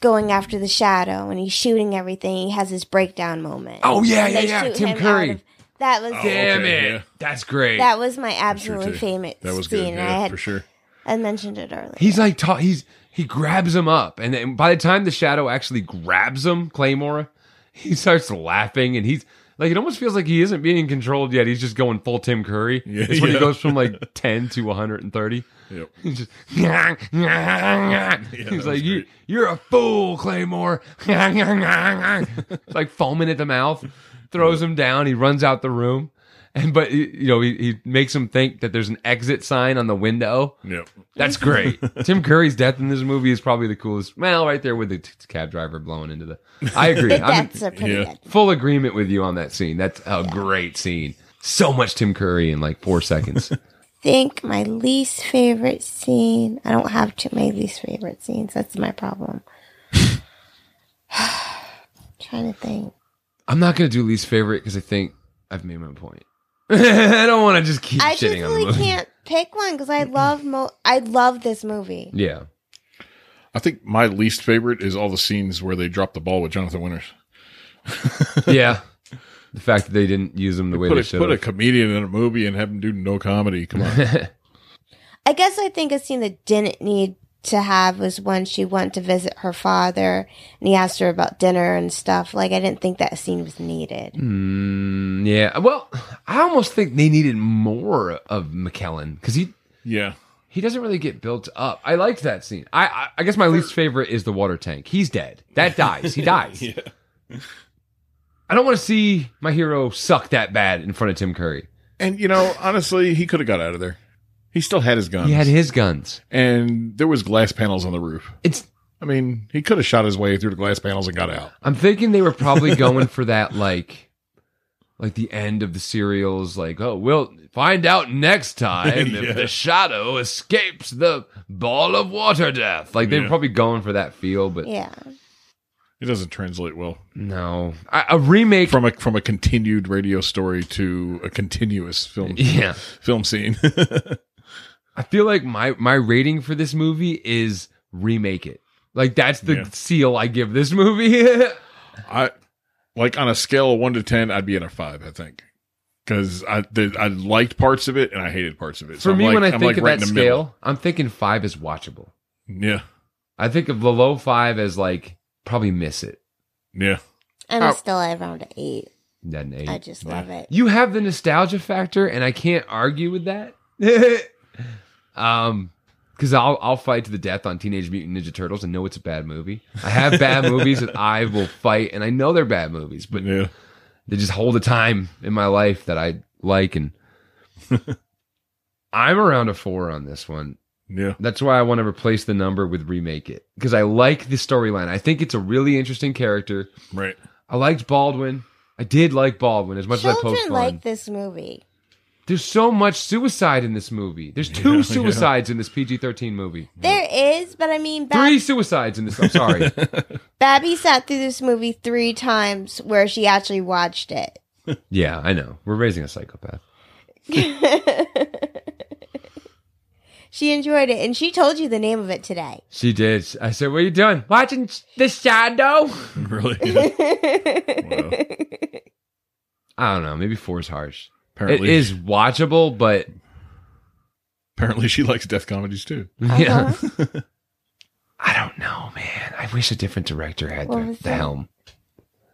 [SPEAKER 2] going after the shadow and he's shooting everything, he has his breakdown moment.
[SPEAKER 1] Oh, yeah,
[SPEAKER 2] And
[SPEAKER 1] yeah,
[SPEAKER 2] they
[SPEAKER 1] yeah,
[SPEAKER 2] shoot
[SPEAKER 1] Tim
[SPEAKER 2] him
[SPEAKER 1] Curry.
[SPEAKER 2] out of- That was
[SPEAKER 3] Oh,
[SPEAKER 1] Damn
[SPEAKER 3] okay,
[SPEAKER 1] it.
[SPEAKER 3] yeah.
[SPEAKER 1] That's great.
[SPEAKER 2] that was my
[SPEAKER 3] Sure
[SPEAKER 2] absolutely
[SPEAKER 3] too.
[SPEAKER 2] favorite
[SPEAKER 3] That was
[SPEAKER 2] scene.
[SPEAKER 3] good.
[SPEAKER 2] and
[SPEAKER 3] Yeah,
[SPEAKER 2] I had
[SPEAKER 3] for sure.
[SPEAKER 2] I mentioned it earlier.
[SPEAKER 1] he's like ta- he's he grabs him up and then by the time the shadow actually grabs him, Claymore, he starts laughing and he's like it almost feels like he isn't being controlled yet. He's just going full Tim Curry.
[SPEAKER 3] Yeah,
[SPEAKER 1] it's when
[SPEAKER 3] yeah.
[SPEAKER 1] he goes from like 10 to 130.
[SPEAKER 3] Yep.
[SPEAKER 1] He's just he's
[SPEAKER 3] was
[SPEAKER 1] like you
[SPEAKER 3] great.
[SPEAKER 1] you're a fool, Claymore. it's like foaming at the mouth, throws him down. He runs out the room, and but you know he, he makes him think that there's an exit sign on the window.
[SPEAKER 3] Yep.
[SPEAKER 1] That's great. Tim Curry's death in this movie is probably the coolest. Well, right there with the t- cab driver blowing into the. I agree.
[SPEAKER 2] the
[SPEAKER 1] I'm in
[SPEAKER 2] deaths are pretty
[SPEAKER 3] yeah.
[SPEAKER 2] good.
[SPEAKER 1] full agreement with you on that scene. That's a great scene. So much Tim Curry in like four seconds.
[SPEAKER 2] Think my least favorite scene. I don't have too many least favorite scenes. That's my problem. trying to think.
[SPEAKER 1] I'm not gonna do least favorite because I think I've made my point. I don't want to just keep
[SPEAKER 2] I just
[SPEAKER 1] shitting on the
[SPEAKER 2] really
[SPEAKER 1] movie.
[SPEAKER 2] can't pick one because I love mo. I love this movie.
[SPEAKER 1] Yeah,
[SPEAKER 3] I think my least favorite is all the scenes where they drop the ball with Jonathan Winters.
[SPEAKER 1] yeah. The fact that they didn't use him the way
[SPEAKER 3] Put
[SPEAKER 1] they
[SPEAKER 3] a,
[SPEAKER 1] should
[SPEAKER 3] put a
[SPEAKER 1] have.
[SPEAKER 3] comedian in a movie and have him do no comedy. Come on.
[SPEAKER 2] I guess I think a scene that didn't need to have was when she went to visit her father and he asked her about dinner and stuff. Like I didn't think that scene was needed.
[SPEAKER 1] Mm, yeah. Well, I almost think they needed more of McKellen because he
[SPEAKER 3] yeah.
[SPEAKER 1] he doesn't really get built up. I liked that scene. I I, I guess my least favorite is the water tank. He's dead. That dies. He dies. I don't want to see my hero suck that bad in front of Tim Curry.
[SPEAKER 3] And you know, honestly, he could have got out of there. He still had his guns.
[SPEAKER 1] He had his guns.
[SPEAKER 3] and there was glass panels on the roof.
[SPEAKER 1] It's
[SPEAKER 3] I mean, he could have shot his way through the glass panels and got out.
[SPEAKER 1] I'm thinking they were probably going for that like like the end of the serials like oh we'll find out next time
[SPEAKER 3] Yeah.
[SPEAKER 1] if the shadow escapes the ball of water death. Like they were
[SPEAKER 3] Yeah.
[SPEAKER 1] probably going for that feel but
[SPEAKER 2] Yeah.
[SPEAKER 3] It doesn't translate well
[SPEAKER 1] no. I, a remake
[SPEAKER 3] from a from a continued radio story to a continuous film
[SPEAKER 1] yeah.
[SPEAKER 3] film scene.
[SPEAKER 1] I feel like my my rating for this movie is remake it. Like that's the
[SPEAKER 3] Yeah.
[SPEAKER 1] seal I give this movie.
[SPEAKER 3] I like on a scale of one to ten, I'd be at a five. I think because I the, I liked parts of it and I hated parts of it.
[SPEAKER 1] for
[SPEAKER 3] I'm
[SPEAKER 1] me,
[SPEAKER 3] like-
[SPEAKER 1] when I
[SPEAKER 3] I'm
[SPEAKER 1] think
[SPEAKER 3] like
[SPEAKER 1] of
[SPEAKER 3] right
[SPEAKER 1] that
[SPEAKER 3] in the middle.
[SPEAKER 1] scale, I'm thinking five is watchable.
[SPEAKER 3] Yeah,
[SPEAKER 1] I think of the low five as like probably miss it.
[SPEAKER 3] yeah,
[SPEAKER 2] I'm
[SPEAKER 3] Oh.
[SPEAKER 2] still at around an eight.
[SPEAKER 1] That an eight.
[SPEAKER 2] I just love it.
[SPEAKER 1] you have the nostalgia factor, and I can't argue with that. um, because I'll I'll fight to the death on Teenage Mutant Ninja Turtles and know it's a bad movie. I have bad movies that I will fight, and I know they're bad movies, but
[SPEAKER 3] yeah.
[SPEAKER 1] they just hold a time in my life that I like and I'm around a 4 on this one.
[SPEAKER 3] Yeah.
[SPEAKER 1] That's why I want to replace the number with remake it because I like the storyline. I think it's a really interesting character.
[SPEAKER 3] Right.
[SPEAKER 1] I liked Baldwin. I did like Baldwin as much as I post
[SPEAKER 2] Children
[SPEAKER 1] on.
[SPEAKER 2] like this movie.
[SPEAKER 1] There's so much suicide in this movie. There's two
[SPEAKER 3] Yeah,
[SPEAKER 1] suicides in this PG-13 movie.
[SPEAKER 2] There is, but I mean,
[SPEAKER 1] Three
[SPEAKER 2] Bab-
[SPEAKER 1] suicides in this. I'm sorry.
[SPEAKER 2] Babby sat through this movie three times where she actually watched it.
[SPEAKER 1] yeah, I know. We're raising a psychopath.
[SPEAKER 2] She enjoyed it, and she told you the name of it today.
[SPEAKER 1] She did. I said, "What are you doing? Watching The Shadow?"
[SPEAKER 3] Really. Wow.
[SPEAKER 1] I don't know. Maybe four is harsh.
[SPEAKER 3] Apparently,
[SPEAKER 1] It is watchable, but
[SPEAKER 3] Apparently, she likes death comedies too.
[SPEAKER 2] Uh-huh.
[SPEAKER 1] yeah. I don't know, man. I wish a different director had
[SPEAKER 2] What
[SPEAKER 1] the,
[SPEAKER 2] was
[SPEAKER 1] the
[SPEAKER 2] that?
[SPEAKER 1] helm.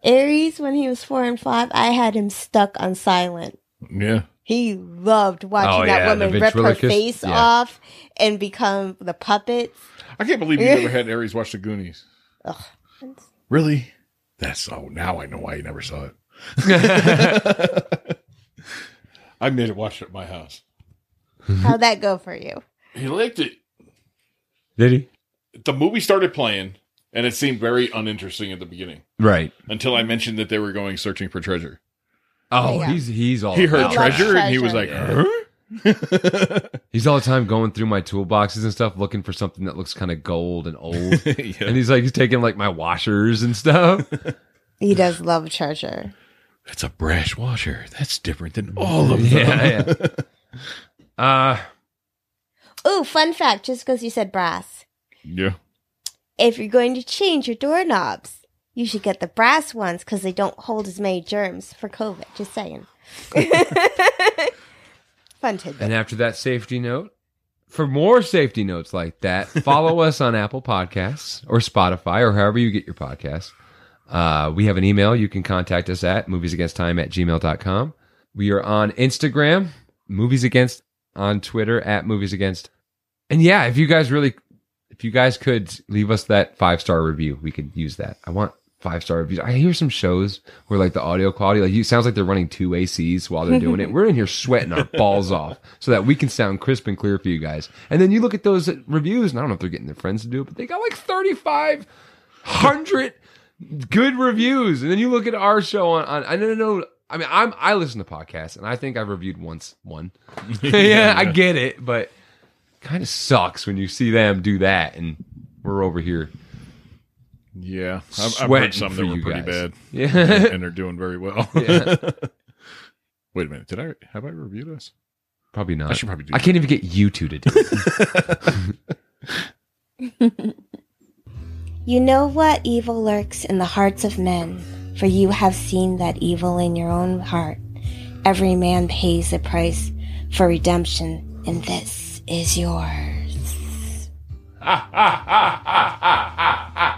[SPEAKER 2] Aries, when he was four and five, I had him stuck on silent.
[SPEAKER 3] Yeah.
[SPEAKER 2] He loved watching
[SPEAKER 1] Oh, yeah,
[SPEAKER 2] that
[SPEAKER 1] the
[SPEAKER 2] woman rip her
[SPEAKER 1] ventriloquist-
[SPEAKER 2] face
[SPEAKER 1] yeah.
[SPEAKER 2] off and become the puppets.
[SPEAKER 3] I can't believe you never had Aries watch the Goonies.
[SPEAKER 2] Ugh.
[SPEAKER 1] Mm-hmm.
[SPEAKER 3] Really? That's oh now I know why you never saw it. I made it watch it at my house.
[SPEAKER 2] How'd that go for you?
[SPEAKER 3] He liked it.
[SPEAKER 1] Did he?
[SPEAKER 3] The movie started playing and it seemed very uninteresting at the beginning
[SPEAKER 1] Right.
[SPEAKER 3] until I mentioned that they were going searching for treasure.
[SPEAKER 1] Oh,
[SPEAKER 2] Yeah.
[SPEAKER 1] he's he's all
[SPEAKER 3] He heard
[SPEAKER 1] about
[SPEAKER 3] treasure,
[SPEAKER 1] Oh, that.
[SPEAKER 3] and he was like,
[SPEAKER 1] Yeah.
[SPEAKER 3] huh?
[SPEAKER 1] He's all the time going through my toolboxes and stuff, looking for something that looks kind of gold and old.
[SPEAKER 3] yeah.
[SPEAKER 1] And he's like, he's taking like my washers and stuff.
[SPEAKER 2] He does love treasure.
[SPEAKER 3] That's a brash washer. That's different than all of them.
[SPEAKER 1] yeah, yeah. Uh,
[SPEAKER 2] Ooh, fun fact just because you said brass.
[SPEAKER 3] Yeah.
[SPEAKER 2] If you're going to change your doorknobs, You should get the brass ones because they don't hold as many germs for COVID. Just saying. Fun tidbit.
[SPEAKER 1] And after that safety note, for more safety notes like that, follow us on Apple Podcasts or Spotify or however you get your podcasts. Uh, we have an email you can contact us at moviesagainsttime at gmail.com. We are on Instagram, Movies Against, on Twitter at Movies Against. And yeah, if you guys really, if you guys could leave us that five star review, we could use that. I want five star reviews. I hear some shows where like the audio quality, like it sounds like they're running two ACs while they're doing it. We're in here sweating our balls off so that we can sound crisp and clear for you guys. And then you look at those reviews, and I don't know if they're getting their friends to do it, but they got like 3,500 good reviews. And then you look at our show on, on I don't know. I mean, I'm I listen to podcasts, and I think I've reviewed once one. yeah, I get it, but kind of sucks when you see them do that, and we're over here
[SPEAKER 3] Yeah, I've, I've
[SPEAKER 1] Sweating
[SPEAKER 3] heard some
[SPEAKER 1] for
[SPEAKER 3] that were
[SPEAKER 1] you
[SPEAKER 3] pretty
[SPEAKER 1] guys.
[SPEAKER 3] bad.
[SPEAKER 1] Yeah.
[SPEAKER 3] and they're doing very well.
[SPEAKER 1] Yeah.
[SPEAKER 3] Wait a minute, did I have I reviewed us?
[SPEAKER 1] Probably not.
[SPEAKER 3] I should probably do
[SPEAKER 1] I can't even get you two to do it.
[SPEAKER 2] You know what evil lurks in the hearts of men, for you have seen that evil in your own heart. Every man pays a price for redemption, and this is yours.
[SPEAKER 3] that.